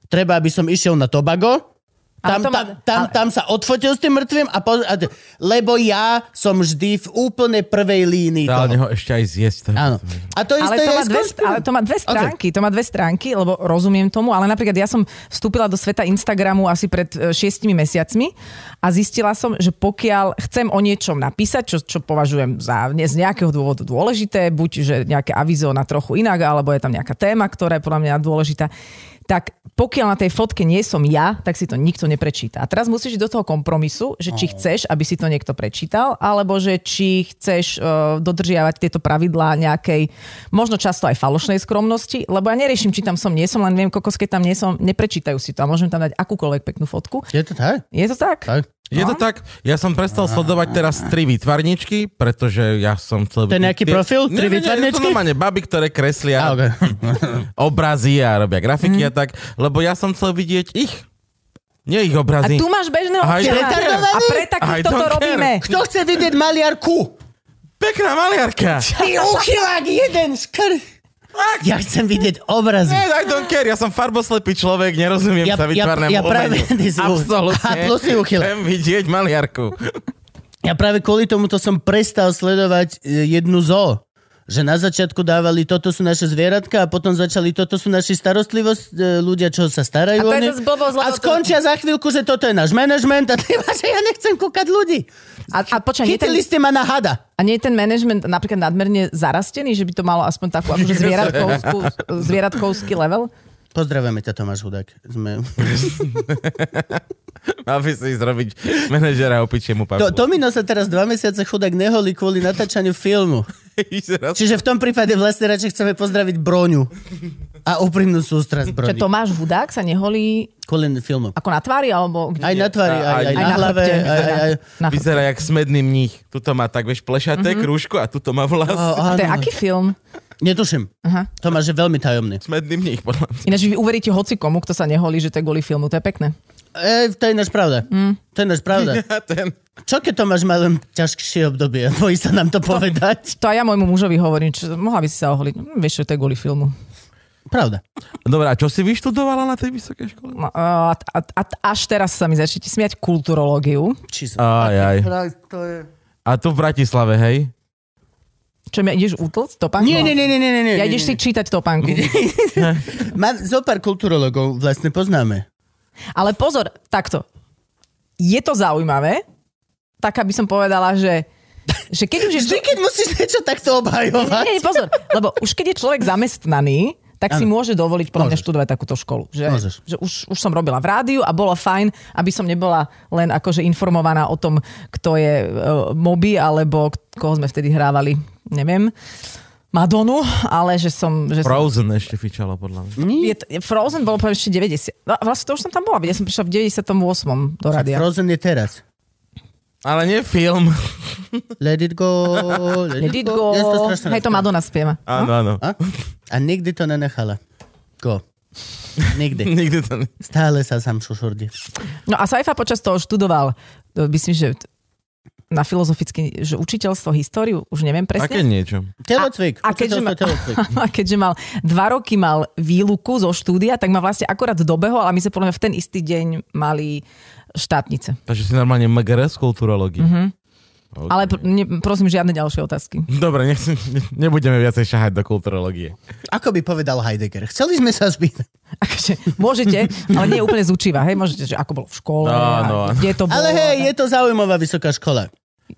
Speaker 1: Treba, aby som išiel na Tobago, tam,
Speaker 3: Ale to má-
Speaker 1: tam, tam,
Speaker 3: ale-
Speaker 1: tam sa odfotil s tým mŕtvým a, poz... a lebo ja som vždy v úplne prvej línii toho.
Speaker 4: Dá ho ešte aj zjesť. to-
Speaker 1: Áno. A to
Speaker 3: Ale
Speaker 1: isté
Speaker 3: to,
Speaker 1: je
Speaker 3: má
Speaker 1: s
Speaker 3: dve,
Speaker 1: konšpirom.
Speaker 3: ale to má dve stránky, okay. to má dve stránky, lebo rozumiem tomu, ale napríklad ja som vstúpila do sveta Instagramu asi pred e, šiestimi mesiacmi a zistila som, že pokiaľ chcem o niečom napísať, čo, čo považujem za ne, z nejakého dôvodu dôležité, buď že nejaké avizo na trochu inak, alebo je tam nejaká téma, ktorá je podľa mňa dôležitá, tak pokiaľ na tej fotke nie som ja, tak si to nikto neprečíta. A teraz musíš ísť do toho kompromisu, že či chceš, aby si to niekto prečítal, alebo že či chceš uh, dodržiavať tieto pravidlá nejakej, možno často aj falošnej skromnosti, lebo ja neriešim, či tam som, nie som, len viem, kokos, keď tam nie som, neprečítajú si to a môžem tam dať akúkoľvek peknú fotku.
Speaker 1: Je to tak?
Speaker 3: Je to tak?
Speaker 1: Tak.
Speaker 4: Je to tak? Ja som prestal sledovať teraz tri výtvarničky, pretože ja som chcel...
Speaker 1: To je nejaký
Speaker 4: tie-
Speaker 1: profil?
Speaker 4: Nie,
Speaker 1: Tri
Speaker 4: nie, nie,
Speaker 1: výtvarničky?
Speaker 4: To normálne baby, ktoré
Speaker 1: A,
Speaker 4: kreslia
Speaker 1: okay.
Speaker 4: obrazy a robia grafiky
Speaker 1: Mhm.
Speaker 4: a tak, lebo ja som chcel vidieť ich. Nie ich
Speaker 3: A
Speaker 4: obrazy.
Speaker 3: tu máš bežného
Speaker 4: I
Speaker 3: občana.
Speaker 4: don't care.
Speaker 3: A pre
Speaker 4: I
Speaker 3: takých toto
Speaker 4: don't care.
Speaker 3: robíme.
Speaker 1: Kto chce vidieť maliarku?
Speaker 4: Pekná
Speaker 1: [laughs]
Speaker 4: maliarka.
Speaker 1: Ty uchylák jeden škr... Ja chcem vidieť obrazy.
Speaker 4: Nie, I don't care, ja som farboslepý človek, nerozumiem
Speaker 1: Ja- ja-
Speaker 4: sa vytvarnému
Speaker 1: ja práve- [laughs]
Speaker 4: umeniu.
Speaker 1: ty si-
Speaker 4: Absolútne.
Speaker 1: A plus si uchyl.
Speaker 4: Chcem vidieť maliarku.
Speaker 1: Ja práve kvôli tomuto som prestal sledovať e, jednu zoo. Že na začiatku dávali toto sú naše zvieratka a potom začali toto sú naši starostlivosť, e, ľudia, čo sa starajú
Speaker 3: A to je
Speaker 1: o ne.
Speaker 3: zas blbosť, lebo
Speaker 1: a
Speaker 3: to-
Speaker 1: skončia za chvíľku, že toto je náš manažment a ty [laughs] máš, že ja nechcem kúkať ľudí.
Speaker 3: A, a počkaj, nie ten-
Speaker 1: Chytili ste ma na hada.
Speaker 3: A nie je ten manažment napríklad nadmerne zarastený, že by to malo aspoň takú
Speaker 4: [laughs]
Speaker 3: akože zvieratkovskú, zvieratkovský level?
Speaker 1: Pozdravujeme ťa, Tomáš Hudák. Sme...
Speaker 4: Mal by si ísť robiť manažera opičiemu papu.
Speaker 1: [laughs]
Speaker 4: [laughs]
Speaker 1: To, Tomino sa teraz dva mesiace chudák neholí kvôli natáčaniu filmu. Čiže v tom prípade vlastne radšej chceme pozdraviť Broňu a úprimnú sústrasť
Speaker 3: Že
Speaker 1: Broni.
Speaker 3: Tomáš Hudák sa neholí
Speaker 1: Kvôli filmu.
Speaker 3: ako na tvári, alebo kde?
Speaker 1: Aj na tvári, aj, aj, aj,
Speaker 4: Aj
Speaker 1: na
Speaker 3: na
Speaker 1: hlave,
Speaker 3: chrbte.
Speaker 1: aj, aj, aj,
Speaker 3: Na...
Speaker 4: Vyzerá jak smedný mních. Tuto má tak, vieš, plešaté mm-hmm. krúžko a tuto má vlas.
Speaker 1: Á,
Speaker 4: Oh.
Speaker 1: áno.
Speaker 3: To je aký film?
Speaker 1: Netuším.
Speaker 3: Aha.
Speaker 1: Tomáš je veľmi tajomný.
Speaker 4: Smedný mních, podľa mňa.
Speaker 3: Ináč vy uveríte hoci komu, kto sa neholí, že to je kvôli filmu. To je pekné.
Speaker 1: E, to je náš pravda. Mm. To je náš pravda.
Speaker 4: A ten...
Speaker 1: Čo keď Tomáš má len ťažšie obdobie? Bojí sa nám to povedať?
Speaker 3: To aj ja môjmu mužovi hovorím, čo, mohla by si sa oholiť. Hm, vieš, čo to je kvôli filmu.
Speaker 1: Pravda.
Speaker 4: Dobre, a čo si vyštudovala na tej vysokej škole?
Speaker 3: No, a, a, a, až teraz sa mi začnete smiať kulturológiu,
Speaker 1: Čiže.
Speaker 4: Aj, aj.
Speaker 1: To je...
Speaker 4: A tu v Bratislave, hej?
Speaker 3: čo mi ideš utlc topánku?
Speaker 1: Nie, nie, nie, nie, nie, nie. nie,
Speaker 3: Ja ideš
Speaker 1: nie.
Speaker 3: si čítať topánku.
Speaker 1: Mám zo pár kulturologov vlastne poznáme.
Speaker 3: Ale pozor, takto. Je to zaujímavé. Tak, aby som povedala, že že keď
Speaker 1: [laughs]
Speaker 3: už je
Speaker 1: Vždy, keď musíš niečo takto obhajovať.
Speaker 3: Nie, nie, pozor, lebo už keď je človek zamestnaný, tak si môže dovoliť podľa mňa
Speaker 1: Môžeš.
Speaker 3: študovať takúto školu. Že,
Speaker 1: Môžeš.
Speaker 3: že už, už som robila v rádiu a bolo fajn, aby som nebola len akože informovaná o tom, kto je uh, moby alebo k- koho sme vtedy hrávali, neviem, Madonu, ale že som... Že som
Speaker 4: Frozen ešte fičalo, podľa mňa.
Speaker 3: je, t- Frozen bolo poviem ešte 90. No, Vlastne to už som tam bola, veď ja som prišla v 98. do rádia.
Speaker 1: Frozen je teraz.
Speaker 4: Ale nie film.
Speaker 1: Let it go, let,
Speaker 3: Let it go.
Speaker 1: Ja si to strašne
Speaker 3: Hej,
Speaker 1: rozprávam.
Speaker 3: to Madonna spieva.
Speaker 4: Áno, áno.
Speaker 1: A? A nikdy to nenechala. Go. Nikdy.
Speaker 4: Nikdy to ne...
Speaker 1: Stále sa sám šušurdí.
Speaker 3: No a Saifa počas toho študoval, e, myslím, že t- na filozofické, že učiteľstvo, históriu, už neviem
Speaker 4: Také
Speaker 3: presne.
Speaker 4: niečo.
Speaker 1: Telocvik.
Speaker 3: A- a keďže ma-
Speaker 1: Učiteľstvo telocvik.
Speaker 3: [laughs] A keďže mal dva roky mal výluku zo štúdia, tak ma vlastne akorát dobehol, ale my sme podľa mňa v ten istý deň mali štátnice.
Speaker 4: Takže si normálne MGRS kulturológii. Mm-hmm. Okay.
Speaker 3: Ale pr- ne, prosím, žiadne ďalšie otázky. [laughs]
Speaker 4: Dobre, nechcem, ne- nebudeme viacej šahať do kulturológie.
Speaker 1: Ako by povedal Heidegger? Chceli sme sa zbiť.
Speaker 3: Akože, môžete, ale nie úplne zúčiva, hej, môžete, že ako bolo v škole,
Speaker 4: No,
Speaker 3: a
Speaker 4: no.
Speaker 3: kde to bolo.
Speaker 1: Ale hej, je to zaujímavá vysoká škola.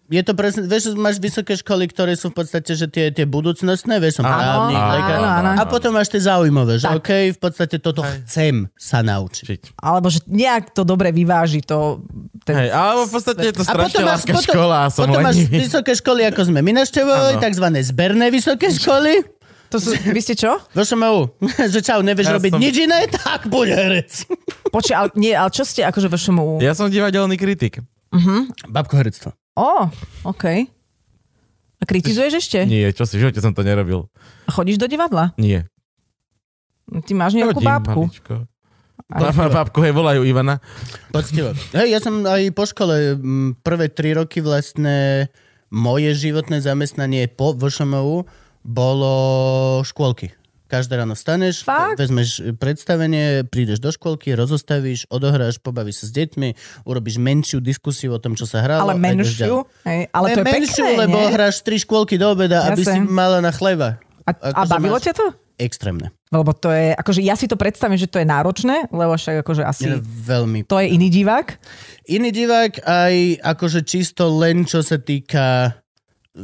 Speaker 1: Je to presne, vieš, máš vysoké školy, ktoré sú v podstate, že tie, tie budúcnostné, vieš, som
Speaker 3: Áno,
Speaker 1: právnik,
Speaker 3: áno,
Speaker 1: lekár.
Speaker 3: áno.
Speaker 1: A potom máš tie zaujímavé, že
Speaker 3: Tak.
Speaker 1: OK, v podstate toto chcem sa naučiť.
Speaker 4: Čiť.
Speaker 3: Alebo že nejak to dobre vyváži to, ten
Speaker 4: Hej, ale v podstate je to strašne ľahká škola a som
Speaker 1: potom máš
Speaker 4: lenivý.
Speaker 1: vysoké školy, ako sme my naštevovali,
Speaker 4: Áno.
Speaker 1: tzv. zberné vysoké školy.
Speaker 3: To sú, vy ste čo?
Speaker 1: Vo SMU, [laughs] že čau, nevieš
Speaker 4: Ja
Speaker 1: robiť
Speaker 4: som-
Speaker 1: nič iné, tak buď herec.
Speaker 3: Počkaj, ale, nie, ale čo ste akože vašomu...
Speaker 4: Ja som divadelný kritik.
Speaker 1: Babko herectvo.
Speaker 3: Ó, OK. A kritizuješ ešte?
Speaker 4: Nie, čo si, v živote som to nerobil.
Speaker 3: A Chodíš do divadla?
Speaker 4: Nie.
Speaker 3: Ty máš nejakú
Speaker 4: Chodím,
Speaker 3: bábku.
Speaker 4: babičko. Bá- Bábku, hej, volajú Ivana.
Speaker 1: Poctivo. Hej, ja som aj po škole m, prvé tri roky vlastne moje životné zamestnanie po VŠMU bolo škôlky. Každé ráno vstaneš,
Speaker 3: Fakt?
Speaker 1: vezmeš predstavenie, prídeš do škôlky, rozostavíš, odohráš, pobavíš sa s deťmi, urobíš menšiu diskusiu o tom, čo sa hralo. a
Speaker 3: Ale
Speaker 1: ideš
Speaker 3: menšiu?
Speaker 1: ďalej.
Speaker 3: Hej, ale
Speaker 1: Ne,
Speaker 3: to je
Speaker 1: menšiu,
Speaker 3: pekné,
Speaker 1: lebo
Speaker 3: nie?
Speaker 1: hráš tri škôlky do obeda, aby si
Speaker 3: Jasne.
Speaker 1: mala na chleba.
Speaker 3: A, a
Speaker 1: Akože
Speaker 3: bavilo
Speaker 1: máš-
Speaker 3: ťa to?
Speaker 1: Extrémne.
Speaker 3: Lebo to je, akože ja si to predstavím, že to je náročné, lebo však akože asi
Speaker 1: Je veľmi
Speaker 3: to je iný divák.
Speaker 1: Iný divák aj akože čisto len čo sa týka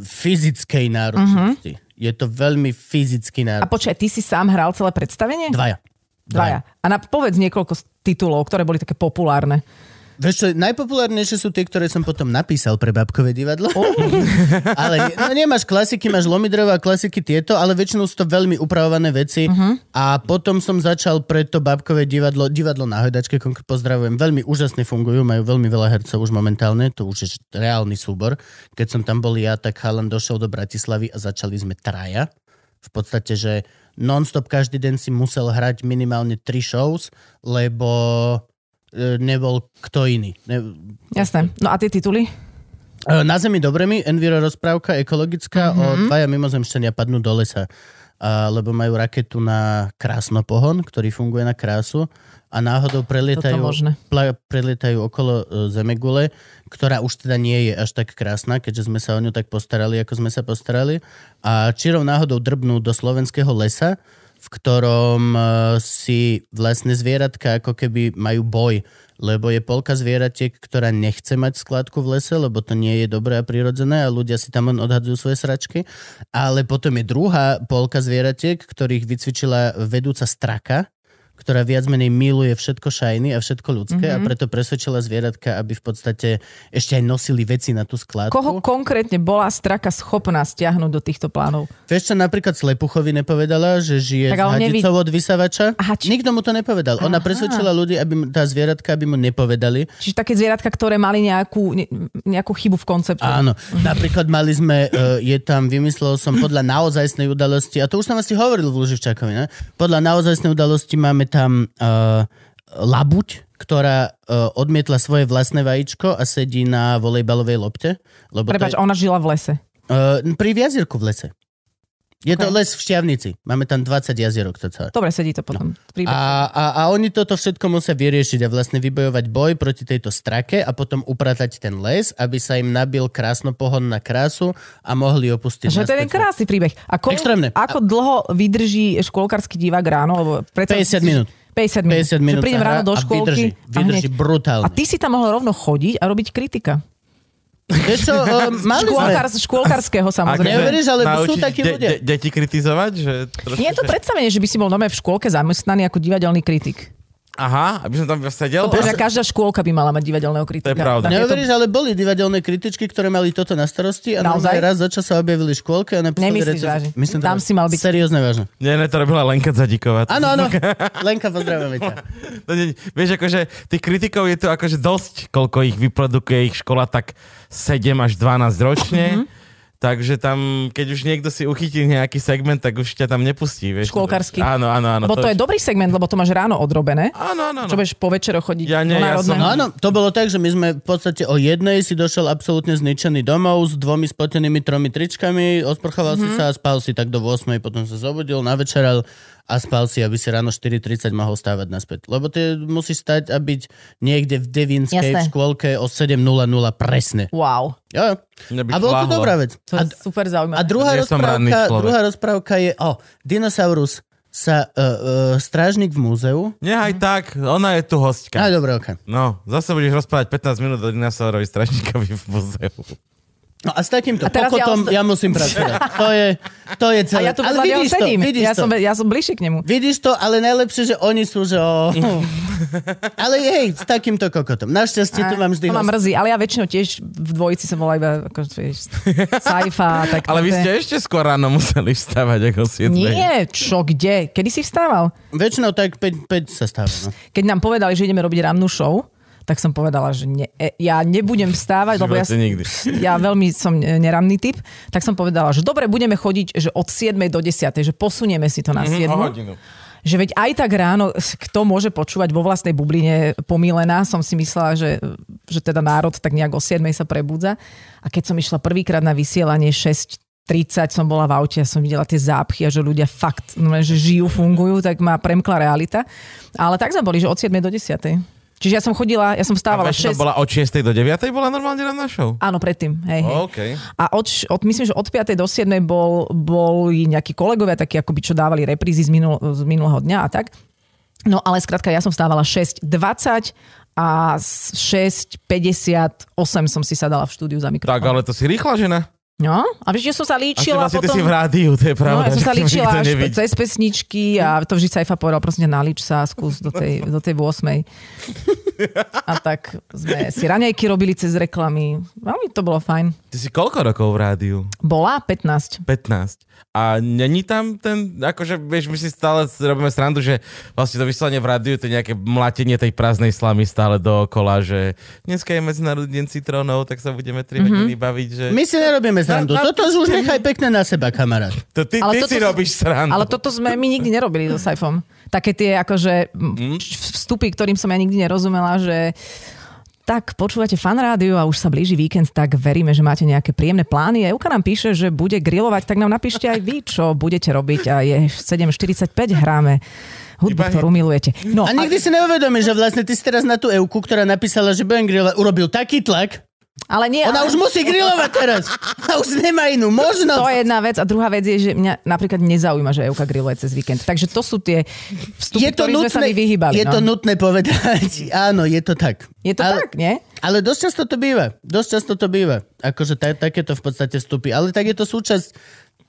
Speaker 1: fyzickej náročnosti. Uh-huh. Je to veľmi fyzicky
Speaker 3: A
Speaker 1: náročné.
Speaker 3: počkaj, ty si sám hral celé predstavenie?
Speaker 1: Dvaja.
Speaker 3: Dvaja. A na, povedz niekoľko z titulov, ktoré boli také populárne.
Speaker 1: Vieš čo, najpopulárnejšie sú tie, ktoré som potom napísal pre babkové divadlo. [laughs] ale nie- no, nemáš klasiky, máš Lomidrova klasiky tieto, ale väčšinou sú to veľmi upravované veci. Uh-huh. A potom som začal preto babkové divadlo, divadlo na hojdačke, konk- pozdravujem, veľmi úžasne fungujú, majú veľmi veľa hercov už momentálne, to už je že reálny súbor. Keď som tam bol ja, tak Halan došiel do Bratislavy a začali sme traja. V podstate, že non-stop každý deň si musel hrať minimálne 3 shows, lebo e, nebol kto iný. Ne,
Speaker 3: Jasné. No a tie tituly?
Speaker 1: e, na zemi dobremi, Enviro rozprávka ekologická,
Speaker 3: Mhm.
Speaker 1: mm-hmm. o dvaja mimozemšťania padnú do lesa, a, lebo majú raketu na krásnopohon, ktorý funguje na krásu a náhodou prelietajú,
Speaker 3: Toto možné.
Speaker 1: pla, prelietajú okolo e, Zemegule, ktorá už teda nie je až tak krásna, keďže sme sa o ňu tak postarali, ako sme sa postarali. A čirou náhodou drbnú do slovenského lesa, v ktorom e, si vlastne zvieratka ako keby majú boj, lebo je polka zvieratiek, ktorá nechce mať skladku v lese, lebo to nie je dobré a prirodzené a ľudia si tam len odhadzujú svoje sračky. Ale potom je druhá polka zvieratiek, ktorých vycvičila vedúca straka, ktorá viac menej miluje všetko šajny a všetko ľudské
Speaker 3: Mhm.
Speaker 1: mm-hmm. a preto presvedčila zvieratka, aby v podstate ešte aj nosili veci na tú skladku.
Speaker 3: Koho konkrétne bola straka schopná stiahnuť do týchto plánov?
Speaker 1: Vieš, čo napríklad Slepuchovi nepovedala, že žije
Speaker 3: Tak
Speaker 1: tak, s
Speaker 3: ale on nevidí.
Speaker 1: hadicou od vysavača?
Speaker 3: Aha, či-
Speaker 1: Nikto mu to nepovedal. Ona presvedčila ľudí, aby mu- tá zvieratka, aby mu nepovedali.
Speaker 3: Čiže také zvieratka, ktoré mali nejakú, ne- nejakú chybu v koncepte.
Speaker 1: Áno, napríklad mali sme, uh, je tam, vymyslel som podľa naozajstnej udalosti, a to už som asi hovoril v Luživčákovi, ne? podľa naozajstnej udalosti máme tam uh, labuť, ktorá uh, odmietla svoje vlastné vajíčko a sedí na volejbalovej lopte. Lebo to je-
Speaker 3: Prepač, ona žila v lese.
Speaker 1: Uh, pri jazierku v lese. Je to
Speaker 3: Ok.
Speaker 1: les v Šťavnici. Máme tam 20 jazierok to celé.
Speaker 3: Dobre, sedí to
Speaker 1: No.
Speaker 3: potom.
Speaker 1: A,
Speaker 3: Príbeh.
Speaker 1: a, a oni toto všetko musia vyriešiť a vlastne vybojovať boj proti tejto strake a potom upratať ten les, aby sa im nabil krásno pohon na krásu a mohli opustiť.
Speaker 3: Že to je ten
Speaker 1: naspäť.
Speaker 3: krásny príbeh. Ako,
Speaker 1: Extrémne.
Speaker 3: ako dlho vydrží škôlkarský divák ráno? Lebo predsa-
Speaker 1: 50 minút.
Speaker 3: 50 minút.
Speaker 1: 50
Speaker 3: Že
Speaker 1: minút
Speaker 3: prídem
Speaker 1: sa hrá
Speaker 3: ráno do
Speaker 1: a
Speaker 3: škôlky.
Speaker 1: vydrží, vydrží
Speaker 3: a, hneď.
Speaker 1: brutálne.
Speaker 3: a ty si tam mohol rovno chodiť a robiť kritika.
Speaker 1: Vieš
Speaker 3: [laughs]
Speaker 1: čo, eh, mali sme...
Speaker 3: Škôlkar, škôlkarského samozrejme.
Speaker 1: Never- Neuveríš, ale sú
Speaker 4: Akože naučiť
Speaker 1: takí
Speaker 4: de-
Speaker 1: ľudia.
Speaker 4: de- deti kritizovať? Že trošku,
Speaker 3: Nie je to
Speaker 4: že-
Speaker 3: predstavenie, že by si bol nové v škôlke zamestnaný ako divadelný kritik.
Speaker 4: Aha, aby som tam sedel?
Speaker 3: Pretože každá škôlka by mala mať divadelného kritika.
Speaker 4: To je
Speaker 3: Tak je
Speaker 4: pravda.
Speaker 1: No,
Speaker 3: to-
Speaker 1: Neuveríš, ale boli divadelné kritičky, ktoré mali toto na starosti a
Speaker 3: Naozaj?
Speaker 1: naozaj raz za čas sa objavili v škôlke a napísali
Speaker 3: Nemyslíš
Speaker 1: recenziu.
Speaker 3: vážne?
Speaker 1: Myslím, to
Speaker 3: Tam
Speaker 1: bolo
Speaker 3: si mal byť.
Speaker 1: Seriózne vážne.
Speaker 4: Nie, ne, to robila Lenka Zadíková.
Speaker 1: Áno,
Speaker 3: [laughs]
Speaker 1: áno. Lenka, pozdravujeme ťa.
Speaker 4: To nie- Vieš, akože tých kritikov je tu akože dosť, koľko ich vyprodukuje ich škola, tak 7 až 12 ročne.
Speaker 1: Mhm.
Speaker 4: Takže tam, keď už niekto si uchytí nejaký segment, tak už ťa tam nepustí. Vieš,
Speaker 3: Škôlkarsky.
Speaker 4: Áno, áno, áno.
Speaker 3: Lebo to je dobrý segment, lebo to máš ráno odrobené.
Speaker 4: Áno, áno, áno.
Speaker 3: Čo budeš po večero chodiť
Speaker 4: Ja nie,
Speaker 3: do
Speaker 4: ja som-
Speaker 1: No
Speaker 3: národného.
Speaker 1: áno, to bolo tak, že my sme v podstate o jednej si došiel absolútne zničený domov s dvomi spotenými tromi tričkami, osprchoval
Speaker 3: Mhm.
Speaker 1: mm-hmm. si sa a spal si tak do 8, potom sa zobudil, navečeral a spal si, aby si ráno 4.30 mohol stávať naspäť. Lebo ty musíš stať a byť niekde v Devinskej
Speaker 3: Jasné.
Speaker 1: v škôlke o 7.00 presne.
Speaker 3: Wow,
Speaker 1: Jo, jo.
Speaker 4: Mňa by
Speaker 1: A bola to
Speaker 4: šláhlo.
Speaker 1: dobrá vec.
Speaker 3: to je
Speaker 1: A
Speaker 3: super zaujímavé.
Speaker 1: A druhá,
Speaker 4: Ja som ranný
Speaker 1: rozprávka,
Speaker 4: človek.
Speaker 1: druhá rozprávka je o dinosaurus sa uh, uh, strážnik v múzeu.
Speaker 4: Nie,
Speaker 3: Mhm.
Speaker 4: aj tak, ona je tu hostka.
Speaker 1: Á, dobre, ok.
Speaker 4: No, zase budeš rozprávať 15 minút o dinosaurovi strašníkovi v muzeu.
Speaker 1: No a s takýmto
Speaker 3: A teraz ja
Speaker 1: pokotom
Speaker 3: osta-
Speaker 1: ja, musím
Speaker 3: [laughs]
Speaker 1: pracovať. To je, to je
Speaker 3: a
Speaker 1: celé.
Speaker 3: ja tu
Speaker 1: ale
Speaker 3: vedľa neho
Speaker 1: vidíš to,
Speaker 3: sedím.
Speaker 1: vidíš
Speaker 3: ja,
Speaker 1: to.
Speaker 3: som, ve- ja som bližšie k nemu.
Speaker 1: Vidíš to, ale najlepšie, že oni sú, že
Speaker 3: [laughs]
Speaker 1: o... ale hej, s takýmto kokotom. Našťastie tu mám vždy
Speaker 3: to ma
Speaker 1: host.
Speaker 3: mrzí, ale ja väčšinou tiež v dvojici som bola iba ako, vieš, sci-fi. Tak
Speaker 4: Ale vy ste ešte skôr ráno museli vstávať ako 7.
Speaker 3: Nie, čo, kde? Kedy si vstával?
Speaker 1: Väčšinou tak 5, 5 sa stáva. No.
Speaker 3: Keď nám povedali, že ideme robiť rannú show, tak som povedala, že ne, e, ja nebudem vstávať, lebo ja,
Speaker 4: Živote nikdy.
Speaker 3: ja veľmi som e, neranný typ, tak som povedala, že dobre, budeme chodiť že od 7 do 10, že posunieme si to na 7.
Speaker 4: Mhm, O hodinu.
Speaker 3: že veď aj tak ráno, kto môže počúvať vo vlastnej bubline pomílená, som si myslela, že, že teda národ tak nejak o 7 sa prebudza. A keď som išla prvýkrát na vysielanie 6.30 som bola v aute a som videla tie zápchy a že ľudia fakt, no, že žijú, fungujú, tak ma premkla realita. Ale tak sme boli, že od 7 do 10. Čiže ja som chodila, ja som
Speaker 4: A
Speaker 3: vstávala 6...
Speaker 4: väčšinou bola od 6. do 9. bola normálne ranná show.
Speaker 3: Áno, predtým. Hej, hej.
Speaker 4: OK.
Speaker 3: A od, od, myslím, že od 5. do 7. Bol, boli nejakí kolegovia, takí akoby, čo dávali reprízy z, minul, z minulého dňa a tak. No ale skrátka, ja som stávala 6.20 a s- 6.58 som si sadala v štúdiu za
Speaker 4: Tak,
Speaker 3: mikrofón.
Speaker 4: ale to si rýchla žena.
Speaker 3: No, a vieš, že som sa
Speaker 4: A ty
Speaker 3: líčila
Speaker 4: vlastne ty
Speaker 3: potom...
Speaker 4: si v rádiu, to je
Speaker 3: No, ja
Speaker 4: pravda.
Speaker 3: som sa
Speaker 4: že to
Speaker 3: líčila
Speaker 4: nikto
Speaker 3: až
Speaker 4: nevidí.
Speaker 3: cez pesničky a to vždy sa Saifa povedal, prosím ťa, nalíč sa, skús do tej, do tej 8. A tak sme si raňajky robili cez reklamy. Veľmi to bolo fajn.
Speaker 4: Ty si koľko rokov v rádiu?
Speaker 3: Bola 15.
Speaker 4: 15. A není tam ten, akože, vieš, my si stále robíme srandu, že vlastne to vyslanie v rádiu, to je nejaké mlatenie tej prázdnej slamy stále dookola, že dneska je medzinárodný deň citrónov, tak sa budeme 3 mm-hmm.
Speaker 3: Mhm.
Speaker 4: hodiny baviť, že...
Speaker 1: My si nerobíme
Speaker 3: No,
Speaker 1: srandu.
Speaker 4: Na- na-
Speaker 1: Toto už nechaj pekne na seba, kamarát.
Speaker 4: To ty,
Speaker 3: Ale
Speaker 4: ty
Speaker 3: toto
Speaker 4: si
Speaker 3: sú-
Speaker 4: robíš srandu.
Speaker 3: Ale toto sme my nikdy nerobili so Saifom. Také tie akože m,
Speaker 4: Mhm.
Speaker 3: č- vstupy, ktorým som ja nikdy nerozumela, že tak počúvate fan rádiu a už sa blíži víkend, tak veríme, že máte nejaké príjemné plány. Euka nám píše, že bude grilovať, tak nám napíšte aj vy, čo budete robiť a je 7.45, hráme hudbu,
Speaker 4: Iba hit.
Speaker 3: ktorú milujete. No,
Speaker 1: A nikdy si neuvedomíš, že vlastne ty si teraz na tú Euku, ktorá napísala, že budem grillovať, urobil taký tlak,
Speaker 3: ale nie,
Speaker 1: Ona
Speaker 3: ale...
Speaker 1: už musí grilovať teraz. A už nemá inú možnosť.
Speaker 3: To je jedna vec. A druhá vec je, že mňa napríklad nezaujíma, že Euka griluje cez víkend. Takže to sú tie vstupy, ktorým sme sa mi vyhýbali.
Speaker 1: je
Speaker 3: no.
Speaker 1: to nutné
Speaker 3: [laughs]
Speaker 1: povedať. Áno, je to tak.
Speaker 3: je to
Speaker 1: ale,
Speaker 3: tak, nie?
Speaker 1: Ale dosť často to býva. Dosť často to býva. Akože ta, takéto v podstate vstupy. Ale tak je to súčasť...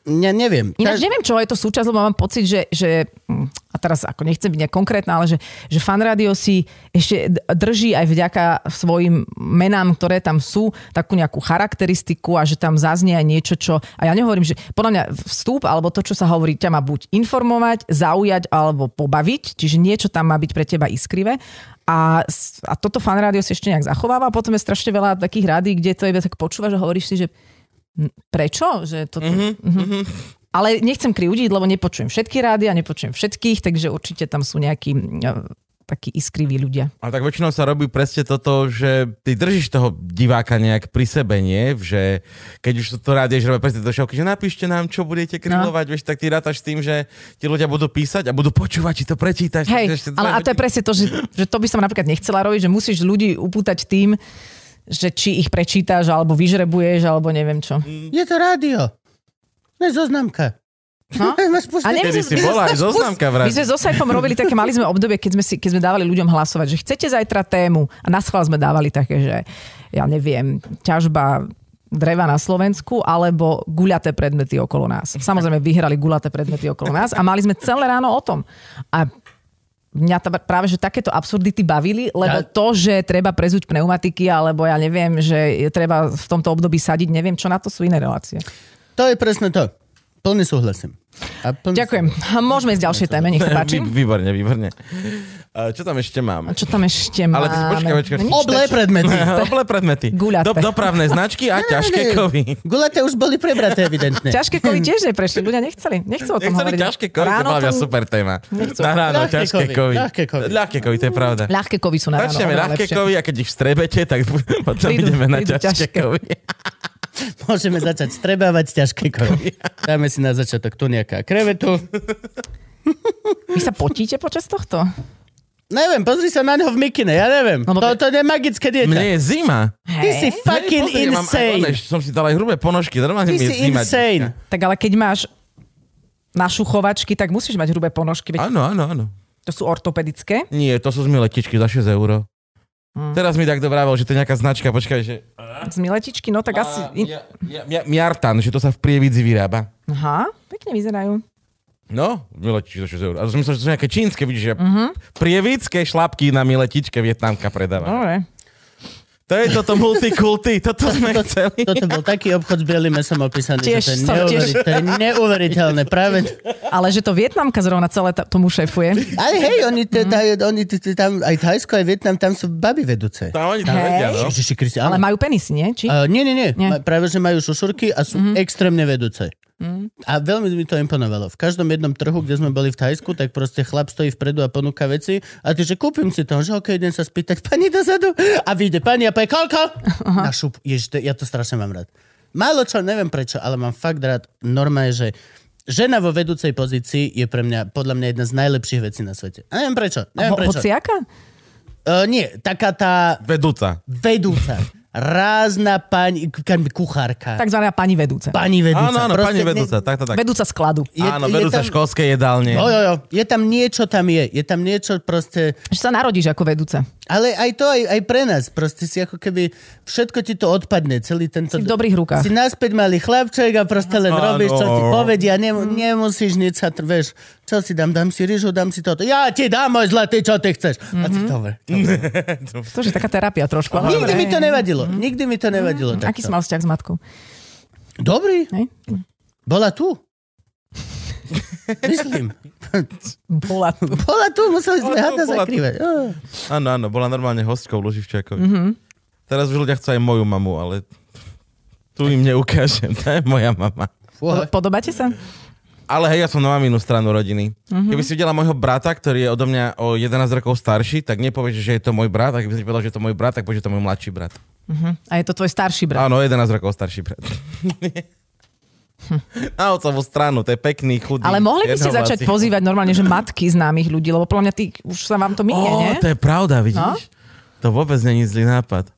Speaker 1: Ja neviem.
Speaker 3: Ináč neviem, čo je to súčasť, lebo mám pocit, že, že hm, a teraz ako nechcem byť nejak konkrétna, ale že, že fan rádio si ešte d- drží aj vďaka svojim menám, ktoré tam sú, takú nejakú charakteristiku a že tam zaznie aj niečo, čo... A ja nehovorím, že podľa mňa vstup alebo to, čo sa hovorí, ťa má buď informovať, zaujať alebo pobaviť, čiže niečo tam má byť pre teba iskrivé. A, s- a toto fan rádio si ešte nejak zachováva a potom je strašne veľa takých rádií, kde to iba tak počúvaš a hovoríš si, že "Hm, prečo? Že to, ale nechcem kriudiť, lebo nepočujem všetky rádia, nepočujem všetkých, takže určite tam sú nejakí mm, takí iskriví ľudia.
Speaker 4: A tak väčšinou sa robí presne toto, že ty držíš toho diváka nejak pri sebe, nie? Že keď už to rádieš, robia presne to šovky, že napíšte nám, čo budete krilovať, no. vieš, tak ty rátaš s tým, že ti ľudia budú písať a budú počúvať, či to prečítaš. takže ešte
Speaker 3: Hej,
Speaker 4: dve
Speaker 3: ale a to je
Speaker 4: hodiny.
Speaker 3: presne to, že, že to by som napríklad nechcela robiť, že musíš ľudí upútať tým, že či ich prečítaš, alebo vyžrebuješ, alebo neviem čo.
Speaker 1: Je [laughs] to rádio. Ne zoznamka.
Speaker 3: No?
Speaker 1: Máš
Speaker 3: A
Speaker 1: pošle...
Speaker 3: nie, my
Speaker 4: Kedy
Speaker 3: sme-
Speaker 4: si
Speaker 3: my sme-
Speaker 4: bola aj
Speaker 3: spust-
Speaker 4: zoznamka vraj.
Speaker 3: My sme so Saifom robili také, mali sme obdobie, keď sme, si, keď sme dávali ľuďom hlasovať, že chcete zajtra tému. A na schvál sme dávali také, že ja neviem, ťažba dreva na Slovensku alebo guľaté predmety okolo nás. Samozrejme vyhrali guľaté predmety okolo nás a mali sme celé ráno o tom. A mňa tá, práve, že takéto absurdity bavili, lebo
Speaker 1: Ja-
Speaker 3: to, že treba prezuť pneumatiky, alebo ja neviem, že je treba v tomto období sadiť, neviem, čo na to sú iné relácie.
Speaker 1: To je presne to. Plne súhlasím. A plne
Speaker 3: Ďakujem. Môžeme ísť ďalšie téme, nech sa páči.
Speaker 4: Vy, výborne, výborne. A Čo tam ešte
Speaker 3: A
Speaker 4: mám? [laughs]
Speaker 3: čo tam ešte máme?
Speaker 4: Ale ty si počkaj, počkaj.
Speaker 3: No nič,
Speaker 1: Oblé
Speaker 3: [laughs]
Speaker 1: predmety.
Speaker 4: Oble predmety.
Speaker 3: Guľaté.
Speaker 4: dopravné značky
Speaker 3: [laughs]
Speaker 4: a ťažké kovy.
Speaker 1: Gulete už boli prebraté evidentne.
Speaker 3: Ťažké kovy tiež neprešli, ľudia nechceli. Nechcú o tom
Speaker 4: Nechceli
Speaker 3: hovoriť.
Speaker 4: ťažké kovy, to
Speaker 3: Ráno
Speaker 4: bola mňa
Speaker 3: to-
Speaker 4: super téma.
Speaker 3: Nechcú.
Speaker 4: Na ráno,
Speaker 1: Ľahké
Speaker 4: ťažké
Speaker 1: kovy,
Speaker 4: kovy.
Speaker 1: ľahké kovy.
Speaker 4: Ľahké kovy, to je pravda.
Speaker 3: Ľahké kovy sú na ráno.
Speaker 4: Začneme
Speaker 3: oveľa
Speaker 4: ľahké
Speaker 3: lepšie.
Speaker 4: kovy a keď ich strebete, tak [laughs] potom
Speaker 3: Prídu-
Speaker 4: ideme na
Speaker 3: prídu
Speaker 4: ťažké
Speaker 3: ťažké. [laughs]
Speaker 4: kovy.
Speaker 1: Môžeme začať strebávať ťažké kovy.
Speaker 4: [laughs]
Speaker 1: Dáme si na začiatok tu nejaká krevetu.
Speaker 3: Vy sa potíte počas tohto?
Speaker 1: Neviem, pozri sa na neho v mikine, ja neviem.
Speaker 3: No,
Speaker 1: No,
Speaker 3: dobre.
Speaker 1: to, to je magické dieťa.
Speaker 4: Mne je zima.
Speaker 1: Ty si
Speaker 3: Hej.
Speaker 1: fucking
Speaker 4: Pozri, ja mám aj
Speaker 1: insane.
Speaker 4: oné, že som si dal aj hrubé ponožky,
Speaker 1: Ty
Speaker 4: normálne mi je
Speaker 1: si
Speaker 4: zima.
Speaker 1: insane.
Speaker 3: Tak ale keď máš na šuchovačky, tak musíš mať hrubé ponožky, veď
Speaker 4: Áno, áno, áno.
Speaker 3: to sú ortopedické.
Speaker 4: Nie, to sú z miletičky za 6 eur.
Speaker 3: Hm.
Speaker 4: Teraz mi tak dobravel, že to je nejaká značka, počkaj, že...
Speaker 3: Z miletičky, no tak asi...
Speaker 4: A,
Speaker 3: In...
Speaker 4: ja, ja, ja, Miartan, že to sa v Prievidzi vyrába.
Speaker 3: Aha, pekne vyzerajú.
Speaker 4: No, miletičky za 6 eur. A to som myslel, že to sú nejaké čínske, vidíš, že
Speaker 3: Mhm.
Speaker 4: prievidské šlapky na miletičke vietnamka predáva.
Speaker 3: Dobre.
Speaker 4: To je toto multikulty, toto sme chceli.
Speaker 1: Toto bol taký obchod s bielým mesom opísaný,
Speaker 3: Tiež
Speaker 1: že to je,
Speaker 3: som- tiež-
Speaker 1: neuveriteľné, to je neuveriteľné. Práve...
Speaker 3: Ale že to Vietnamka zrovna celé t- tomu šéfuje.
Speaker 1: Ale hej, oni, t- taj, oni t- t- tam, aj Thajsko, aj Vietnam, tam sú baby vedúce.
Speaker 4: Tam oni to
Speaker 3: Hej.
Speaker 4: vedia, no.
Speaker 1: Ježiši Kristi,
Speaker 3: Ale
Speaker 1: áno.
Speaker 3: majú penisy, nie? Či?
Speaker 1: Uh, nie, nie, nie.
Speaker 3: Nie. Mhm.
Speaker 1: Ma, práve, že majú šušurky a sú extrémne vedúce. A veľmi mi to imponovalo. V každom jednom trhu, kde sme boli v Thajsku, tak proste chlap stojí vpredu a ponúka veci a ty, že kúpim si to, že ok, idem sa spýtať pani dozadu a vyjde pani a povie, koľko? Na šup. Ježiš, to- ja to strašne mám rád. Málo čo, neviem prečo, ale mám fakt rád normálne, že žena vo vedúcej pozícii je pre mňa, podľa mňa jedna z najlepších vecí na svete. A neviem prečo, neviem
Speaker 3: Ho-
Speaker 1: prečo.
Speaker 3: hociaka?
Speaker 1: Uh, nie, taká tá
Speaker 4: Vedúca.
Speaker 1: vedúca, rázna pani, k- kuchárka. Tak.
Speaker 3: Takzvaná pani vedúca.
Speaker 1: Pani vedúca.
Speaker 4: Áno, áno,
Speaker 1: Proste
Speaker 4: pani
Speaker 1: ne-
Speaker 4: vedúca, tak, tak, tak.
Speaker 3: Vedúca skladu.
Speaker 1: Je-
Speaker 4: Áno,
Speaker 1: je
Speaker 4: vedúca
Speaker 1: tam- No.
Speaker 4: školskej jedálne.
Speaker 1: Jo, jo, jo. Je tam niečo, tam je. Je tam niečo proste...
Speaker 3: Že sa narodíš ako vedúca.
Speaker 1: Ale aj to, aj, aj pre nás. Proste si ako keby... Všetko ti to odpadne, celý tento...
Speaker 3: Si v dobrých rukách.
Speaker 1: Si naspäť malý chlapček a proste len
Speaker 4: Áno.
Speaker 1: robíš, čo ti povedia. Nem, nemusíš nič sa... tr- Vieš, čo si dám? Dám si ryžu, dám si toto. Ja ti dám, môj zlatý, čo ty chceš. A
Speaker 3: Mhm.
Speaker 1: ty, dobre.
Speaker 3: To je taká terapia trošku. ale
Speaker 1: Nikdy
Speaker 3: dobre. Mhm.
Speaker 1: mi to nevadilo. Nikdy mi to nevadilo.
Speaker 3: Aký si
Speaker 1: takto.
Speaker 3: mal vzťah s matkou?
Speaker 1: Dobrý.
Speaker 3: Hej?
Speaker 1: Bola
Speaker 4: [laughs]
Speaker 1: tu. Myslím.
Speaker 3: Bola tu.
Speaker 1: Bola tu, museli sme
Speaker 4: Bola tu,
Speaker 1: hada
Speaker 4: bola tu.
Speaker 1: zakrývať. Á.
Speaker 4: Áno, áno, bola normálne hostkou v Luživčákovi.
Speaker 1: Mhm.
Speaker 4: Mm-hmm. Teraz už ľudia chcú aj moju mamu, ale tu im neukážem, [laughs] to je moja mama.
Speaker 1: Fú.
Speaker 3: Podobáte sa?
Speaker 4: Ale hej, ja som na maminu stranu rodiny.
Speaker 1: Mhm.
Speaker 4: Mm-hmm. Keby si videla môjho brata, ktorý je odo mňa o 11 rokov starší, tak nepovieš, že je to môj brat. A keby si povedal, že je to môj brat, tak povieš, že je to môj mladší brat.
Speaker 3: A je to tvoj starší brat.
Speaker 4: Áno, 11 rokov starší
Speaker 1: [laughs]
Speaker 4: brat. Na otcovú stranu, to je pekný, chudý.
Speaker 3: Ale mohli by ste
Speaker 1: vlastne.
Speaker 3: začať
Speaker 4: čiernohlasý.
Speaker 3: pozývať normálne, že matky známych ľudí, lebo podľa mňa ty, už sa vám to minie,
Speaker 4: Ó,
Speaker 3: nie? No.
Speaker 4: to je pravda, vidíš? To vôbec není zlý
Speaker 3: [laughs]
Speaker 4: nápad.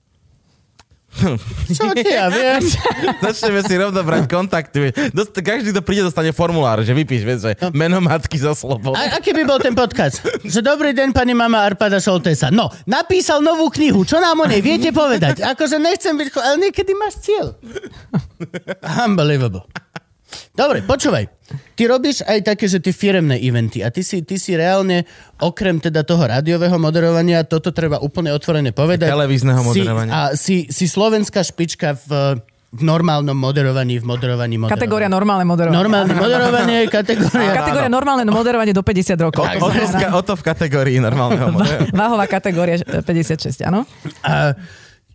Speaker 1: Čo ty, ja viem.
Speaker 4: Začneme si rovno brať kontakty. Dost, každý, kto príde, dostane formulár, že vypíš, vieš, že
Speaker 3: No.
Speaker 4: meno matky za slovo.
Speaker 1: A, aký by bol ten podcast? Že dobrý deň, pani mama Arpada Šoltesa. No, napísal novú knihu. Čo nám o nej viete povedať? Akože nechcem byť... cho- Ale niekedy máš cieľ. Unbelievable. Dobre, počúvaj. Ty robíš aj také, že ty firemné eventy a ty si, ty si reálne, okrem teda toho rádiového moderovania, toto treba úplne otvorene povedať.
Speaker 4: Televízneho
Speaker 1: si-
Speaker 4: moderovania.
Speaker 1: A si, si slovenská špička v, v normálnom moderovaní, v moderovaní moderovania.
Speaker 3: Kategória normálne moderovanie.
Speaker 1: Normálne moderovanie je kategória...
Speaker 3: Kategória normálne moderovanie do 50 rokov.
Speaker 4: O, o, to, v ka- o to v kategórii normálneho modelu.
Speaker 3: [laughs] Váhová kategória že- 56, áno?
Speaker 1: A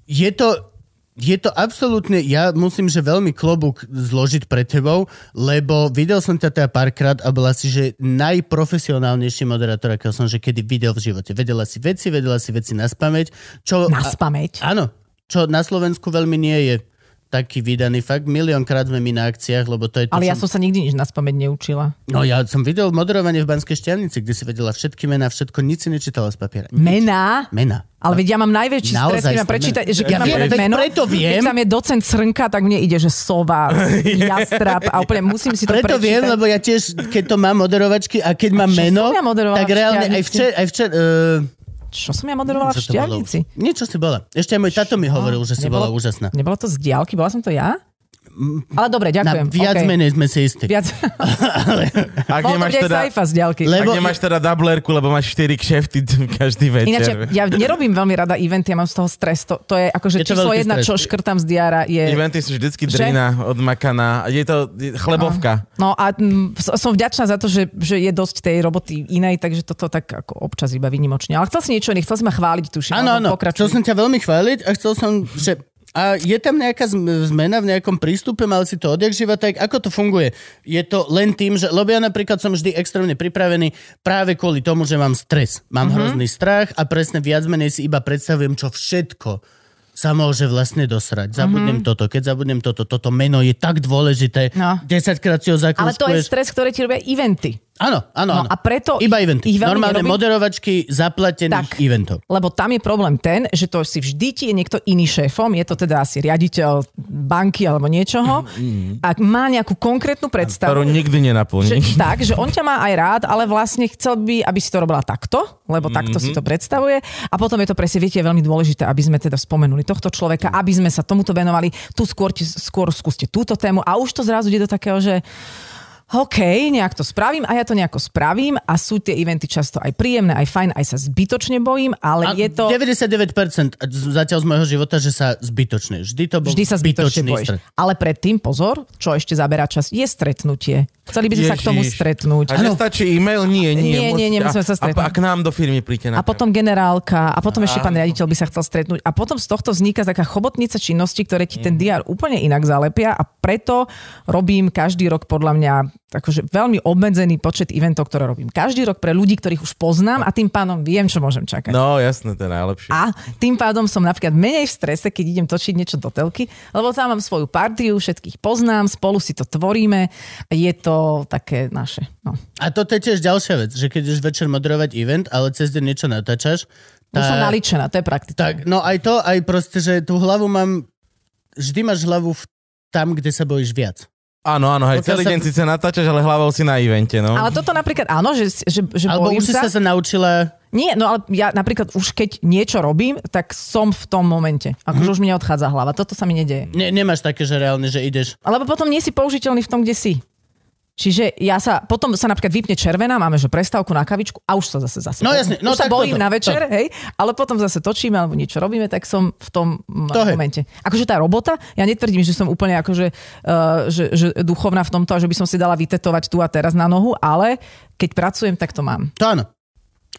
Speaker 1: je to, je to absolútne, ja musím, že veľmi klobúk zložiť pre tebou, lebo videl som ťa teda párkrát a bola si, že najprofesionálnejší moderátor, akého som, že kedy videl v živote. Vedela si veci, vedela si veci na spameť, čo...
Speaker 3: Na spameť.
Speaker 1: A, áno, čo na Slovensku veľmi nie je. taký vydaný. Fakt miliónkrát sme my na akciách, lebo to je to,
Speaker 3: Ale ja
Speaker 1: čo-
Speaker 3: som sa nikdy nič na spomeň neučila.
Speaker 1: No ja som videl moderovanie v Banskej Štiavnici, kde si vedela všetky mená, všetko, nič si nečítala z papiera. Nič.
Speaker 3: Mená?
Speaker 1: Mená.
Speaker 3: Ale veď ja mám najväčší
Speaker 1: Naozaj
Speaker 3: stres, keď ma
Speaker 1: ste
Speaker 3: prečítať,
Speaker 1: meno.
Speaker 3: že keď
Speaker 1: Ja
Speaker 3: mám
Speaker 1: viem,
Speaker 3: povedať
Speaker 1: veď
Speaker 3: meno,
Speaker 1: preto viem.
Speaker 3: keď tam je docent Srnka, tak mne ide, že
Speaker 1: [laughs]
Speaker 3: sova, jastrap a úplne musím si to
Speaker 1: Preto
Speaker 3: prečítať.
Speaker 1: viem, lebo ja tiež, keď to mám moderovačky a keď mám
Speaker 3: čo
Speaker 1: meno,
Speaker 3: som ja moderovala
Speaker 1: tak
Speaker 3: v
Speaker 1: reálne aj
Speaker 3: Štiavnici?
Speaker 1: včera... Aj včer,
Speaker 3: Čo som ja moderovala v
Speaker 1: čo to bolo?
Speaker 3: Šťavnici?
Speaker 1: Niečo si bola. Ešte aj môj tato mi hovoril, že si
Speaker 3: Nebolo-
Speaker 1: bola úžasná.
Speaker 3: Nebolo to z diálky, bola som to ja? Ale dobre,
Speaker 1: Mm, Na
Speaker 3: ďakujem.
Speaker 1: viac
Speaker 3: Okej.
Speaker 1: menej sme si istí.
Speaker 3: Viac. [laughs]
Speaker 4: Ak
Speaker 3: Bol to
Speaker 4: nemáš
Speaker 3: bude aj
Speaker 4: teda...
Speaker 3: sajfa z diálky.
Speaker 1: Le-
Speaker 4: Ak
Speaker 1: Lebo-
Speaker 4: nemáš teda dublerku, lebo máš 4 kšefty [laughs] každý večer.
Speaker 3: Ináč, ja, ja nerobím veľmi rada eventy, ja mám z toho stres. To, to je akože
Speaker 1: Je to
Speaker 3: číslo
Speaker 1: veľký
Speaker 3: jedna,
Speaker 1: stres.
Speaker 3: čo škrtam z diára je...
Speaker 4: Eventy sú vždycky
Speaker 3: Že?
Speaker 4: drina, odmakaná. Je to je chlebovka.
Speaker 3: No a mm, s- som vďačná za to, že, že je dosť tej roboty inej, takže toto tak ako občas iba vynimočne. Ale chcel si niečo iné, chcel si ma chváliť, tuším.
Speaker 1: Áno, áno. Chcel
Speaker 3: alebo pokračuj.
Speaker 1: som ťa veľmi chváliť a chcel som, že a je tam nejaká zm- zmena v nejakom prístupe, mal si to odjak živa, tak ako to funguje? Je to len tým, že, lebo ja napríklad som vždy extrémne pripravený práve kvôli tomu, že mám stres. Mám
Speaker 3: Mhm.
Speaker 1: mm-hmm. hrozný strach a presne viac menej si iba predstavujem, čo všetko sa môže vlastne
Speaker 3: Mhm.
Speaker 1: dosrať. Zabudnem mm-hmm. toto, keď zabudnem toto, toto meno je tak dôležité.
Speaker 3: No.
Speaker 1: 10 krát si ho
Speaker 3: Ale to je
Speaker 1: zaklúskuješ.
Speaker 3: stres, ktoré ti robia eventy.
Speaker 1: Áno, áno,
Speaker 3: No
Speaker 1: áno.
Speaker 3: a preto
Speaker 1: Iba
Speaker 3: ich-
Speaker 1: eventy.
Speaker 3: ich veľmi
Speaker 1: Normálne
Speaker 3: nerobím.
Speaker 1: moderovačky zaplatených
Speaker 3: Tak.
Speaker 1: eventov.
Speaker 3: Lebo tam je problém ten, že to si vždy ti je niekto iný šéfom, je to teda asi riaditeľ banky alebo niečoho,
Speaker 1: Mhm.
Speaker 3: a má nejakú konkrétnu predstavu.
Speaker 4: ktorú nikdy
Speaker 3: Že,
Speaker 4: nenaplníš.
Speaker 3: tak, že on ťa má aj rád, ale vlastne chcel by, aby si to robila takto, lebo takto si to predstavuje. A potom je to presne, viete, je veľmi dôležité, aby sme teda spomenuli tohto človeka, aby sme sa tomuto venovali. Tu skôr, ti- skôr skúste túto tému a už to zrazu ide do takého, že OK, nejak to spravím a ja to nejako spravím a sú tie eventy často aj príjemné, aj fajn, aj sa zbytočne bojím, ale
Speaker 1: A
Speaker 3: je to...
Speaker 1: 99% z- zatiaľ z môjho života, že sa zbytočne. Vždy to bol
Speaker 3: Vždy sa zbytočne
Speaker 1: zbytočný
Speaker 3: bojíš.
Speaker 1: stres.
Speaker 3: Ale predtým, pozor, čo ešte zaberá čas, je stretnutie. Chceli by sme sa k tomu
Speaker 4: Ježiš.
Speaker 3: stretnúť.
Speaker 4: A nestačí e-mail? Nie, nie.
Speaker 3: Nie, nie, nie, musíme sa stretnúť.
Speaker 4: A, a k nám do firmy príďte na
Speaker 3: A potom generálka, a potom ešte pán riaditeľ by sa chcel stretnúť. A potom z tohto vzniká taká chobotnica činnosti, ktoré ti
Speaker 1: Mhm.
Speaker 3: ten diár úplne inak zalepia a preto robím každý rok podľa mňa akože veľmi obmedzený počet eventov, ktoré robím. Každý rok pre ľudí, ktorých už poznám a tým pánom viem, čo môžem čakať.
Speaker 4: No, jasné, to je najlepšie.
Speaker 3: A tým pádom som napríklad menej v strese, keď idem točiť niečo do telky, lebo tam mám svoju partiu, všetkých poznám, spolu si to tvoríme a je to také naše. No.
Speaker 1: A toto je tiež ďalšia vec, že keď ideš večer moderovať event, ale cez deň niečo natáčaš,
Speaker 3: Už som
Speaker 1: tá-
Speaker 3: naličená, to je praktické.
Speaker 1: tak, no aj to, aj proste, že tú hlavu mám, vždy máš hlavu v tam, kde sa bojíš viac.
Speaker 4: Áno, áno, hej,
Speaker 1: Pokiaľ
Speaker 4: celý
Speaker 1: sa-
Speaker 4: deň síce natáčaš, ale hlavou si na evente, no.
Speaker 3: Ale toto napríklad áno, že, že, že
Speaker 1: Alebo
Speaker 3: bojím
Speaker 1: už si sa, sa naučila
Speaker 3: Nie, no ale ja napríklad už keď niečo robím, tak som v tom momente. Akože
Speaker 1: Mhm.
Speaker 3: už mi neodchádza hlava. Toto sa mi nedeje.
Speaker 1: Ne, nemáš také, že reálne, že ideš.
Speaker 3: Alebo potom nie si použiteľný v tom, kde si. Čiže ja sa, potom sa napríklad vypne červená, máme že prestávku na kavičku a už sa zase zase.
Speaker 1: No jasne, no
Speaker 3: už sa
Speaker 1: tak
Speaker 3: bojím
Speaker 1: toto,
Speaker 3: na večer, hej, ale potom zase točíme alebo niečo robíme, tak som v tom mm,
Speaker 1: To hej.
Speaker 3: momente. Akože tá robota, ja netvrdím, že som úplne akože, uh, že, že duchovná v tomto a že by som si dala vytetovať tu a teraz na nohu, ale keď pracujem, tak to mám.
Speaker 1: To áno.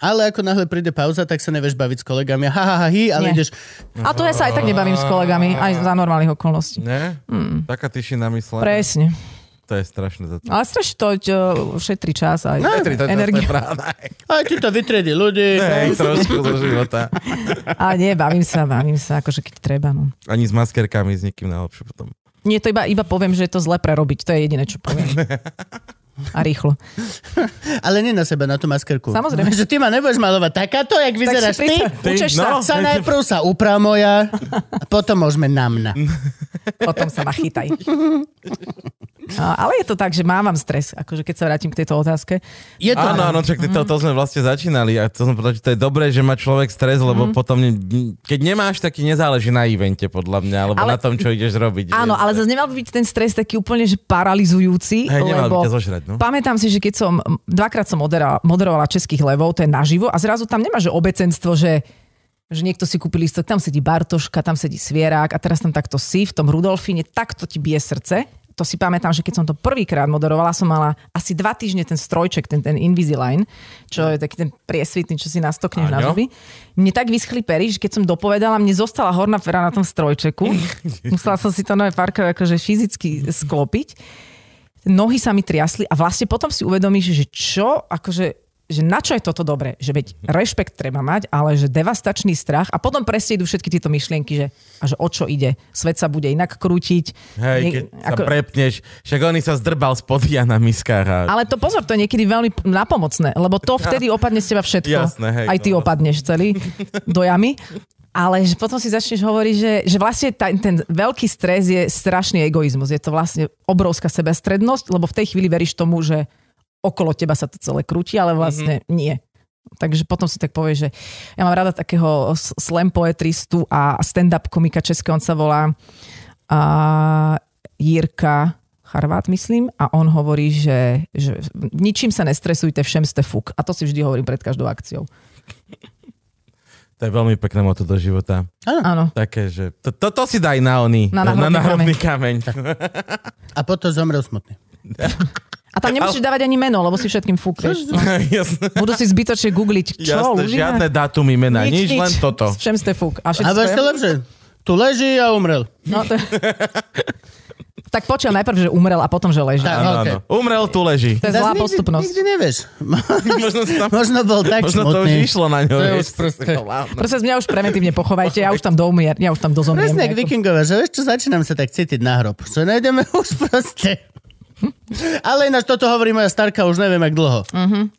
Speaker 1: Ale ako náhle príde pauza, tak sa nevieš baviť s kolegami. Ha, ha, ha, hi, ale
Speaker 3: Nie.
Speaker 1: ideš...
Speaker 3: A to ja sa aj tak nebavím s kolegami, aj za normálnych okolností.
Speaker 4: Ne? Taká tišina mysle.
Speaker 3: Presne.
Speaker 4: To je strašné za to.
Speaker 3: Ale strašne to čo, šetrí čas aj
Speaker 4: To je tri- to- to- to je
Speaker 3: energiu.
Speaker 4: pravda.
Speaker 1: A ti to vytriedi ľudí.
Speaker 4: Hej, trošku zo života.
Speaker 3: Ale nie, bavím sa, bavím sa, akože keď treba. No.
Speaker 4: Ani s maskerkami, s nikým najlepšie potom.
Speaker 3: Nie, to iba, iba poviem, že je to zle prerobiť. To je jediné, čo poviem. A rýchlo.
Speaker 1: [laughs] Ale nie na seba, na tú maskerku.
Speaker 3: Samozrejme.
Speaker 1: Že ty ma nebudeš malovať takáto, jak vyzeráš ty.
Speaker 3: si prista- Ty, učeš
Speaker 1: sa.
Speaker 3: no.
Speaker 1: sa najprv sa uprá moja, a potom môžeme na mňa.
Speaker 3: Potom sa ma chytaj. A, ale je to tak, že mávam stres, akože keď sa vrátim k tejto otázke.
Speaker 1: Je to...
Speaker 4: Áno, áno, čak to, to sme vlastne začínali a to som povedal, že to je dobré, že má človek stres, lebo potom, ne, keď nemáš, tak ti nezáleží na evente, podľa mňa, alebo
Speaker 3: Ale-
Speaker 4: na tom, čo ideš robiť.
Speaker 3: Áno,
Speaker 4: že-
Speaker 3: ale zase nemal by byť ten stres taký úplne, že paralizujúci,
Speaker 4: Hej, nemal by
Speaker 3: lebo
Speaker 4: ťa zožrať, no.
Speaker 3: pamätám si, že keď som, dvakrát som moderovala, moderovala Českých levov, to je naživo, a zrazu tam nemá, že obecenstvo, že že niekto si kúpi listok, tam sedí Bartoška, tam sedí Svierák a teraz tam takto si, v tom Rudolfine, takto ti bije srdce. To si pamätám, že keď som to prvýkrát moderovala, som mala asi dva týždne ten strojček, ten, ten Invisalign, čo je taký ten priesvitný, čo si nastokneš na
Speaker 4: Áňo?
Speaker 3: zuby. Mne tak vyschli pery, že keď som dopovedala, mne zostala horná pera na tom strojčeku. Musela som si to nové párkrát akože fyzicky sklopiť nohy sa mi triasli a vlastne potom si uvedomíš, že čo, akože že na čo je toto dobré? Že veď rešpekt treba mať, ale že devastačný strach a potom presne idú všetky tieto myšlienky, že, a že o čo ide? Svet sa bude inak krútiť.
Speaker 4: Hej,
Speaker 3: Nie-
Speaker 4: keď ako... sa prepneš, však oni sa zdrbal z podia na miskách a...
Speaker 3: Ale to pozor, to je niekedy veľmi p- napomocné, lebo
Speaker 4: [laughs]
Speaker 3: to vtedy opadne z teba všetko.
Speaker 4: Jasné, hej,
Speaker 3: Aj ty
Speaker 4: no.
Speaker 3: opadneš celý do jamy. Ale že potom si začneš hovoriť, že, že vlastne tá, ten veľký stres je strašný egoizmus. Je to vlastne obrovská sebestrednosť, lebo v tej chvíli veríš tomu, že okolo teba sa to celé krúti, ale
Speaker 4: Mhm.
Speaker 3: vlastne mm-hmm. nie. Takže potom si tak povie, že ja mám rada takého s- slam poetristu a stand-up komika českého, on sa volá a Jirka Charvát, myslím, a on hovorí, že, že ničím sa nestresujte, všem ste fuk. A to si vždy hovorím pred každou akciou.
Speaker 4: To je veľmi pekné moto do života.
Speaker 3: Áno.
Speaker 4: Také, že... To, to, to si daj na oni.
Speaker 3: Na náhrobný
Speaker 4: kameň. [laughs]
Speaker 1: A potom zomrel smutný.
Speaker 3: A tam nemusíš dávať ani meno, lebo si všetkým fuk, vieš.
Speaker 4: [laughs] Jasné.
Speaker 3: Budú si zbytočne googliť, čo
Speaker 4: Jasné,
Speaker 3: už
Speaker 4: žiadne
Speaker 3: inak?
Speaker 4: dátumy, mená, nič, len toto.
Speaker 3: Všem ste fuk. A všetci
Speaker 1: A ešte
Speaker 3: ste...
Speaker 1: lepšie. Tu leží a umrel.
Speaker 3: No,
Speaker 4: [laughs]
Speaker 3: to... tak počal najprv, že umrel a potom, že leží.
Speaker 1: Tak.
Speaker 4: Áno,
Speaker 1: OK.
Speaker 4: áno. Umrel, tu leží.
Speaker 3: To je zlá postupnosť.
Speaker 1: Nikdy nevieš.
Speaker 4: [laughs]
Speaker 1: [laughs]
Speaker 4: Možno, sa tam,
Speaker 1: Možno bol tak
Speaker 4: možno to už
Speaker 1: smutný.
Speaker 4: išlo na ňo.
Speaker 1: To je
Speaker 4: vieš.
Speaker 1: už proste.
Speaker 3: Prosím, vás, mňa už preventívne pochovajte, ja už tam doumier, ja už tam dozomriem.
Speaker 1: Presne ako
Speaker 3: nejako.
Speaker 1: vikingové, že vieš čo, začínam sa tak cítiť na hrob. Čo nejdeme už proste. Ale ináč toto hovorí moja starka už neviem, ak dlho.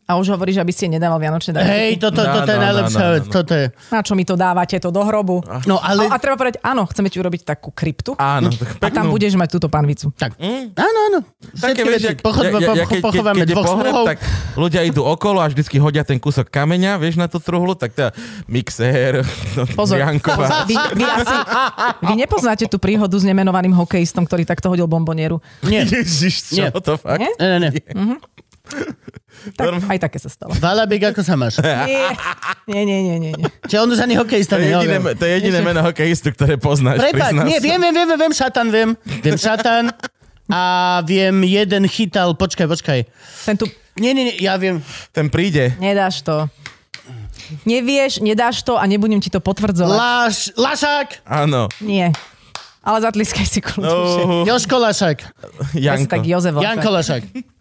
Speaker 3: A už hovoríš, aby ste nedával vianočné darčeky.
Speaker 1: Hej, toto,
Speaker 4: No,
Speaker 1: toto je
Speaker 4: no, no,
Speaker 1: najlepšia
Speaker 4: no, no,
Speaker 1: vec.
Speaker 4: no.
Speaker 1: Toto je.
Speaker 3: Na čo mi to dávate, to do hrobu?
Speaker 1: No ale...
Speaker 3: A, a treba povedať, áno, chceme ti urobiť takú kryptu a,
Speaker 4: Áno, tak
Speaker 3: a tam
Speaker 4: peknú.
Speaker 3: budeš mať túto panvicu.
Speaker 1: Tak. Áno, áno. Všetky veci.
Speaker 4: Hm? jak-
Speaker 1: Pochod-
Speaker 4: ja- ja- ja-
Speaker 1: po-
Speaker 4: keď-
Speaker 1: Pochováme
Speaker 4: keď je
Speaker 1: dvoch
Speaker 4: pohreb,
Speaker 1: sluhov.
Speaker 4: Tak ľudia idú okolo a vždycky hodia ten kúsok kameňa, vieš, na tú truhlu, tak teda mixér, [laughs] no,
Speaker 3: Pozor,
Speaker 4: Janková.
Speaker 3: pozor vy, vy, asi, vy nepoznáte tú príhodu s nemenovaným hokejistom, ktorý takto hodil bombonieru.
Speaker 1: Nie.
Speaker 4: Ježiš,
Speaker 1: Nie.
Speaker 4: čo to fakt?
Speaker 3: Nie?
Speaker 1: Ne, ne, ne.
Speaker 3: Tak, aj také sa stalo.
Speaker 1: Valabik, ako sa
Speaker 4: [laughs]
Speaker 1: máš?
Speaker 3: Nie, nie, nie, nie. nie, nie.
Speaker 1: Čiže on už ani hokejista
Speaker 4: To je jediné,
Speaker 1: nehovoril.
Speaker 4: to je jediné meno hokejistu, ktoré poznáš.
Speaker 1: Prepač,
Speaker 4: priznám
Speaker 1: nie,
Speaker 4: sa.
Speaker 1: viem, viem, viem, viem, šatan, viem. Viem šatan. A viem, jeden chytal, počkaj, počkaj.
Speaker 3: Ten tu,
Speaker 1: Nie, nie, nie, ja viem.
Speaker 4: Ten príde.
Speaker 3: nedáš to. Nevieš, nedáš to a nebudem ti to potvrdzovať.
Speaker 1: Laš, Lašák,
Speaker 4: Áno.
Speaker 3: Nie. Ale zatliskaj si kľúče.
Speaker 4: [laughs] No,
Speaker 1: Joško Lašák,
Speaker 3: Ja si
Speaker 4: Janko.
Speaker 3: tak Jozef
Speaker 1: Janko
Speaker 3: Lašák.
Speaker 1: Lašák.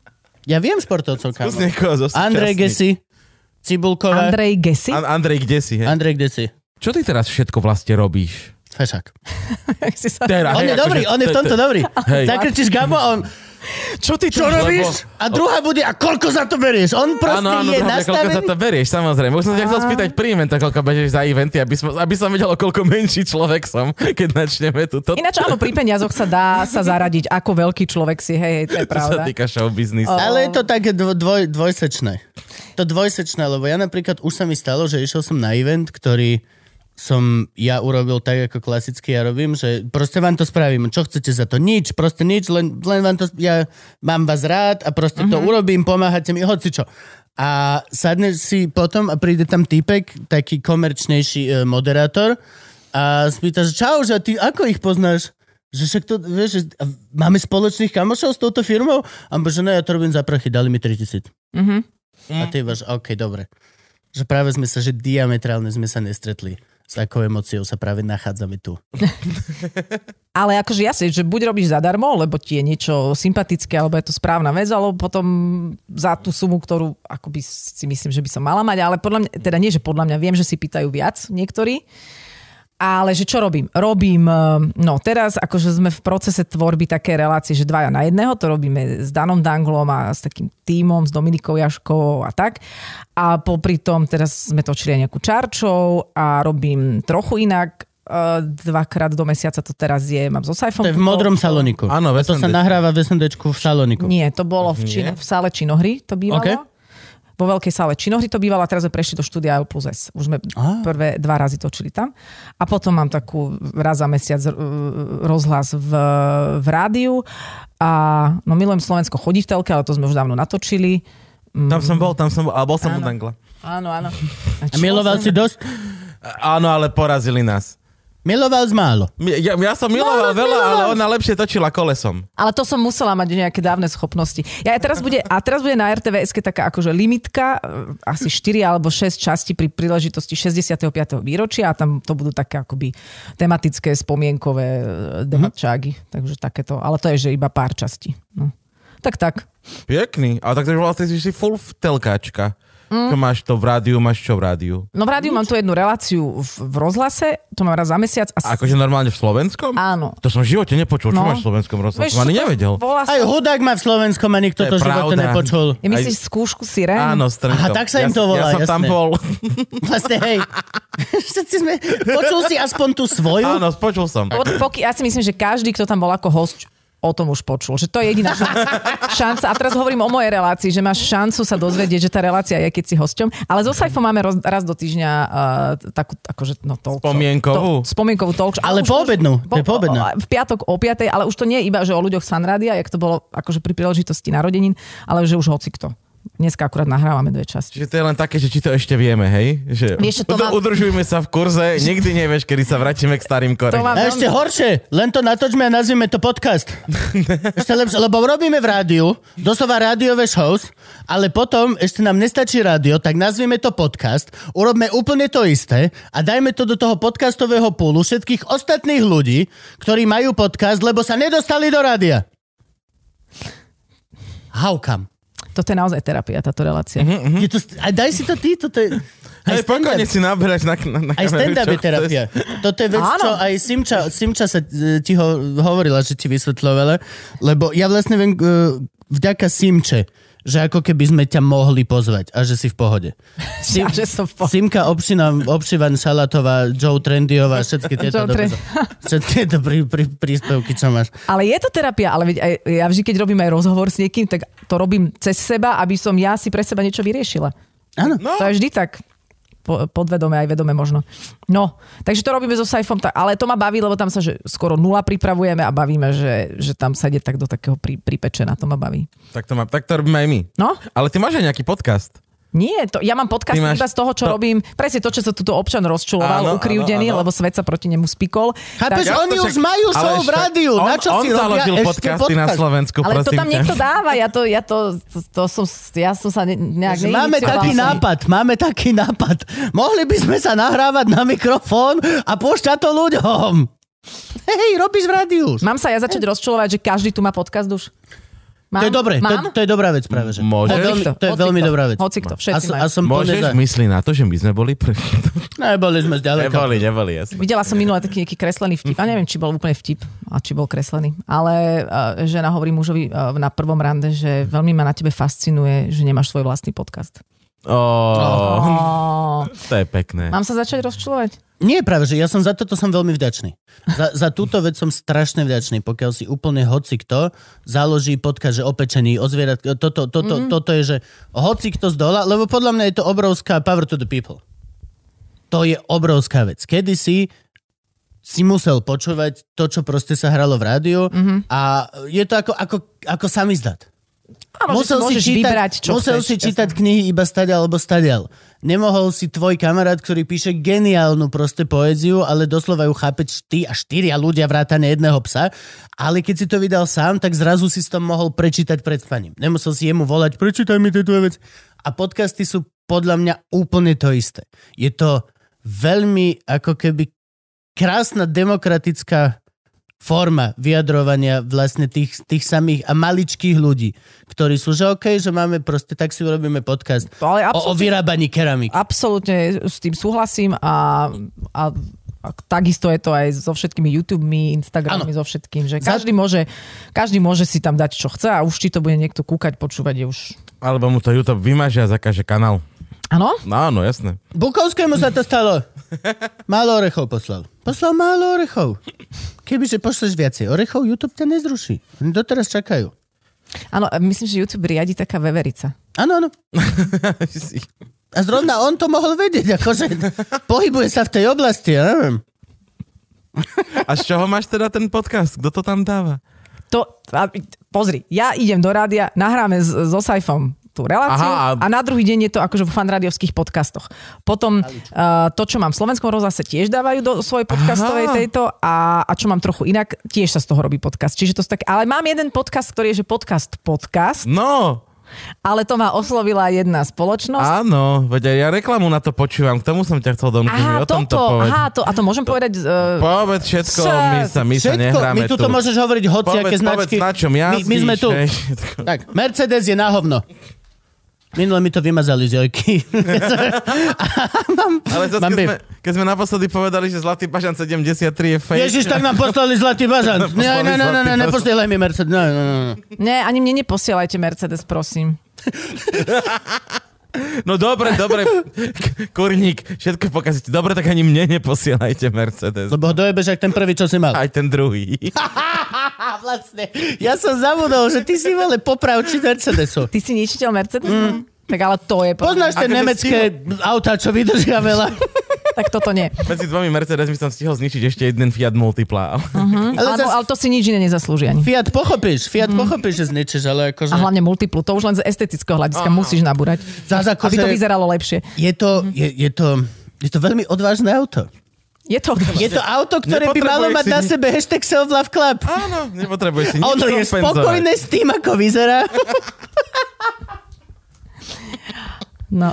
Speaker 1: Ja viem športovcov, kámo.
Speaker 4: Skús niekoho zo
Speaker 1: Andrej Gesi,
Speaker 4: súčasných.
Speaker 1: Cibulková.
Speaker 3: Andrej Gesi?
Speaker 4: An- Andrej, kde si? Hej?
Speaker 1: Andrej Gesi,
Speaker 4: Čo ty teraz všetko vlastne robíš?
Speaker 1: Fešák.
Speaker 3: Jak [laughs] si sa-
Speaker 4: Teraz,
Speaker 1: On je
Speaker 4: hej,
Speaker 1: dobrý,
Speaker 4: akože-
Speaker 1: on je v tomto dobrý.
Speaker 4: Hej.
Speaker 1: Zakričíš Gabo a on,
Speaker 3: Čo ty
Speaker 1: čo
Speaker 3: tu-
Speaker 1: robíš? A druhá bude, a koľko za to berieš? On proste
Speaker 4: Áno, áno,
Speaker 1: je
Speaker 4: to hlavne, koľko za
Speaker 1: nastavený.
Speaker 4: to berieš, samozrejme. Už som sa ťa chcel spýtať pri inventa, koľko bežíš za eventy, aby som, aby som vedel, o koľko menší človek som, [laughs] keď načneme túto.
Speaker 3: Ináč áno, pri peniazoch sa dá sa zaradiť, ako veľký človek si, hej, hej, to je
Speaker 4: čo sa
Speaker 3: pravda.
Speaker 4: týka show biznisu.
Speaker 1: Ale je to také dvo- dvoj, dvojsečné. To dvojsečné, lebo ja napríklad už sa mi stalo, že išiel som na event, ktorý som ja urobil tak, ako klasicky ja robím, že proste vám to spravím. Čo chcete za to? Nič, proste nič, len, len vám to, ja mám vás rád a proste
Speaker 4: Mhm.
Speaker 1: to urobím, pomáhate mi, hoci čo. A sadne si potom a príde tam typek, taký komerčnejší e, moderátor a spýta, že čau, že a ty ako ich poznáš? Že však to, vieš, že a máme spoločných kamošov s touto firmou? A on bo, že ne, ja to robím za prachy, dali mi 3000.
Speaker 3: Mhm.
Speaker 1: A ty ibaš, OK, dobre. Že práve sme sa, že diametrálne sme sa nestretli. S akou emóciou sa práve nachádzame tu.
Speaker 3: Ale akože jasne, že buď robíš zadarmo, lebo ti je niečo sympatické, alebo je to správna vec, alebo potom za tú sumu, ktorú akoby si myslím, že by som mala mať, ale podľa mňa, teda nie, že podľa mňa, viem, že si pýtajú viac niektorí, ale že čo robím? Robím, ehm, no teraz akože sme v procese tvorby také relácie, že dvaja na jedného, to robíme s Danom Danglom a s takým tímom, s Dominikou Jaškovou a tak. A popri tom teraz sme točili aj nejakú čarčou a robím trochu inak, Eh, dvakrát do mesiaca to teraz je, mám so Saifom.
Speaker 1: To je v
Speaker 3: tuto.
Speaker 1: modrom saloniku.
Speaker 4: Áno,
Speaker 1: A
Speaker 4: v
Speaker 1: to sa
Speaker 4: SNDčku.
Speaker 1: nahráva v SNDčku v saloniku.
Speaker 3: Nie, to bolo v, čino, v sále činohry, to bývalo.
Speaker 1: OK.
Speaker 3: Vo veľkej sále činohry to bývalo a teraz sme prešli do štúdia L plus S. Už sme
Speaker 1: Á.
Speaker 3: prvé dva razy točili tam. A potom mám takú raz za mesiac eh, rozhlas v, v rádiu. A no milujem Slovensko chodí v telke, ale to sme už dávno natočili. Mm.
Speaker 4: Tam som bol, tam som bol, ale bol som u Dangla.
Speaker 3: Áno, áno.
Speaker 1: A miloval si dosť?
Speaker 4: Áno, ale porazili nás.
Speaker 1: Miloval z málo.
Speaker 4: Mi- Ja, ja som
Speaker 3: No, no,
Speaker 4: miloval veľa,
Speaker 3: miloval.
Speaker 4: ale ona lepšie točila kolesom.
Speaker 3: Ale to som musela mať nejaké dávne schopnosti. Ja aj teraz bude, a teraz bude na RTVS taká akože limitka, eh, asi 4 alebo 6 časti pri príležitosti 65. výročia a tam to budú také akoby tematické spomienkové
Speaker 4: Mhm.
Speaker 3: eh, debatčágy. Takže takéto. Ale to je, že iba pár častí. No. Tak, tak.
Speaker 4: Pekný. A tak to je vlastne si si full telkáčka.
Speaker 1: Mm.
Speaker 4: Čo máš to v rádiu, máš čo v rádiu?
Speaker 3: No v rádiu mám tu jednu reláciu v, v rozhlase, to mám raz za mesiac. A s...
Speaker 4: Akože normálne v Slovenskom?
Speaker 3: Áno.
Speaker 4: To som v živote nepočul, čo
Speaker 3: No.
Speaker 4: máš v slovenskom rozhlasu,
Speaker 3: Vieš,
Speaker 4: som ani
Speaker 3: to
Speaker 4: nevedel.
Speaker 3: Volá
Speaker 1: Aj
Speaker 3: sa...
Speaker 1: hudák má v Slovenskom a nikto
Speaker 4: To je
Speaker 1: to, v živote
Speaker 4: pravda.
Speaker 1: nepočul.
Speaker 3: Ja myslíš skúšku sirén?
Speaker 4: Áno, strnko.
Speaker 1: Aha, tak sa im
Speaker 4: ja,
Speaker 1: to volá,
Speaker 4: Ja som tam
Speaker 1: jasné.
Speaker 4: bol. [laughs]
Speaker 1: Vlastne,
Speaker 3: [laughs]
Speaker 1: hej. Všetci sme... Počul si aspoň tú svoju?
Speaker 4: Áno, spočul som.
Speaker 3: Pod, poky, ja si myslím, že každý, kto tam bol ako host, o tom už počul, že to je jediná šanca. šanca. A teraz hovorím o mojej relácii, že máš šancu sa dozvedieť, že tá relácia je, keď si hosťom. Ale so Saifom máme roz, raz do týždňa uh, takú, akože, no talk show.
Speaker 4: Spomienkovú?
Speaker 3: To, spomienkovú talk show.
Speaker 1: Ale
Speaker 3: Už-
Speaker 1: poobednú, to
Speaker 3: po- e,
Speaker 1: je poobedná.
Speaker 3: v piatok o 5, ale už to nie je iba, že o ľuďoch z fanrádia, jak to bolo akože pri príležitosti narodenín, ale že už hoci kto. Dneska akurát nahrávame dve časti.
Speaker 4: Čiže to je len také, že či to ešte vieme, hej? Že
Speaker 3: Vieš, čo to
Speaker 4: Udo-
Speaker 3: mám-
Speaker 4: Udržujme sa v kurze, nikdy nevieš, kedy sa vrátime k starým koreňom.
Speaker 1: A ešte horšie, len to natočme a nazvime to podcast. ešte lepšie, lebo robíme v rádiu, doslova rádiové shows, ale potom ešte nám nestačí rádio, tak nazvime to podcast, urobme úplne to isté a dajme to do toho podcastového púlu všetkých ostatných ľudí, ktorí majú podcast, lebo sa nedostali do rádia. How come?
Speaker 3: Toto je naozaj terapia, táto relácia.
Speaker 1: Je to, st- a daj si to ty, toto je...
Speaker 4: [laughs] Mhm.
Speaker 1: aj
Speaker 4: Hej,
Speaker 1: stand-up.
Speaker 4: pokojne si naberáš na, na, na
Speaker 1: Aj
Speaker 4: kameru,
Speaker 1: stand-up
Speaker 4: čo
Speaker 1: je terapia.
Speaker 4: chceš.
Speaker 1: Toto je vec,
Speaker 3: Áno.
Speaker 1: čo aj Simča, Simča sa e, ti ho, hovorila, že ti vysvetľovala, lebo ja vlastne viem, e, vďaka Simče, že ako keby sme ťa mohli pozvať a že si v pohode.
Speaker 3: [laughs] Ja, že som v po...
Speaker 1: Simka Obšina, Obšivan Šalatová, Joe Trendyová,
Speaker 3: [laughs]
Speaker 1: všetky tieto,
Speaker 3: Joe
Speaker 1: dobre,
Speaker 3: Trend-
Speaker 1: [laughs] všetky tieto prí, prí, príspevky, čo máš.
Speaker 3: Ale je to terapia, ale veď aj, ja vždy, keď robím aj rozhovor s niekým, tak to robím cez seba, aby som ja si pre seba niečo vyriešila.
Speaker 1: Áno.
Speaker 3: No. To je vždy tak po- podvedome aj vedome možno. No, takže to robíme so Saifom, tak, ale to ma baví, lebo tam sa že skoro nula pripravujeme a bavíme, že, že tam sa ide tak do takého pri, pripečena, to ma baví.
Speaker 4: Tak to, má, tak to robíme aj my.
Speaker 3: No?
Speaker 4: Ale ty máš aj nejaký podcast.
Speaker 3: Nie, to, ja mám podcast
Speaker 4: Ty máš
Speaker 3: iba z toho, čo
Speaker 4: to-
Speaker 3: robím. Presne to, čo sa tuto občan rozčuloval,
Speaker 4: Áno, áno,
Speaker 3: ukriúdený,
Speaker 4: áno.
Speaker 3: lebo svet sa proti nemu spikol.
Speaker 1: Chápeš,
Speaker 4: Ja
Speaker 1: oni
Speaker 4: to
Speaker 1: už
Speaker 4: však-
Speaker 1: majú
Speaker 4: ale
Speaker 1: show v
Speaker 4: však
Speaker 1: rádiu,
Speaker 4: On,
Speaker 1: na čo
Speaker 4: on
Speaker 1: si robia
Speaker 4: založil
Speaker 1: ešte
Speaker 4: podcasty na
Speaker 1: podcast?
Speaker 4: Slovensku,
Speaker 3: Ale to
Speaker 4: prosím
Speaker 3: tam
Speaker 4: ťa.
Speaker 3: niekto dáva, ja to, ja to, to, to som, ja som sa ne, nejak
Speaker 1: Že Máme
Speaker 3: neiniciovala
Speaker 1: taký
Speaker 3: som.
Speaker 1: nápad, máme taký nápad. Mohli by sme sa nahrávať na mikrofón a púšťať to ľuďom. Hej, robíš v rádiu.
Speaker 3: Mám sa ja začať rozčulovať, že každý tu má podcast už?
Speaker 1: To
Speaker 3: Mám?
Speaker 1: je dobré, to,
Speaker 3: Mám?
Speaker 1: to je dobrá vec práve. Že. To
Speaker 4: Môžeš?
Speaker 1: je veľmi, to je
Speaker 3: Hocikto,
Speaker 1: veľmi dobrá vec. No, a,
Speaker 3: hocikto, všetci
Speaker 1: som- a
Speaker 3: majú.
Speaker 1: som plne za...
Speaker 4: Môžeš myslí na to, že my sme boli prví.
Speaker 1: [laughs] Neboli sme zďaleka.
Speaker 4: neboli, neboli, jasne.
Speaker 3: Videla som minule taký nejaký kreslený vtip. A neviem, či bol úplne vtip a či bol kreslený. Ale eh, žena hovorí mužovi eh, na prvom rande, že veľmi ma na tebe fascinuje, že nemáš svoj vlastný podcast.
Speaker 4: Oh,
Speaker 1: Hm.
Speaker 3: Oh,
Speaker 4: [laughs] to je pekné.
Speaker 3: mám sa začať rozčulovať?
Speaker 1: Nie, práve, že ja som za toto som veľmi vďačný. Za, za túto vec som strašne vďačný, pokiaľ si úplne hoci kto založí podcast, že o pečení, o zvierat, toto, toto,
Speaker 3: Mhm.
Speaker 1: mm. toto je, že hoci kto z dola, lebo podľa mňa je to obrovská power to the people. To je obrovská vec. Kedy si si musel počúvať to, čo proste sa hralo v rádiu
Speaker 3: Mhm.
Speaker 1: mm-hmm. a je to ako, ako, ako samizdat.
Speaker 3: Áno, že si môžeš vybrať, čo
Speaker 1: musel
Speaker 3: chceš.
Speaker 1: si čítať knihy iba stadial alebo stadial. Nemohol si tvoj kamarát, ktorý píše geniálnu proste poéziu, ale doslova ju chápeš ty a štyria ľudia vrátane jedného psa, ale keď si to vydal sám, tak zrazu si si to mohol prečítať pred spaním. Nemusel si jemu volať, prečítaj mi tieto vec. A podcasty sú podľa mňa úplne to isté. Je to veľmi ako keby krásna demokratická forma vyjadrovania vlastne tých, tých samých a maličkých ľudí, ktorí sú, že OK, že máme proste, tak si urobíme podcast
Speaker 3: To ale
Speaker 1: o, o
Speaker 3: absolútne-
Speaker 1: vyrábaní keramik.
Speaker 3: Absolútne s tým súhlasím a, a, a takisto je to aj so všetkými YouTubemi, Instagrammi, so všetkým, že
Speaker 1: Za-
Speaker 3: každý môže, každý môže si tam dať, čo chce a už či to bude niekto kúkať, počúvať je už...
Speaker 4: Alebo mu to YouTube vymaže a zakáže kanál.
Speaker 3: Áno?
Speaker 4: No áno, jasné.
Speaker 1: Bukovskému sa to stalo. Málo orechov poslal. Poslal málo orechov. Kebyže pošleš viacej orechov, YouTube ťa nezruší. Oni doteraz čakajú.
Speaker 3: Áno, a myslím, že YouTube riadi taká veverica.
Speaker 1: Áno, áno. A zrovna on to mohol vedieť, akože pohybuje sa v tej oblasti, ja neviem.
Speaker 4: A z čoho máš teda ten podcast? Kto to tam dáva?
Speaker 3: To, a, pozri, ja idem do rádia, nahráme s, so Saifom tú reláciu Aha,
Speaker 4: Aha,
Speaker 3: a
Speaker 4: a-
Speaker 3: na druhý deň je to akože v fanrádiovských podcastoch. Potom uh, to, čo mám v Slovenskom rozhlase, tiež dávajú do svojej podcastovej
Speaker 4: Aha.
Speaker 3: tejto a, a čo mám trochu inak, tiež sa z toho robí podcast. Čiže to sú tak, ale mám jeden podcast, ktorý je že podcast podcast,
Speaker 4: No,
Speaker 3: ale to ma oslovila jedna spoločnosť.
Speaker 4: áno, veď aj ja reklamu na to počúvam, k tomu som ťa chcel domknúť, mi
Speaker 3: Aha,
Speaker 4: o tom to
Speaker 3: toto,
Speaker 4: povedz.
Speaker 3: aha, to, a to môžem povedať... Uh,
Speaker 4: Povedz všetko,
Speaker 3: Sa-
Speaker 4: my sa, my sa nehráme
Speaker 1: my tu to môžeš hovoriť hoci,
Speaker 4: povedz,
Speaker 1: aké
Speaker 4: povedz,
Speaker 1: značky.
Speaker 4: na čom
Speaker 1: my,
Speaker 4: jazdíš,
Speaker 1: my sme tu.
Speaker 4: hej.
Speaker 1: Tak, Mercedes je na hovno. Minule mi to vymazali z Jojky.
Speaker 4: Ale zase,
Speaker 1: Mám
Speaker 4: keď,
Speaker 1: beef.
Speaker 4: sme, keď sme naposledy povedali, že Zlatý Pažan 73 je fake.
Speaker 1: Ježiš, tak nám poslali zlatý bažant. Ne, ne, ne, ne, ne, neposielaj mi Mercedes. Ne, ne, ne.
Speaker 3: Ne, ani mne neposielajte Mercedes, prosím.
Speaker 4: No dobre, dobre, [laughs] K- kurník, všetko pokazíte. Dobre, tak ani mne neposielajte Mercedes.
Speaker 1: Lebo ho dojebeš, jak ten prvý, čo si mal.
Speaker 4: Aj ten [laughs] druhý.
Speaker 1: A vlastne, ja som zabudol, že ty si vole popravči Mercedesu.
Speaker 3: Ty si ničiteľ Mercedes? Mm. Tak ale to je... podľa
Speaker 1: Poznáš tie
Speaker 4: Akože
Speaker 1: nemecké autá, čo vydržia veľa.
Speaker 3: mňa- Tak toto nie.
Speaker 4: Medzi dvomi Mercedesmi som stihol zničiť ešte jeden Fiat Multipla.
Speaker 1: Ale
Speaker 3: Hm? Ale, Alebo,
Speaker 1: zas-
Speaker 3: ale to si nič iné nezaslúži ani.
Speaker 1: Fiat pochopíš, Fiat pochopíš, že zničíš, ale akože...
Speaker 3: A hlavne multiplu, to už len z estetického hľadiska musíš nabúrať.
Speaker 1: Zas ako,
Speaker 3: aby to
Speaker 1: že-
Speaker 3: vyzeralo lepšie.
Speaker 1: Je to, je, je to, je to veľmi odvážne auto.
Speaker 3: Je to...
Speaker 1: Je to auto, ktoré by malo mať
Speaker 4: Nepotrebuješ si
Speaker 1: na
Speaker 4: ni-
Speaker 1: sebe hashtag self love club.
Speaker 4: Áno, nepotrebuješ si nič
Speaker 1: A ono je
Speaker 4: kompenzovať.
Speaker 1: spokojné s tým, ako vyzerá.
Speaker 3: No.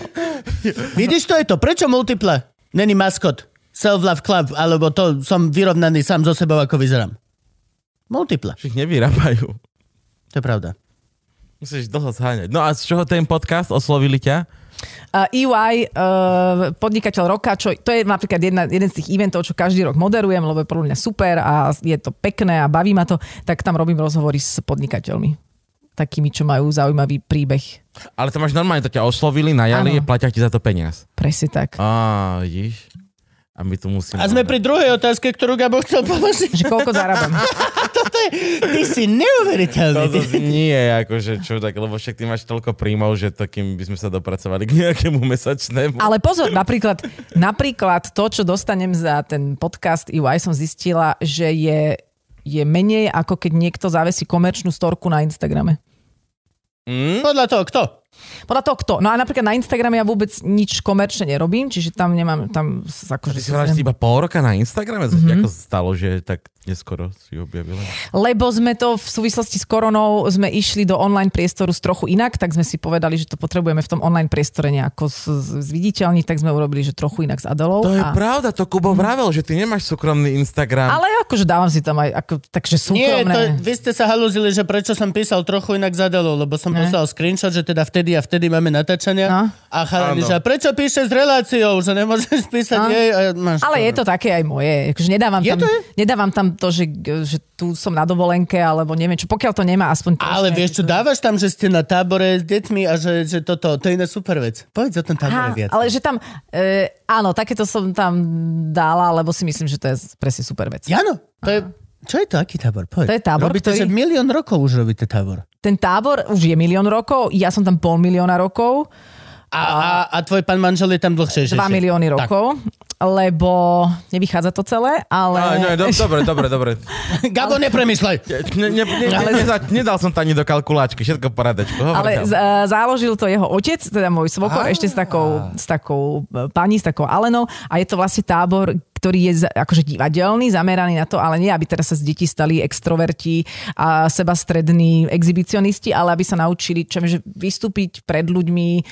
Speaker 1: Vidíš, to je to. Prečo multiple? Není maskot. Self love club, alebo to som vyrovnaný sám so sebou, ako vyzerám. Multiple.
Speaker 4: Že ich nevyrábajú.
Speaker 1: To je pravda.
Speaker 4: Musíš dlho zháňať. No a z čoho ten podcast oslovili ťa?
Speaker 3: Uh, EY, uh, podnikateľ roka, čo, to je napríklad jedna, jeden z tých eventov, čo každý rok moderujem, lebo je podľa mňa super a je to pekné a baví ma to, tak tam robím rozhovory s podnikateľmi. Takými, čo majú zaujímavý príbeh.
Speaker 4: Ale to máš normálne, to ťa oslovili, najali,
Speaker 3: Áno.
Speaker 4: platia ti za to peniaz.
Speaker 3: Presne tak.
Speaker 4: Á, vidíš? A my tu musíme...
Speaker 1: A sme pri druhej otázke, ktorú Gabo chcel položiť.
Speaker 3: Že koľko zarábam.
Speaker 1: Toto je, ty si neuveriteľný.
Speaker 4: No
Speaker 1: Ty,
Speaker 4: to nie, akože čo tak, lebo však ty máš toľko príjmov, že to kým by sme sa dopracovali k nejakému mesačnému.
Speaker 3: Ale pozor, napríklad, napríklad to, čo dostanem za ten podcast EY, som zistila, že je, je menej ako keď niekto zavesí komerčnú storku na Instagrame.
Speaker 1: podľa toho, kto?
Speaker 3: Podľa toho kto. No a napríklad na Instagrame ja vôbec nič komerčne nerobím, čiže tam nemám, tam sa
Speaker 4: Ty
Speaker 3: akože...
Speaker 4: si hovorila, že si iba pol roka na Instagrame, mm-hmm. ako stalo, že tak neskoro si ju objavila.
Speaker 3: Lebo sme to v súvislosti s koronou, sme išli do online priestoru z trochu inak, tak sme si povedali, že to potrebujeme v tom online priestore nejako z- z- zviditeľniť, tak sme urobili, že trochu inak s Adelou.
Speaker 4: To je
Speaker 3: a...
Speaker 4: pravda, to
Speaker 1: Mhm.
Speaker 4: Kubo vravel, že ty nemáš súkromný Instagram.
Speaker 3: Ale akože dávam si tam aj, ako, takže
Speaker 1: Nie,
Speaker 3: súkromné.
Speaker 1: to, vy ste sa halúzili, že prečo som písal trochu inak zadalo, lebo som
Speaker 3: Ne.
Speaker 1: poslal screenshot, že teda vtedy a vtedy máme natáčania.
Speaker 3: No.
Speaker 1: A chalani,
Speaker 4: Áno.
Speaker 1: že a prečo píše s reláciou, že nemôžeš písať
Speaker 3: No.
Speaker 1: jej. A máš
Speaker 3: Ale je to také aj moje. Akože nedávam,
Speaker 1: Je
Speaker 3: tam,
Speaker 1: to je?
Speaker 3: nedávam tam to, že, že tu som na dovolenke, alebo neviem čo. Pokiaľ to nemá, aspoň... to
Speaker 1: Ale
Speaker 3: ešte
Speaker 1: vieš čo,
Speaker 3: nejaké-
Speaker 1: dávaš tam, že ste na tábore s deťmi a že, že toto, to je iná super vec. Povedz o tom tábore
Speaker 3: Aha,
Speaker 1: viac.
Speaker 3: ale že tam, e, áno, takéto som tam dala, lebo si myslím, že to je presne super vec.
Speaker 1: Jano, to je... Čo je to, aký tábor? Povedz.
Speaker 3: To je tábor,
Speaker 1: robíte, že
Speaker 3: ktorý-
Speaker 1: milión rokov už robíte tábor.
Speaker 3: Ten tábor už je milión rokov, ja som tam pol milióna rokov,
Speaker 1: A, a, a tvoj pán manžel je tam dlhšie. že-
Speaker 3: 2
Speaker 1: že-
Speaker 3: milióny
Speaker 1: Tak. [laughs]
Speaker 3: rokov, lebo nevychádza to celé, ale...
Speaker 1: No,
Speaker 4: Á, nie, no,
Speaker 1: [laughs]
Speaker 4: do, dobre, dobre, dobre.
Speaker 1: Gabo, nepremýšľaj.
Speaker 4: Ne, ne, ne, ne, neza, nedal som to ani do kalkulačky, všetko poradečku. Hovor,
Speaker 3: Ale z,
Speaker 4: Gabo.
Speaker 3: e, záložil to jeho otec, teda môj svokor, ešte s takou, s takou e, pani, s takou Alenou. A je to vlastne tábor, ktorý je za- akože divadelný, zameraný na to, ale nie, aby teraz sa z detí stali extroverti a sebastrední exhibicionisti, ale aby sa naučili čem, že vystúpiť pred ľuďmi,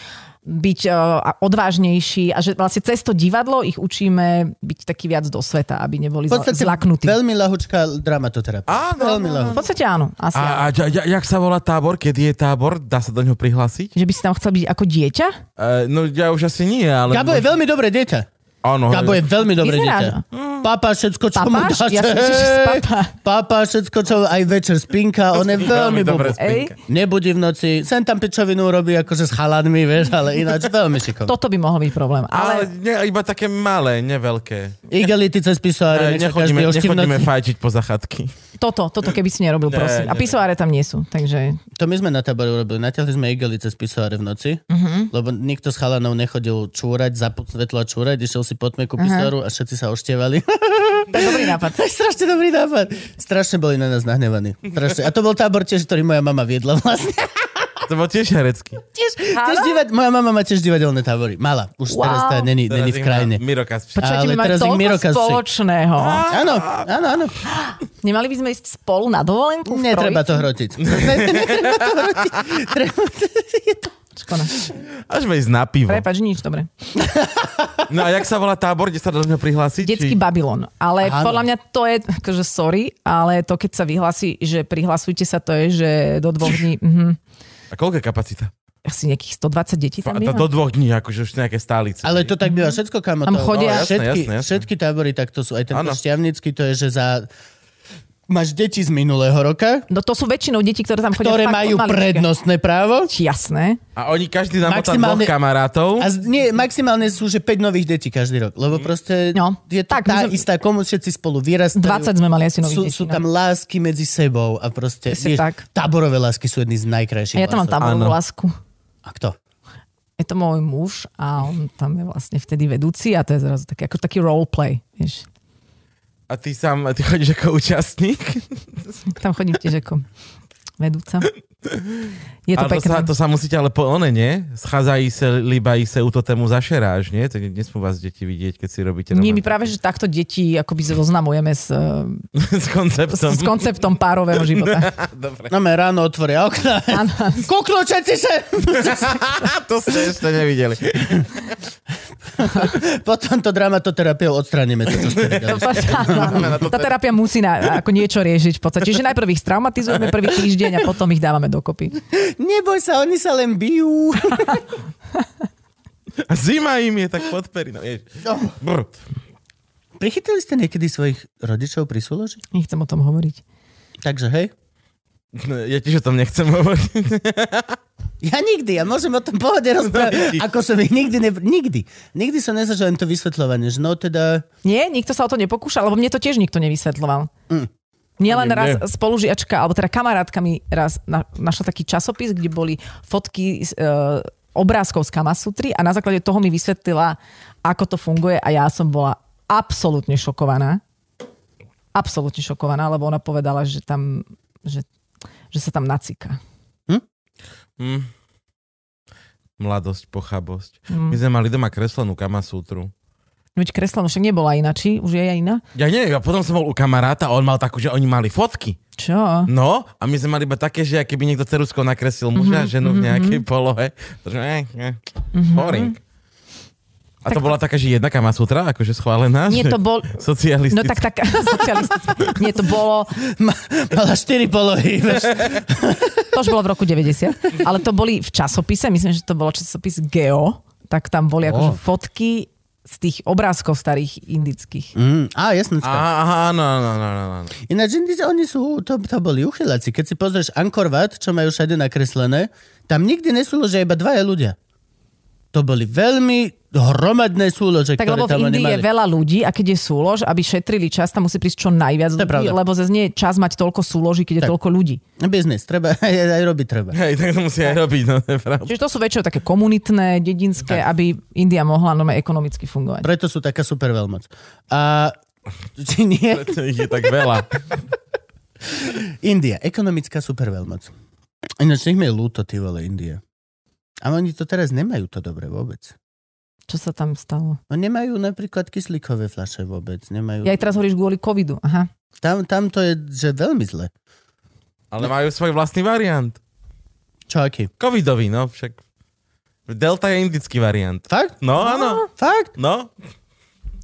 Speaker 3: byť e, a odvážnejší a že vlastne cez to divadlo ich učíme byť taký viac do sveta, aby neboli
Speaker 1: V
Speaker 3: zla-
Speaker 1: podstate
Speaker 3: zlaknutí.
Speaker 1: veľmi ľahučká dramatoterapia.
Speaker 4: Áno,
Speaker 1: teda. veľmi
Speaker 4: áno,
Speaker 1: ľahučká.
Speaker 3: V podstate áno, asi áno.
Speaker 4: A, a, a, a jak sa volá tábor? Kedy je tábor? Dá sa do ňoho prihlásiť?
Speaker 3: Že by si tam chcel byť ako dieťa?
Speaker 4: Uh, no ja už asi nie, ale...
Speaker 1: Gabo je veľmi dobré dieťa.
Speaker 4: Áno.
Speaker 1: Gabo je veľmi dobré
Speaker 3: Vyzeráš.
Speaker 1: dieťa. Papa všetko, čo mu
Speaker 3: no. Papáš?
Speaker 1: dáš.
Speaker 3: Ja som si, že
Speaker 1: Hej.
Speaker 3: papa.
Speaker 1: Papa všetko, čo aj večer spinka. On je veľmi bobo.
Speaker 4: dobre spinka.
Speaker 1: Nebudí v noci. Sem tam pičovinu robí akože s chalanmi, vieš, ale ináč veľmi šikovný.
Speaker 3: Toto by mohol byť problém.
Speaker 4: Ale
Speaker 3: Ale,
Speaker 4: nie, iba také malé, neveľké.
Speaker 1: Igelity cez pisoáre,
Speaker 4: E,
Speaker 1: nech sa
Speaker 4: nechodíme,
Speaker 1: každý oštívnoci.
Speaker 4: nechodíme fajčiť po zachatky.
Speaker 3: Toto, toto keby si nerobil,
Speaker 4: Ne,
Speaker 3: prosím. A
Speaker 4: ne, ne.
Speaker 3: pisoáre tam nie sú, takže...
Speaker 1: To my sme na tabore urobili. Natiahli sme igely cez pisoáre v noci,
Speaker 3: Mhm.
Speaker 1: lebo nikto s chalanou nechodil čúrať, zapúť svetlo a čúrať, išiel si po
Speaker 3: Mhm.
Speaker 1: tmeku pisoáru a všetci sa oštievali.
Speaker 3: To je
Speaker 4: [laughs]
Speaker 3: dobrý nápad. [laughs]
Speaker 1: To je strašne dobrý nápad. Strašne boli na nás nahnevaní. Strašne. A to bol tábor tiež, ktorý moja mama viedla vlastne.
Speaker 4: To bol tiež herecký.
Speaker 1: Tiež, tiež divad- moja mama má tiež divadelné tábory. Mala. Už
Speaker 3: Wow.
Speaker 1: teraz tá není, není v krajine.
Speaker 4: Mirokas.
Speaker 3: Počujete, my
Speaker 1: Ale
Speaker 3: máme
Speaker 1: teraz ich
Speaker 3: toľko
Speaker 1: Miro kazuje.
Speaker 3: spoločného.
Speaker 1: Áno, áno, áno.
Speaker 3: Nemali by sme ísť spolu na dovolenku? v
Speaker 1: Netreba
Speaker 3: trojici?
Speaker 1: to hrotiť. [laughs] Netreba to hrotiť. Treba... Je to...
Speaker 3: Škoda.
Speaker 4: Až ma ísť na pivo.
Speaker 3: Prepač, nič, dobre.
Speaker 4: No a jak sa volá tábor, kde sa dá do mňa prihlásiť?
Speaker 3: Detský
Speaker 4: Či-
Speaker 3: Babylon. Ale
Speaker 1: Áno.
Speaker 3: podľa mňa to je, akože sorry, ale to,
Speaker 4: [laughs]
Speaker 3: keď sa vyhlási, že prihlasujte sa, to je, že do dvoch dní... Mhm.
Speaker 4: A koľko je kapacita?
Speaker 3: asi nejakých 120 detí tam
Speaker 4: Fa- do-
Speaker 3: býva.
Speaker 4: do dvoch dní, akože už nejaké stálice.
Speaker 1: Ale to tak býva všetko, kamo.
Speaker 3: Tam
Speaker 1: to-
Speaker 3: chodia-
Speaker 4: No, jasné,
Speaker 1: všetky,
Speaker 4: jasné, jasné.
Speaker 1: všetky tábory takto sú. Aj ten
Speaker 4: Áno.
Speaker 1: šťavnický, to je, že za... Máš deti z minulého roka,
Speaker 3: No to sú väčšinou deti, ktoré tam chodia
Speaker 1: ktoré
Speaker 3: fakt od
Speaker 1: majú
Speaker 3: malička.
Speaker 1: prednostné právo.
Speaker 3: Či Jasné.
Speaker 4: A oni každý namotá
Speaker 1: Maximálne-
Speaker 4: dvoch kamarátov.
Speaker 1: A z, nie, maximálne sú, že 5 nových detí každý rok, lebo proste
Speaker 3: No,
Speaker 1: je to
Speaker 3: tak,
Speaker 1: tak,
Speaker 3: my
Speaker 1: tá
Speaker 3: sme-
Speaker 1: istá komu, všetci spolu vyrastajú.
Speaker 3: 20 sme mali asi nových
Speaker 1: sú,
Speaker 3: detí,
Speaker 1: sú
Speaker 3: no.
Speaker 1: tam lásky medzi sebou a proste,
Speaker 3: Presne
Speaker 1: vieš,
Speaker 3: tak.
Speaker 1: táborové lásky sú jedny z najkrajších.
Speaker 3: Ja tam mám
Speaker 1: lások.
Speaker 3: táborovú lásku.
Speaker 1: A kto?
Speaker 3: Je to môj muž a on tam je vlastne vtedy vedúci a to je zrazu taký, ako taký roleplay. Vieš.
Speaker 4: A ty sám, a ty chodíš ako účastník.
Speaker 3: Tam chodím tiež ako vedúca. Je to
Speaker 4: Ale to,
Speaker 3: pekné.
Speaker 4: sa, to sa musíte ale po one, nie? Schádzají sa, liba i sa u to tému zašeráš, nie? Tak nesmú vás deti vidieť, keď si robíte...
Speaker 3: Nie,
Speaker 4: rovnaké-
Speaker 3: my práve, že takto deti akoby zoznamujeme s, eh,
Speaker 4: [laughs] S konceptom.
Speaker 3: s konceptom párového života.
Speaker 1: No mé ráno otvoria okna.
Speaker 3: Áno.
Speaker 1: [laughs] Kuknú všetci sa.
Speaker 4: to ste ešte nevideli.
Speaker 1: [laughs] Potom to dramatoterapiou odstránime. To,
Speaker 3: [laughs]
Speaker 1: čo ste videli.
Speaker 3: To sa- Tá terapia musí na, ako niečo riešiť v podstate. Čiže najprv ich straumatizujeme prvý týždeň a potom ich dávame dokopy.
Speaker 1: Neboj sa, oni sa len bijú. [laughs]
Speaker 4: A zima im je tak pod perinou. Ježiš. Brr.
Speaker 1: Prichytili ste niekedy svojich rodičov pri súloži?
Speaker 3: Nechcem o tom hovoriť.
Speaker 1: Takže hej.
Speaker 4: No, Ja tiež o tom nechcem hovoriť.
Speaker 1: Ja nikdy, ja môžem o tom pohode rozprávať,
Speaker 4: vidíš.
Speaker 1: ako som ich nikdy, ne... nikdy, nikdy som nezažil len to vysvetľovanie, že no teda,
Speaker 3: Nie, nikto sa o to nepokúšal, lebo mne to tiež nikto nevysvetľoval. Mne len
Speaker 4: Ani
Speaker 3: raz
Speaker 4: mne.
Speaker 3: spolužiačka, alebo teda kamarátka mi raz na, našla taký časopis, kde boli fotky z, e, obrázkov z Kamasutry a na základe toho mi vysvetlila, ako to funguje a ja som bola absolútne šokovaná. Absolútne šokovaná, lebo ona povedala, že tam, že, že sa tam nacika.
Speaker 4: Hm. Mladosť, pochabosť. My sme mali doma kreslenú kamasútru.
Speaker 3: Veď kresleno však nebola inačí, už je aj iná.
Speaker 4: Ja neviem, ja potom som bol u kamaráta a on mal takú, že oni mali fotky.
Speaker 3: Čo?
Speaker 4: No, a my sme mali iba také, že keby niekto ceruskou nakreslil muža a ženu v nejakej polohe. Takže, eh, eh, boring. A to bola taká, že jedna kamasutra, akože schválená?
Speaker 3: Nie,
Speaker 4: že
Speaker 3: to
Speaker 4: [laughs]
Speaker 3: bol... No
Speaker 4: Socialistická.
Speaker 3: tak, tak, [laughs] socialistické. Nie, to bolo,
Speaker 1: ma, mala štyri polohy, [laughs] vieš.
Speaker 3: To už bolo v roku 90, ale to boli v časopise, myslím, že to bolo časopis Geo, tak tam boli akože fotky z tých obrázkov starých indických.
Speaker 1: Mm, á, jasnočka.
Speaker 4: Á, Aha, áno, áno, áno, áno, áno.
Speaker 1: Ináč, indi- oni sú, to, to boli uchyláci. Keď si pozrieš Angkor Wat, čo majú všade nakreslené, tam nikdy nesúložia iba dvaja ľudia. To boli veľmi hromadné súlože,
Speaker 3: Tak
Speaker 1: ktoré
Speaker 3: lebo
Speaker 1: tam
Speaker 3: v
Speaker 1: oni
Speaker 3: Indii je
Speaker 1: mali.
Speaker 3: veľa ľudí a keď je súlož, aby šetrili čas, tam musí prísť čo najviac
Speaker 1: To je
Speaker 3: ľudí,
Speaker 1: pravda.
Speaker 3: lebo zase nie je čas mať toľko súloží, keď je
Speaker 1: Tak.
Speaker 3: toľko ľudí.
Speaker 1: Biznis, treba, [laughs] aj, aj robiť treba.
Speaker 4: Hej, tak to musí aj robiť, no to je pravda.
Speaker 3: Čiže to sú väčšinou také komunitné, dedinské, aby India mohla nome ekonomicky fungovať.
Speaker 1: Preto sú taká super veľmoc. A či nie?
Speaker 4: Preto ich je tak veľa.
Speaker 1: India, ekonomická superveľmoc. Ináč nech mi je ľúto, ty vole, Indie. A oni to teraz nemajú to dobre vôbec.
Speaker 3: Čo sa tam stalo?
Speaker 1: No nemajú napríklad kyslíkové fľaše vôbec. Nemajú...
Speaker 3: Ja aj teraz hovoríš kvôli covidu. Aha.
Speaker 1: Tam, tam to je že veľmi zle.
Speaker 4: Ale majú svoj vlastný variant.
Speaker 1: Čo aký?
Speaker 4: Covidový, no však. Delta je indický variant.
Speaker 1: Fakt?
Speaker 4: No, áno.
Speaker 1: Fakt?
Speaker 4: No,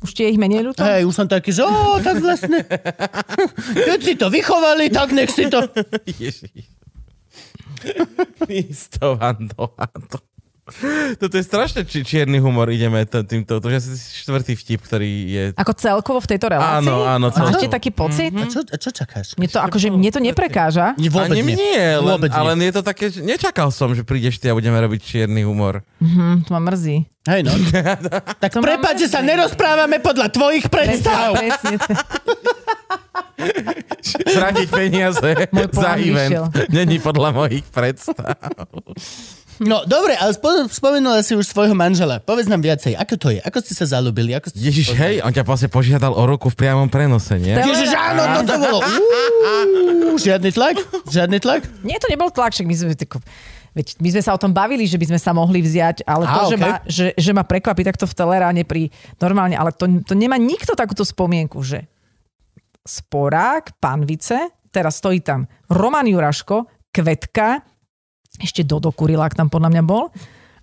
Speaker 3: Už tie ich menej ľúto?
Speaker 1: Hej, už som taký, že ó, tak
Speaker 4: [laughs]
Speaker 1: vlastne. Keď si to vychovali, tak nech si to...
Speaker 4: Ježiš. [laughs] Isto, Vando, Vando. Toto je strašne či- čierny humor, ideme t- týmto. To už je asi štvrtý vtip, ktorý je...
Speaker 3: Ako celkovo v tejto relácii?
Speaker 4: Áno, áno,
Speaker 3: Máte
Speaker 4: celkovo.
Speaker 3: taký pocit?
Speaker 1: A čo, a čo čakáš?
Speaker 3: Mne to, akože, mne to neprekáža.
Speaker 1: Nie, Vôbec
Speaker 4: Ani
Speaker 1: nie.
Speaker 4: mne, len,
Speaker 1: Vôbec
Speaker 4: ale
Speaker 1: nie.
Speaker 4: je to také, že nečakal som, že prídeš ty a budeme robiť čierny humor.
Speaker 3: Hm, to ma mrzí.
Speaker 1: Hej,
Speaker 4: [laughs]
Speaker 1: no. tak
Speaker 3: To mám
Speaker 1: prepáč, že sa nerozprávame podľa tvojich predstav.
Speaker 3: Presne, presne.
Speaker 4: Trátiť [laughs] peniaze
Speaker 3: Môj plán
Speaker 4: za event.
Speaker 3: vyšiel.
Speaker 4: Není podľa mojich predstav.
Speaker 1: No, dobre, ale spo- spomenula si už svojho manžela. Povedz nám viacej, ako to je? Ako ste sa zalúbili? Ako ste...
Speaker 4: Ježiš, hej, on ťa vlastne požiadal o ruku v priamom prenose, nie?
Speaker 3: To-
Speaker 1: Ježiš, áno, toto bolo. Uú, žiadny tlak, žiadny tlak.
Speaker 3: Nie, to nebol tlak, však my sme, tako, veď, my sme sa o tom bavili, že by sme sa mohli vziať, ale to,
Speaker 1: Á,
Speaker 3: že,
Speaker 1: okej.
Speaker 3: ma, že, že ma prekvapí takto v teleráne pri normálne, ale to, to nemá nikto takúto spomienku, že sporák, panvice, teraz stojí tam Roman Juraško, Kvetka, ešte Dodo Kurilák tam podľa mňa bol.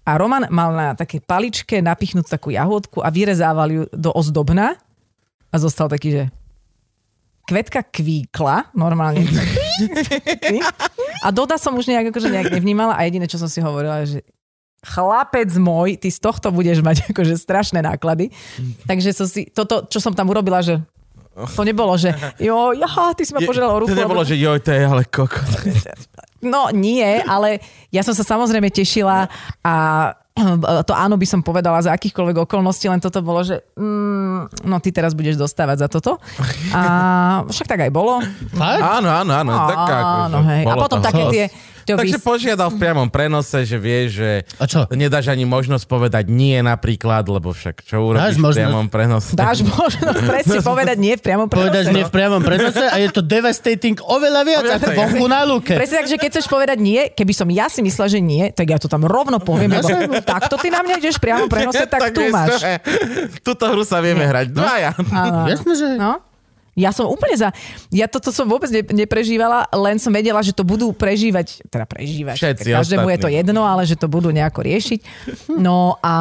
Speaker 3: A Roman mal na také paličke napichnutú takú jahodku a vyrezával ju do ozdobna a zostal taký, že kvetka kvíkla, normálne. A Doda som už nejak, akože nejak nevnímala a jediné, čo som si hovorila, že chlapec môj, ty z tohto budeš mať akože strašné náklady. Takže som si, toto, čo som tam urobila, že to nebolo, že jo, jaha, ty si ma požiadal o ruku.
Speaker 4: to nebolo,
Speaker 3: lebo-
Speaker 4: Teda že joj, to je ale kokot.
Speaker 3: No nie, ale ja som sa samozrejme tešila a to áno by som povedala za akýchkoľvek okolností, len toto bolo, že mm, no ty teraz budeš dostávať za toto. A však tak aj bolo.
Speaker 1: Fakt?
Speaker 4: Áno, áno, áno. Taká,
Speaker 3: Áno,
Speaker 4: akože,
Speaker 3: hej. A
Speaker 4: bolo
Speaker 3: potom
Speaker 4: to.
Speaker 3: také tie... čo by
Speaker 4: Takže
Speaker 3: si-
Speaker 4: požiadal v priamom prenose, že vie, že
Speaker 1: A čo?
Speaker 4: nedáš ani možnosť povedať nie napríklad, lebo však čo
Speaker 1: Dáš
Speaker 4: urobíš v
Speaker 1: možnosť.
Speaker 4: priamom prenose?
Speaker 3: Dáš možnosť
Speaker 1: [laughs]
Speaker 3: presne povedať nie v priamom prenose.
Speaker 1: Povedať nie v priamom prenose a je to devastating oveľa viac
Speaker 4: Oveľa
Speaker 1: ako
Speaker 4: viac.
Speaker 1: vonku na lúke.
Speaker 3: Presne tak, že keď chceš povedať nie, keby som ja si myslela, že nie, tak ja to tam rovno poviem, lebo
Speaker 1: [laughs]
Speaker 3: takto ty na mňa ideš priamo
Speaker 4: [laughs]
Speaker 3: prenose, tak tu
Speaker 4: my
Speaker 3: máš. No,
Speaker 4: sme- Túto hru sa vieme hrať. Dvaja.
Speaker 3: Áno.
Speaker 1: Jasné, že...
Speaker 3: No? Ja som úplne za... Ja toto som vôbec ne, neprežívala, len som vedela, že to budú prežívať, teda prežívať.
Speaker 4: Všetci
Speaker 3: tak Každému je
Speaker 4: ostatní.
Speaker 3: to jedno, ale že to budú nejako riešiť. No a...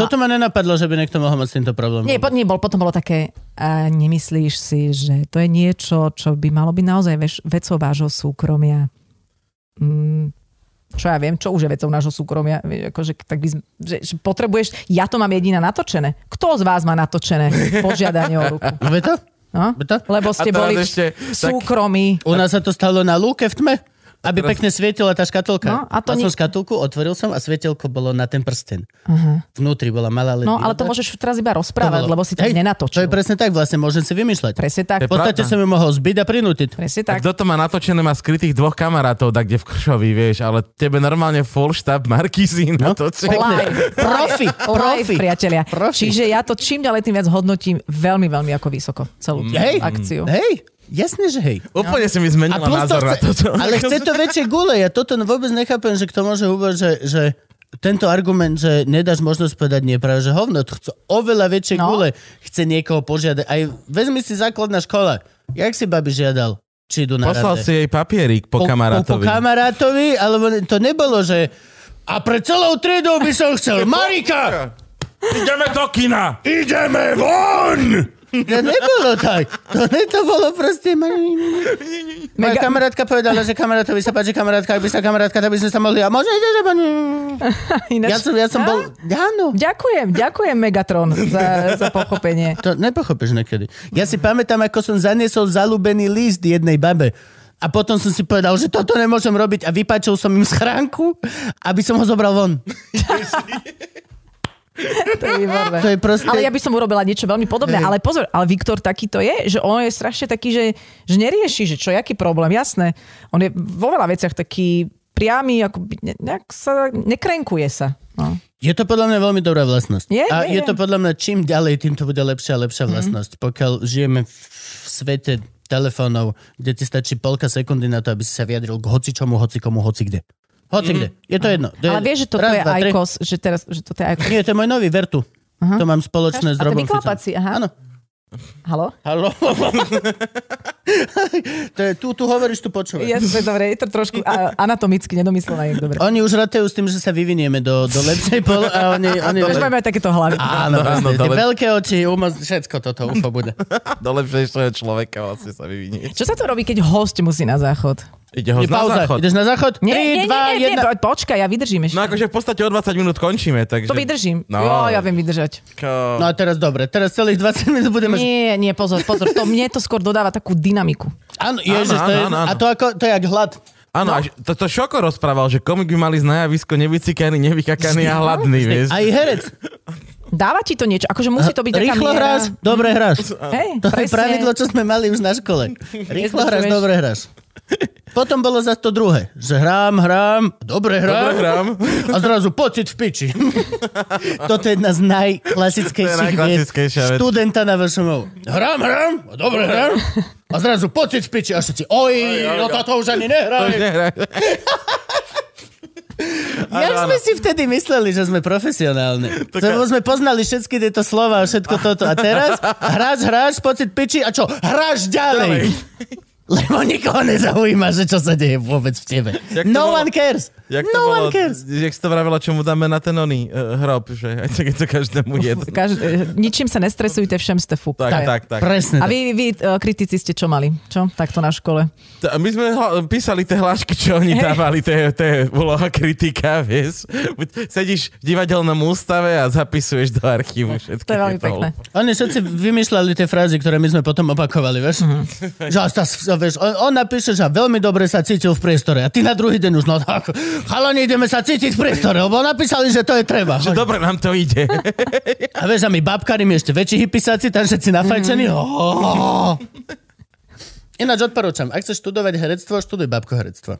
Speaker 1: Toto ma nenapadlo, že by niekto mohol mať s týmto
Speaker 4: No.
Speaker 1: problémom.
Speaker 3: Nie, po, nie, bol, potom bolo také, a nemyslíš si, že to je niečo, čo by malo byť naozaj veš, vecou vášho súkromia. Mm, čo ja viem, čo už je vecou nášho súkromia. Vieš, Akože, tak by, sme- že, že potrebuješ, ja to mám jediná natočené. Kto z vás má natočené požiadanie o ruku?
Speaker 1: No, vie to?
Speaker 3: No?
Speaker 1: Vie to?
Speaker 3: Lebo ste
Speaker 4: A teraz
Speaker 3: boli v
Speaker 4: ešte
Speaker 3: v
Speaker 4: tak-
Speaker 3: súkromí.
Speaker 1: U nás sa to stalo na lúke v tme, aby pekne svietila tá škatulka.
Speaker 3: No, a to
Speaker 1: Mal som
Speaker 3: ni-
Speaker 1: škatulku, otvoril som a svietelko bolo na ten prsten. Vnútri bola malá ledina.
Speaker 3: No, ale to môžeš teraz iba rozprávať, lebo si to
Speaker 1: Hej, To
Speaker 3: nenatočil.
Speaker 1: je presne tak, vlastne môžem si vymýšľať.
Speaker 3: Presne
Speaker 1: V
Speaker 3: tak.
Speaker 1: podstate
Speaker 4: Pravda.
Speaker 1: som ju mohol zbiť a prinútiť.
Speaker 3: Presne tak.
Speaker 4: Tak. Kto to má natočené, má skrytých dvoch kamarátov, tak kde v Kršovi, vieš, ale tebe normálne full štáb Markízy
Speaker 1: No.
Speaker 4: natočený.
Speaker 1: Pekne.
Speaker 3: [laughs] Live.
Speaker 1: Profi,
Speaker 3: Live,
Speaker 1: profi.
Speaker 3: priatelia.
Speaker 1: Profi.
Speaker 3: Čiže ja to čím ďalej tým viac hodnotím veľmi, veľmi ako vysoko celú tú
Speaker 1: Hej.
Speaker 3: akciu.
Speaker 1: Hej, jasne, že hej.
Speaker 4: Úplne si mi zmenila názor na toto.
Speaker 1: ale chce to väčšie gule. Ja toto vôbec nechápem, že kto môže uber, že, že tento argument, že nedáš možnosť povedať nie, práve že hovno, to chce oveľa väčšie
Speaker 3: No.
Speaker 1: no. gule. Chce niekoho požiadať. Aj vezmi si základná škola. Jak si babi žiadal? Či idú na
Speaker 4: Poslal
Speaker 1: rande?
Speaker 4: si jej papierik
Speaker 1: Po,
Speaker 4: po, kamarátovi.
Speaker 1: po kamarátovi, alebo ne- to nebolo, že a pre celou triedou by som
Speaker 4: [laughs]
Speaker 1: chcel Marika!
Speaker 5: Ideme do kina!
Speaker 1: Ideme von! To nebolo tak. To, ne, to bolo proste... Moja
Speaker 3: Mega-
Speaker 1: kamarátka povedala, že kamarátovi sa páči kamarátka, ak by sa kamarátka, tak by sme sa mohli... A možno ide, že...
Speaker 3: Ináč,
Speaker 1: Ja som, ja som bol... Áno.
Speaker 3: Ďakujem, ďakujem Megatron za, za pochopenie.
Speaker 1: To nepochopíš niekedy. Ja si pamätám, ako som zaniesol zalúbený list jednej babe. A potom som si povedal, že toto nemôžem robiť a vypačil som im schránku, aby som ho zobral von.
Speaker 3: To je výborné.
Speaker 1: To je proste-
Speaker 3: Ale ja by som urobila niečo veľmi podobné. Ale pozor, ale Viktor taký to je, že on je strašne taký, že, že nerieši, že čo, jaký problém, jasné. On je vo veľa veciach taký priamy, ako by- ne, nejak sa, nekrenkuje sa. No.
Speaker 1: Je to podľa mňa veľmi dobrá vlastnosť.
Speaker 3: Je,
Speaker 1: a
Speaker 3: je, Mhm.
Speaker 1: je to
Speaker 3: je.
Speaker 1: podľa mňa čím ďalej, tým to bude lepšia a lepšia vlastnosť. Pokiaľ žijeme v svete telefónov, kde ti stačí polka sekundy na to, aby si sa vyjadril k hocičomu, hocikomu, hocikde. Hocikde. Je to jedno. To je
Speaker 3: Mhm. Ale vieš, že toto
Speaker 1: raz,
Speaker 3: je
Speaker 1: dva, tri.
Speaker 3: IQOS, že teraz, že toto je IQOS.
Speaker 1: Nie, to je môj nový Vertu. To mám spoločné s
Speaker 3: Ukáž? A to
Speaker 1: Robom
Speaker 3: vyklapať si, aha.
Speaker 1: Áno.
Speaker 3: Halo?
Speaker 1: Haló. [laughs] to je, tu, tu hovoríš, tu počúvaš.
Speaker 3: Ja,
Speaker 1: [laughs]
Speaker 3: to je dobre, je to trošku a, anatomicky nedomyslené. je Dobre.
Speaker 1: Oni už ratajú s tým, že sa vyvinieme do, do lepšej pol... A
Speaker 3: [laughs]
Speaker 1: oni, oni,
Speaker 3: Už máme aj takéto hlavy.
Speaker 1: Áno,
Speaker 4: Áno,
Speaker 1: presne.
Speaker 4: to
Speaker 1: Tie
Speaker 4: lep-
Speaker 1: veľké oči, umoc, všetko toto UFO bude.
Speaker 4: Do lepšejšieho človeka vlastne sa vyvinie.
Speaker 3: Čo sa to robí, keď host musí na záchod?
Speaker 4: Ide ho
Speaker 1: Je
Speaker 4: na
Speaker 1: pauza.
Speaker 4: záchod.
Speaker 1: Ideš na záchod?
Speaker 3: Nie,
Speaker 1: 3,
Speaker 3: nie, nie,
Speaker 1: 2,
Speaker 3: nie, nie,
Speaker 1: 1.
Speaker 3: po- počkaj, ja vydržím ešte.
Speaker 4: No akože v podstate o 20 minút končíme, takže...
Speaker 3: to vydržím.
Speaker 4: No.
Speaker 3: Jo, ja viem vydržať.
Speaker 1: No a teraz dobre, teraz celých 20 minút budeme...
Speaker 3: Nie, nie, pozor, pozor. To mne to skôr dodáva takú dynamiku.
Speaker 1: Áno, ježiš,
Speaker 4: Áno,
Speaker 1: to je,
Speaker 4: áno, áno.
Speaker 1: a to, ako, to je jak hlad.
Speaker 3: No.
Speaker 4: Áno, až to, to Šoko rozprával, že komik by mali ísť na javisko nevycikaný, nevykakaný a hladný, vieš.
Speaker 1: Aj herec.
Speaker 3: Dáva ti to niečo, akože musí to byť taká
Speaker 1: Rýchlo
Speaker 3: miera.
Speaker 1: hráš, dobre hráš.
Speaker 3: Hej,
Speaker 1: To je
Speaker 3: presne.
Speaker 1: pravidlo, čo sme mali už na škole. Rýchlo hráš,
Speaker 3: Nezdržuješ.
Speaker 1: dobre hráš. Potom bolo za to druhé, že hrám, hrám, dobre hrám,
Speaker 4: Dobre hrám.
Speaker 3: [laughs]
Speaker 1: a zrazu pocit v
Speaker 4: [laughs]
Speaker 1: piči. Toto je jedna z
Speaker 4: To je
Speaker 1: najklasickejších vied
Speaker 4: najklasickejšia vec.
Speaker 1: študenta na VŠMU. Hrám, hrám, a dobre hrám, a zrazu pocit v piči a všetci, oj, no toto už ani
Speaker 4: To už
Speaker 1: nehráj.
Speaker 4: nehrá.
Speaker 1: Jak
Speaker 4: Áno,
Speaker 1: sme
Speaker 4: áno.
Speaker 1: si vtedy mysleli, že sme profesionálni?
Speaker 4: Tak-
Speaker 1: Lebo sme poznali všetky tieto slova a
Speaker 4: [laughs]
Speaker 1: všetko toto. A teraz hráš, hráš, pocit piči a čo? Hráš [laughs] ďalej. Lebo nikoho nezaujíma, že čo sa deje vôbec v tebe.
Speaker 4: Jak to
Speaker 1: No
Speaker 4: bolo?
Speaker 1: one cares.
Speaker 4: Jak to,
Speaker 1: No one
Speaker 4: bolo,
Speaker 1: cares.
Speaker 4: jak si to vravela, čo mu dáme na ten oný eh, hrob, že [laughs] aj tak je to každému jedno.
Speaker 3: Každ- eh, ničím sa nestresujte, všem ste fuk.
Speaker 4: Tak,
Speaker 3: To je.
Speaker 4: tak, tak.
Speaker 1: Presne
Speaker 3: A
Speaker 1: tak.
Speaker 3: vy, vy eh, kritici ste čo mali? Čo? Takto na škole.
Speaker 4: T- My sme hla- písali tie hlášky, čo oni
Speaker 3: Hej.
Speaker 4: dávali, to je, to je úloha kritika, [laughs] vieš. Buď sedíš v divadelnom ústave a zapisuješ do archívu
Speaker 3: To
Speaker 4: všetky
Speaker 3: je veľmi
Speaker 4: tieto
Speaker 3: pekné.
Speaker 4: hol-
Speaker 1: Oni všetci vymýšľali tie frázy, ktoré my sme potom opakovali, vieš? Mm-hmm. [laughs] Že, sa, sa, vieš on, on napíše, že veľmi dobre sa cítil v priestore a ty na druhý deň už, no tak, chalani, ideme sa cítiť v priestore, lebo napísali, že to je treba.
Speaker 4: Že dobre nám to
Speaker 3: [laughs]
Speaker 4: ide.
Speaker 1: A vieš, a my babkári, my ešte väčší hypisáci, tam všetci nafajčení. Oh. Ináč odporúčam, ak chceš študovať herectvo, študuj babkoherectvo.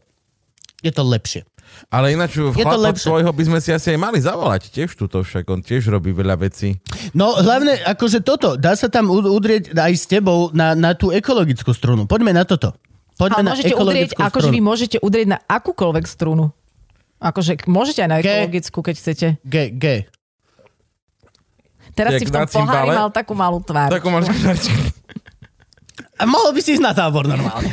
Speaker 1: Je to lepšie.
Speaker 4: Ale ináč v
Speaker 1: Je to
Speaker 4: chlapa
Speaker 1: lepšie.
Speaker 4: tvojho by sme si asi aj mali zavolať. Tiež tu to však, on tiež robí veľa vecí.
Speaker 1: No hlavne, akože toto, dá sa tam u- udrieť aj s tebou na, na tú ekologickú strunu. Poďme na toto. Poďme
Speaker 3: Ale
Speaker 1: na
Speaker 3: môžete udrieť,
Speaker 1: ekologickú
Speaker 3: akože vy
Speaker 1: strunu.
Speaker 3: môžete udrieť na akúkoľvek strunu. Akože k- môžete aj na
Speaker 1: Ke-
Speaker 3: ekologickú, keď chcete.
Speaker 1: Ge, ge.
Speaker 3: Teraz
Speaker 4: Jak
Speaker 3: si v tom
Speaker 4: na cymbale?
Speaker 3: pohári mal takú malú tvár.
Speaker 4: Takú máš
Speaker 1: A mohol by si ísť na tábor normálne.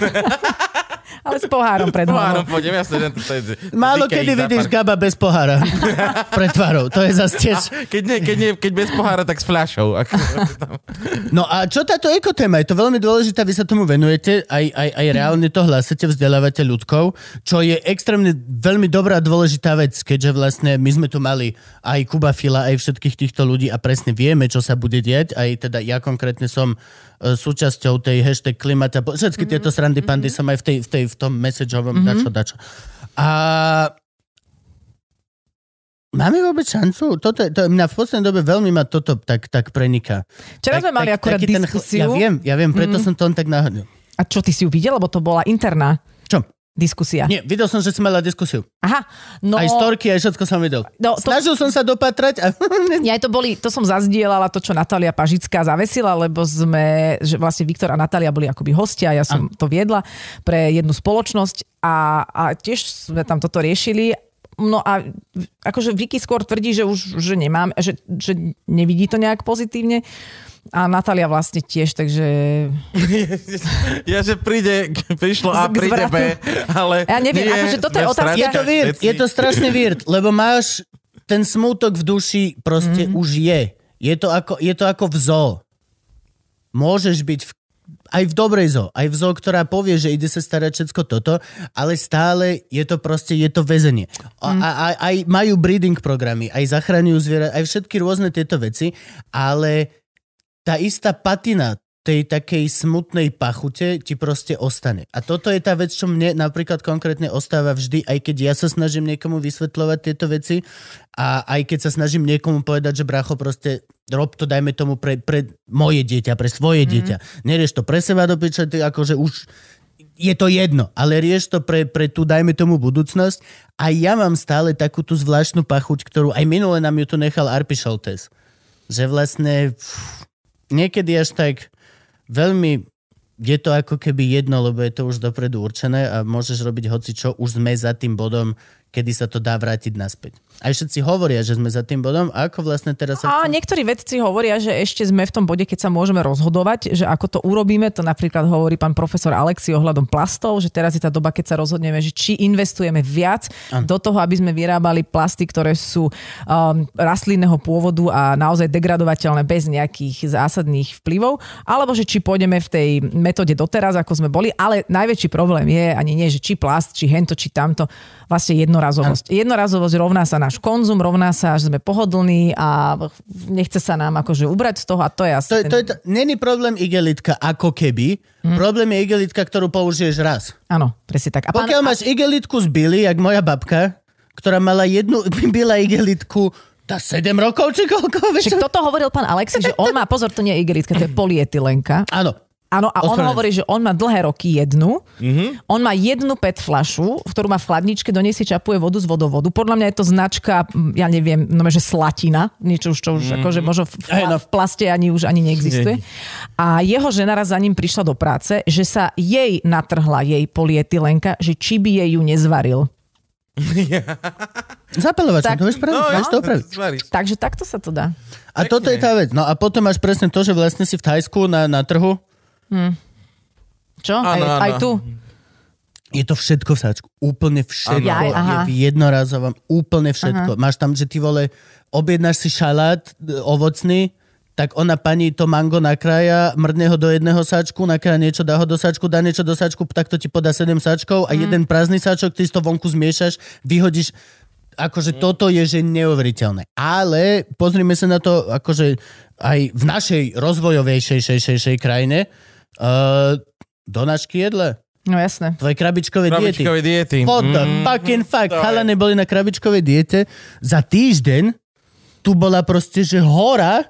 Speaker 3: Ale s pohárom pred
Speaker 4: Áno,
Speaker 3: hlavou.
Speaker 4: pôjdem, jasne, že to je...
Speaker 1: Málo
Speaker 4: Zvykají
Speaker 1: kedy
Speaker 4: za
Speaker 1: vidíš
Speaker 4: park.
Speaker 1: Gaba bez pohára pred tvárou. To je zase tiež...
Speaker 4: Keď, nie, keď, nie, keď bez pohára, tak s fľašou. Ako,
Speaker 1: No a čo táto ekotéma? Je to veľmi dôležité, vy sa tomu venujete, aj, aj, aj reálne to hlásate, vzdelávate ľudkov, čo je extrémne veľmi dobrá a dôležitá vec, keďže vlastne my sme tu mali aj Kuba Fila, aj všetkých týchto ľudí a presne vieme, čo sa bude diať, aj teda ja konkrétne som e, súčasťou tej hashtag klimata, bo- všetky tieto srandy pandy som aj v, tej, v, tej, v tom messageovom mm-hmm. dačo, dačo. A Máme vôbec šancu? Toto, to, na, v poslednej dobe veľmi ma toto tak, tak preniká.
Speaker 3: Včera
Speaker 1: Tak-
Speaker 3: sme mali
Speaker 1: tak-
Speaker 3: akurát
Speaker 1: taký ten chl- Ja
Speaker 3: diskusiu. Mhm.
Speaker 1: viem, ja viem, preto som to on tak náhodil.
Speaker 3: A čo, ty si ju videl? Lebo to bola interná
Speaker 1: Čo?
Speaker 3: diskusia.
Speaker 1: Nie, videl som, že si mala diskusiu.
Speaker 3: Aha, no...
Speaker 1: Aj storky, aj všetko som videl.
Speaker 3: No, to-
Speaker 1: Snažil som sa dopatrať a... [laughs]
Speaker 3: Ja aj to boli, to som zazdielala, to, čo Natália Pažická zavesila, lebo sme, že vlastne Viktor a Natália boli akoby hostia, ja som to viedla pre jednu spoločnosť a, a tiež sme tam toto riešili. No a v- akože Vicky skôr tvrdí, že už že nemám, že, že nevidí to nejak pozitívne. A Natália vlastne tiež, takže...
Speaker 4: [laughs] ja, že príde, prišlo
Speaker 3: K
Speaker 4: A, príde B, ale...
Speaker 3: Ja neviem,
Speaker 4: nie,
Speaker 3: akože toto je
Speaker 4: sme v
Speaker 3: otázka-
Speaker 4: strate.
Speaker 1: Je to weird, je to strašný weird, lebo máš ten smútok v duši proste už je. Je to ako, je to ako v zoo. Môžeš byť v, aj v dobrej zoo, aj v zoo, ktorá povie, že ide sa starať všetko toto, ale stále je to proste, je to väzenie. A, a, a, aj majú breeding programy, aj zachraňujú zviera, aj všetky rôzne tieto veci, ale tá istá patina tej takej smutnej pachute ti proste ostane. A toto je tá vec, čo mne napríklad konkrétne ostáva vždy, aj keď ja sa snažím niekomu vysvetľovať tieto veci a aj keď sa snažím niekomu povedať, že bracho proste rob to, dajme tomu pre, pre moje dieťa, pre svoje mm. dieťa. Nerieš to pre seba do piče, ty akože už je to jedno, ale rieš to pre, pre tú, dajme tomu, budúcnosť. A ja mám stále takú tú zvláštnu pachuť, ktorú aj minule nám ju tu nechal Arpi Šoltes. Že vlastne pff, niekedy až tak veľmi je to ako keby jedno, lebo je to už dopredu určené a môžeš robiť hoci čo, už sme za tým bodom, kedy sa to dá vrátiť naspäť. Aj všetci hovoria, že sme za tým bodom, a ako vlastne teraz sa...
Speaker 3: A niektorí vedci hovoria, že ešte sme v tom bode, keď sa môžeme rozhodovať, že ako to urobíme. To napríklad hovorí pán profesor Alexi ohľadom plastov, že teraz je tá doba, keď sa rozhodneme, že či investujeme viac ano. do toho, aby sme vyrábali plasty, ktoré sú um, rastlinného pôvodu a naozaj degradovateľné bez nejakých zásadných vplyvov, alebo že či pôjdeme v tej metóde doteraz, ako sme boli, ale najväčší problém je ani nie, že či plast, či hento, či tamto, vlastne jednorazovosť. Jednorazovosť rovná sa náš konzum, rovná sa, že sme pohodlní a nechce sa nám akože ubrať z toho a to je asi
Speaker 1: To, je-
Speaker 3: ten...
Speaker 1: to je, to, není problém igelitka ako keby, problém je igelitka, ktorú použiješ raz.
Speaker 3: Áno, presne tak. A pán,
Speaker 1: Pokiaľ máš igelitku z Billy, jak moja babka, ktorá mala jednu [laughs] byla igelitku tá 7 rokov, či koľko, vieš?
Speaker 3: však
Speaker 1: čo?
Speaker 3: toto hovoril pán Alexi, že on má, pozor, to nie je igelitka,
Speaker 1: [clears throat]
Speaker 3: to je polietylenka.
Speaker 1: Áno.
Speaker 3: Áno, a on
Speaker 1: Ospravedlňujem
Speaker 3: hovorí, že on má dlhé roky jednu, mm-hmm. on má jednu PET flašu, ktorú má v chladničke, do nej si čapuje vodu z vodovodu. Podľa mňa je to značka, mm, ja neviem, no že slatina, niečo už, čo už mm-hmm. akože možno v,
Speaker 1: Hej, no.
Speaker 3: v plaste ani už ani neexistuje. A jeho žena raz za ním prišla do práce, že sa jej natrhla jej polietylenka, že či by jej ju nezvaril.
Speaker 1: Zapaľovačom,
Speaker 3: Tak-
Speaker 1: to vieš praviť,
Speaker 4: No,
Speaker 1: máš to opraviť.
Speaker 4: Zvaríš.
Speaker 3: Takže takto sa to dá.
Speaker 1: A toto je tá vec. No a potom máš presne to, že vlastne si v Thajsku na, na trhu
Speaker 3: Čo?
Speaker 4: Áno,
Speaker 3: aj, aj
Speaker 4: áno.
Speaker 3: tu.
Speaker 1: je to všetko v sáčku. Úplne všetko.
Speaker 3: Áno. Jaj, aha.
Speaker 1: je v jednorazovom. Úplne všetko. Aha. Máš tam, že ty vole, objednáš si šalát e, ovocný, tak ona pani to mango nakrája, mrdne ho do jedného sáčku, nakrája niečo, dá ho do sáčku, dá niečo do sáčku, tak to ti podá 7 sáčkov a
Speaker 3: Mhm.
Speaker 1: mm. jeden prázdny sáčok, ty si to vonku zmiešaš, vyhodíš.
Speaker 3: Mhm.
Speaker 1: Akože mm. toto je, že neuveriteľné. Ale pozrime sa na to, akože aj v našej rozvojovejšej šej, šej, šej krajine, uh, donáčky jedle.
Speaker 3: No jasné.
Speaker 1: Tvoje krabičkové,
Speaker 4: Krabičkové
Speaker 1: diety.
Speaker 4: diety.
Speaker 1: What the
Speaker 4: Mm.
Speaker 1: fucking fuck?
Speaker 4: To je-
Speaker 1: Chalane boli na krabičkovej diete. Za týždeň tu bola proste, že hora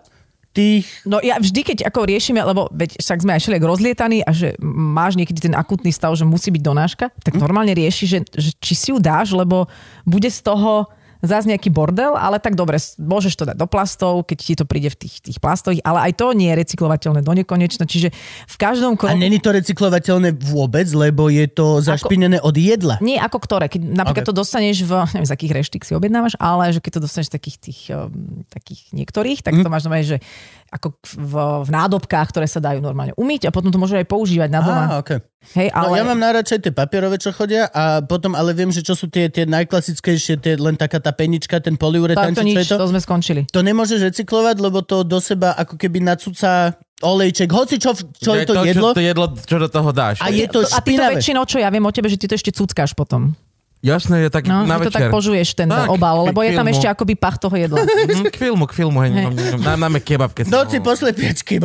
Speaker 1: tých...
Speaker 3: No ja vždy, keď ako riešime, lebo veď však sme aj všelijak rozlietaní a že máš niekedy ten akutný stav, že musí byť donáška, tak normálne rieši, že, že či si ju dáš, lebo bude z toho zás nejaký bordel, ale tak dobre, s- môžeš to dať do plastov, keď ti to príde v tých, tých plastových, ale aj to nie je recyklovateľné do nekonečna, čiže v každom
Speaker 1: A
Speaker 3: kroku...
Speaker 1: není to recyklovateľné vôbec, lebo je to zašpinené od jedla.
Speaker 3: Nie ako ktoré. Keď napríklad
Speaker 1: Ok.
Speaker 3: okay. to dostaneš v, neviem, z akých reštík si objednávaš, ale že keď to dostaneš z takých tých, um, takých niektorých,
Speaker 1: Mhm.
Speaker 3: tak to máš normálne, že ako k- v, v nádobkách, ktoré sa dajú normálne umyť a potom to môžeš aj používať na doma.
Speaker 1: Á, okay.
Speaker 3: Hej,
Speaker 1: No
Speaker 3: ale...
Speaker 1: ja mám najradšej tie papierové, čo chodia a potom, ale viem, že čo sú tie, tie najklasickejšie, tie, len taká tá penička, ten
Speaker 3: tak
Speaker 1: poliuretan,
Speaker 3: to
Speaker 1: či čo
Speaker 3: nič,
Speaker 1: je to?
Speaker 3: to sme skončili.
Speaker 1: To nemôžeš recyklovať, lebo to do seba ako keby nacúca olejček, hoci čo, čo je to jedlo.
Speaker 4: Čo, to jedlo, čo do toho dáš.
Speaker 1: A je to
Speaker 3: a ty to
Speaker 1: špinavé.
Speaker 3: väčšinou, čo ja viem o tebe, že ty to ešte cuckáš potom.
Speaker 4: Jasné, je tak
Speaker 3: No,
Speaker 4: na
Speaker 3: ty to
Speaker 4: večer.
Speaker 3: tak požuješ ten
Speaker 4: Tak,
Speaker 3: obal,
Speaker 4: k-
Speaker 3: lebo je tam
Speaker 4: filmu.
Speaker 3: ešte akoby pach toho
Speaker 1: [laughs]
Speaker 3: jedla.
Speaker 4: Mm, K filmu, k filmu, hej, nemám- nemám- dám- dáme kebab, keď som-
Speaker 1: Noci poslepiečky.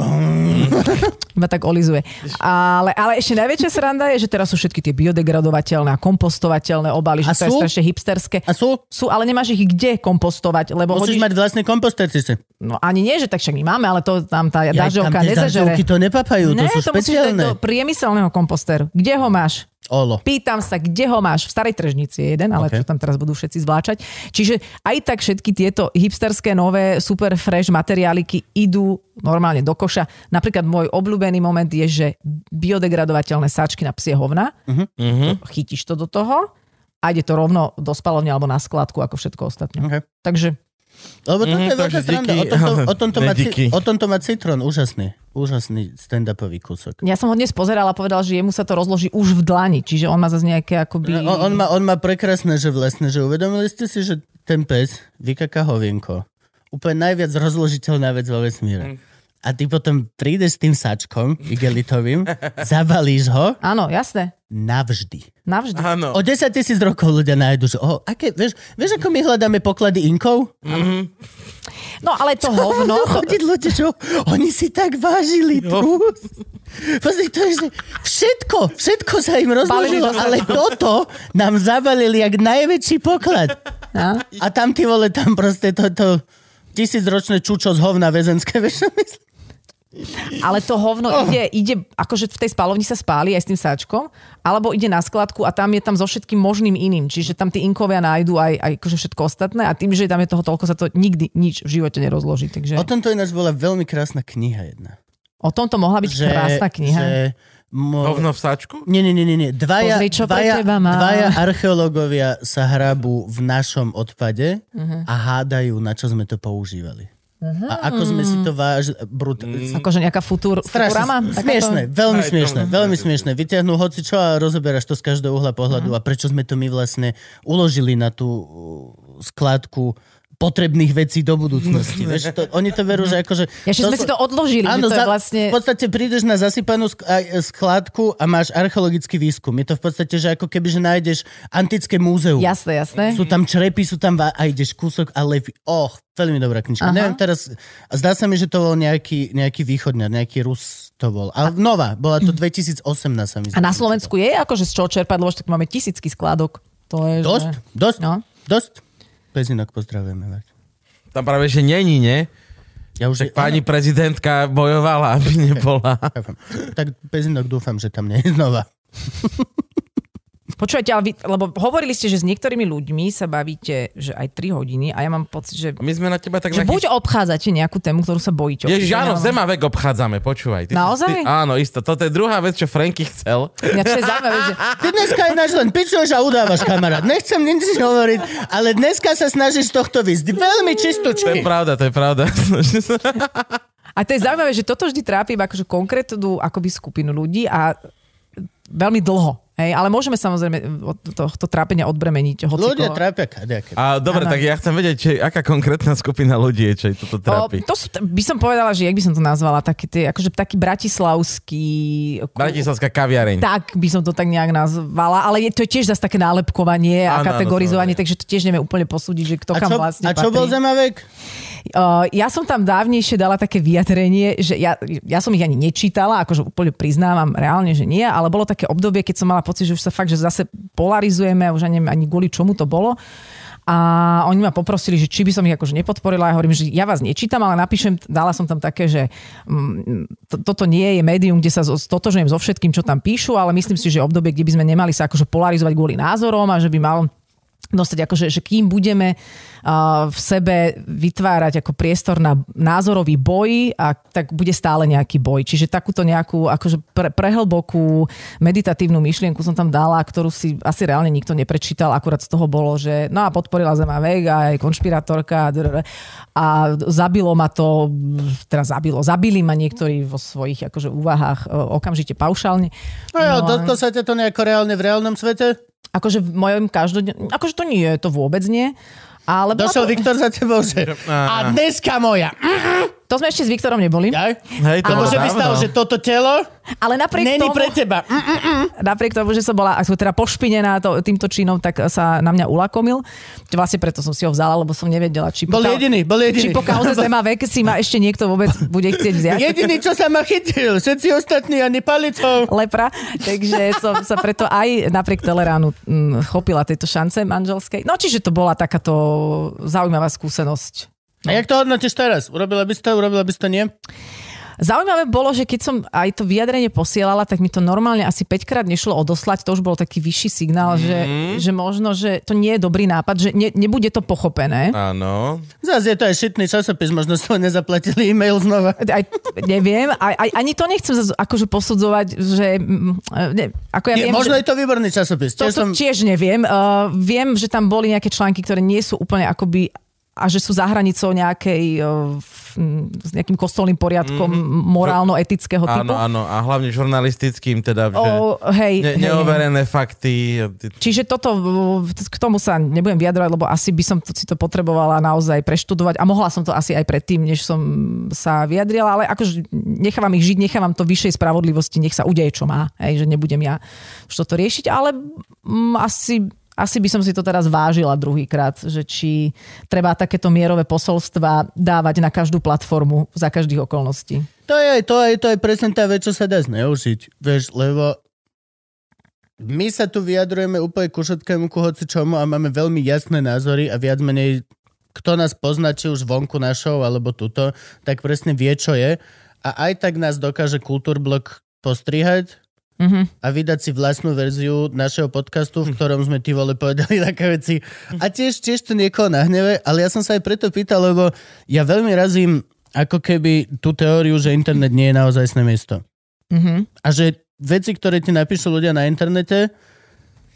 Speaker 3: Iba tak olizuje. Ale, ale ešte najväčšia sranda je, že teraz sú všetky tie biodegradovateľné a kompostovateľné obaly, že
Speaker 1: A
Speaker 3: to je
Speaker 1: sú?
Speaker 3: strašne hipsterské.
Speaker 1: A sú?
Speaker 3: Sú, ale nemáš ich kde kompostovať, lebo
Speaker 1: Musíš
Speaker 3: hodíš...
Speaker 1: mať vlastný kompostercice.
Speaker 3: No ani nie, že tak však my máme, ale to tam tá dažďovka nezažere.
Speaker 1: dažďovky to nepapajú, to
Speaker 3: ne,
Speaker 1: sú
Speaker 3: to musíš dať do
Speaker 1: špeciálne.
Speaker 3: priemyselného komposteru. Kde ho máš?
Speaker 1: Olo.
Speaker 3: Pýtam sa, kde ho máš? V starej tržnici je jeden, ale
Speaker 1: Ok.
Speaker 3: okay. čo tam teraz budú všetci zvláčať. Čiže aj tak všetky tieto hipsterské, nové, super fresh materiáliky idú normálne do koša. Napríklad môj obľúbený moment je, že biodegradovateľné sáčky na psie hovna,
Speaker 1: Mhm.
Speaker 3: uh-huh. to, chytíš to do toho a ide to rovno do spalovne alebo na skladku ako všetko ostatné.
Speaker 1: Ok.
Speaker 3: Takže
Speaker 1: Lebo toto
Speaker 4: Mhm,
Speaker 1: je veľká
Speaker 4: takže
Speaker 1: sranda.
Speaker 4: díky.
Speaker 1: O tomto, o, tomto
Speaker 4: Ne,
Speaker 1: má, ci-
Speaker 4: díky.
Speaker 1: o tomto má Citron. Úžasný. Úžasný stand-upový kúsok.
Speaker 3: ja som ho dnes pozerala a povedal, že jemu sa to rozloží už v dlani, čiže on má zase nejaké akoby...
Speaker 1: On, on, má, on má prekrásne, že vlastne, že uvedomili ste si, že ten pes vykaká hovienko. Úplne najviac rozložiteľná vec vo
Speaker 4: Mhm.
Speaker 1: vesmíre. A ty potom prídeš s tým sačkom
Speaker 4: [laughs]
Speaker 1: igelitovým, zabalíš ho
Speaker 3: Áno, jasné,
Speaker 1: navždy.
Speaker 3: navždy.
Speaker 4: Áno.
Speaker 1: O 10 tisíc rokov ľudia nájdu, že oh, aké, vieš, vieš, ako my hľadáme poklady inkov?
Speaker 3: No ale to
Speaker 1: [laughs]
Speaker 3: hovno... To,
Speaker 1: Chodiť ľudia, čo? Oni si tak vážili trus. Pozri, to je, že všetko, všetko sa im rozložilo,
Speaker 3: Balili to
Speaker 1: ale toto nám zabalili jak najväčší poklad.
Speaker 3: no.
Speaker 1: A tam ty vole, tam proste toto tisícročné čučo z hovna väzenské, vieš čo myslím?
Speaker 3: Ale to hovno oh. ide, ide, akože v tej spálovni sa spáli aj s tým sáčkom, alebo ide na skladku a tam je tam so všetkým možným iným. Čiže tam tí inkovia nájdu aj, aj akože všetko ostatné a tým, že tam je toho toľko, sa to nikdy nič v živote nerozloží. Takže
Speaker 1: O
Speaker 3: o, to...
Speaker 1: tomto ináč bola veľmi krásna kniha jedna.
Speaker 3: o tomto mohla byť že, krásna kniha.
Speaker 1: Že
Speaker 3: Že...
Speaker 1: mo-
Speaker 4: Hovno v sáčku?
Speaker 1: Nie, nie, nie, nie, nie. Dvaja,
Speaker 3: Pozri, čo pre
Speaker 1: dvaja,
Speaker 3: teba mám.
Speaker 1: dvaja archeológovia sa hrabú v našom odpade uh-huh.
Speaker 3: Mhm.
Speaker 1: a hádajú, na čo sme to používali. Uh-huh. A ako sme si to váž... Brut... Mm.
Speaker 3: Akože nejaká futur, futurama.
Speaker 1: Strašne
Speaker 3: takáto-
Speaker 1: smiešne, veľmi
Speaker 4: Aj to-
Speaker 1: smiešne, veľmi smiešne. Vyťahnú hoci čo a rozoberáš to z každého uhla
Speaker 3: Mhm.
Speaker 1: pohľadu a prečo sme to my vlastne uložili na tú uh, skladku potrebných vecí do
Speaker 4: [laughs]
Speaker 1: budúcnosti. Vieš, to, oni to verú, že akože...
Speaker 3: Ja, že sme si to odložili, že to je vlastne...
Speaker 1: V podstate prídeš na zasypanú sk- aj, skladku a máš archeologický výskum. Je to v podstate, že ako keby, že nájdeš antické múzeum.
Speaker 3: Jasné, jasné.
Speaker 1: Sú tam črepy, sú tam va- a ideš kúsok a lepí. Och, veľmi dobrá knižka.
Speaker 3: Aha.
Speaker 1: Neviem teraz, a zdá sa mi, že to bol nejaký, nejaký východňar, nejaký Rus to bol. Ale nová, bola to 2018 sa mi
Speaker 3: Mhm. A na Slovensku je akože z čoho čerpať, lebo však máme tisícky skladok. To je,
Speaker 1: Dosť,
Speaker 3: Že...
Speaker 1: dosť,
Speaker 3: No.
Speaker 1: dosť. Pezinok pozdravujeme vás.
Speaker 4: Tam práve, že není, ne?
Speaker 1: Ja už
Speaker 4: Tak pani prezidentka bojovala, aby nebola.
Speaker 1: Chápem. [laughs] Tak Pezinok dúfam, že tam nie je znova.
Speaker 3: Počúvajte, ale vy, lebo hovorili ste, že s niektorými ľuďmi sa bavíte, že aj 3 hodiny a ja mám pocit, že
Speaker 4: My sme na teba tak
Speaker 3: Že buď obchádzate nejakú tému, ktorú sa bojíte.
Speaker 4: Ježiš, áno,
Speaker 3: Alebo-
Speaker 4: zemavek obchádzame, počúvaj. Ty,
Speaker 3: Naozaj?
Speaker 4: Ty, áno, isto. Toto je druhá vec, čo Franky chcel.
Speaker 3: Ináč to je zaujímavé, že...
Speaker 1: Ty dneska ináč len pičuješ a udávaš, kamarát. Nechcem nič hovoriť, ale dneska sa snažíš z tohto vysť. Veľmi
Speaker 4: To je
Speaker 1: čistočky.
Speaker 4: pravda, to je pravda.
Speaker 3: A to je zaujímavé, že toto vždy trápi iba akože konkrétnu akoby skupinu ľudí a veľmi dlho. Hej, ale môžeme samozrejme od tohto trápenia
Speaker 1: Ľudia
Speaker 3: odbremeniť hocikoho.
Speaker 1: trápia kadejaké.
Speaker 4: A dobre,
Speaker 3: Áno.
Speaker 4: tak ja chcem vedieť, či, aká konkrétna skupina ľudí je, čo je toto
Speaker 3: O,
Speaker 4: trápi.
Speaker 3: No, to sú, by som povedala, že jak by som to nazvala, taký, tie, akože taký bratislavský...
Speaker 4: Bratislavská kaviareň.
Speaker 3: Tak by som to tak nejak nazvala, ale je to je tiež zase také nálepkovanie a
Speaker 4: Áno, áno,
Speaker 3: kategorizovanie,
Speaker 4: samozrejme.
Speaker 3: takže to tiež nevieme úplne posúdiť, že
Speaker 1: A
Speaker 3: kto
Speaker 1: čo,
Speaker 3: kam vlastne
Speaker 1: a čo
Speaker 3: patrí.
Speaker 1: bol Zemavek?
Speaker 3: Uh, ja som tam dávnejšie dala také vyjadrenie, že ja, ja som ich ani nečítala, akože úplne priznávam reálne, že nie, ale bolo také obdobie, keď som mala pocit, že už sa fakt, že zase polarizujeme, už ani neviem ani kvôli čomu to bolo. A oni ma poprosili, že či by som ich akože nepodporila. Ja hovorím, že ja vás nečítam, ale napíšem, dala som tam také, že mm, to, toto nie je médium, kde sa zo- stotožňujem so všetkým, čo tam píšu, ale myslím si, že je obdobie, kde by sme nemali sa akože polarizovať kvôli názorom a že by mal dostať, akože, že kým budeme uh, v sebe vytvárať ako priestor na názorový boj, a tak bude stále nejaký boj. Čiže takúto nejakú akože pre, prehlbokú meditatívnu myšlienku som tam dala, ktorú si asi reálne nikto neprečítal, akurát z toho bolo, že no a podporila Zema Vega, aj konšpirátorka a, drr, a zabilo ma to, teda zabilo, zabili ma niektorí vo svojich akože úvahách e, okamžite paušálne.
Speaker 1: No jo, no,
Speaker 3: a-
Speaker 1: dotklo sa ťa to nejako reálne v reálnom svete?
Speaker 3: Akože v mojom každodennom... Akože to nie, to vôbec nie. Ale bola
Speaker 1: Došiel
Speaker 3: No to,
Speaker 1: Viktor za tebou, že... A dneska moja. Mm,
Speaker 3: to sme ešte s Viktorom neboli.
Speaker 1: Jaj?
Speaker 4: Hej, to
Speaker 1: Alebo
Speaker 4: bolo
Speaker 1: že by
Speaker 4: dávno.
Speaker 1: stalo, že toto telo
Speaker 3: Ale napriek
Speaker 1: není
Speaker 3: tomu,
Speaker 1: pre teba. Mm,
Speaker 3: napriek tomu, že som bola ako teda pošpinená to, týmto činom, tak sa na mňa ulakomil. Vlastne preto som si ho vzala, lebo som nevedela, či po,
Speaker 1: Bol
Speaker 3: kau-
Speaker 1: jediný, bol
Speaker 3: či
Speaker 1: jediný.
Speaker 3: po
Speaker 1: [laughs]
Speaker 3: kauze Zema vek si ma ešte niekto vôbec bude chcieť vziať.
Speaker 1: Jediný, čo sa ma chytil, všetci ostatní ani palicou.
Speaker 3: lepra, takže som sa preto aj napriek Teleránu mm, chopila tejto šance manželskej. No čiže to bola takáto zaujímavá skúsenosť.
Speaker 1: A jak to hodnotíš teraz? Urobila by si to, urobila by si to nie?
Speaker 3: Zaujímavé bolo, že keď som aj to vyjadrenie posielala, tak mi to normálne asi 5 krát nešlo odoslať. To už bol taký vyšší signál,
Speaker 4: Mhm.
Speaker 3: mm-hmm. že, že možno, že to nie je dobrý nápad, že ne, nebude to pochopené.
Speaker 4: Áno.
Speaker 1: Zas je to aj šitný časopis, možno sme nezaplatili e-mail znova.
Speaker 3: Aj, neviem, aj, aj, ani to nechcem zase akože posudzovať, že... mm, Ne, ako ja
Speaker 1: Je,
Speaker 3: viem,
Speaker 1: možno
Speaker 3: že...
Speaker 1: je to výborný časopis.
Speaker 3: To
Speaker 1: Tiež som...
Speaker 3: som... tiež neviem. Uh, viem, že tam boli nejaké články, ktoré nie sú úplne akoby a že sú za hranicou nejakej, uh, f- m, s nejakým kostolným poriadkom mm-hmm. morálno-etického typu.
Speaker 4: Mhm. Áno, áno. A hlavne žurnalistickým, teda, že
Speaker 3: O, hej,
Speaker 4: ne-
Speaker 3: hej.
Speaker 4: neoverené fakty.
Speaker 3: Čiže toto, v- k tomu sa nebudem vyjadrovať, lebo asi by som to, si to potrebovala naozaj preštudovať a mohla som to asi aj predtým, než som sa vyjadrila, ale akože nechávam ich žiť, nechávam to vyššej spravodlivosti, nech sa udeje, čo má, hej, že nebudem ja už toto riešiť, ale mm, asi, asi by som si to teraz vážila druhýkrát, že či treba takéto mierové posolstva dávať na každú platformu za každých okolností.
Speaker 1: To je, to je, to je presne tá vec, čo sa dá zneužiť. Vieš, lebo my sa tu vyjadrujeme úplne ku všetkému, ku hoci čomu a máme veľmi jasné názory a viac menej kto nás pozná, či už vonku našou alebo tuto, tak presne vie, čo je. A aj tak nás dokáže kultúrblok postrihať
Speaker 3: Mhm.
Speaker 1: a vydať si vlastnú verziu našeho podcastu,
Speaker 3: Hm.
Speaker 1: v ktorom sme ty vole povedali [laughs] také veci. A tiež, tiež to niekoho nahneve, ale ja som sa aj preto pýtal, lebo ja veľmi razím ako keby tú teóriu, že internet nie je naozajstné miesto.
Speaker 3: Mhm.
Speaker 1: A že veci, ktoré ti napíšu ľudia na internete,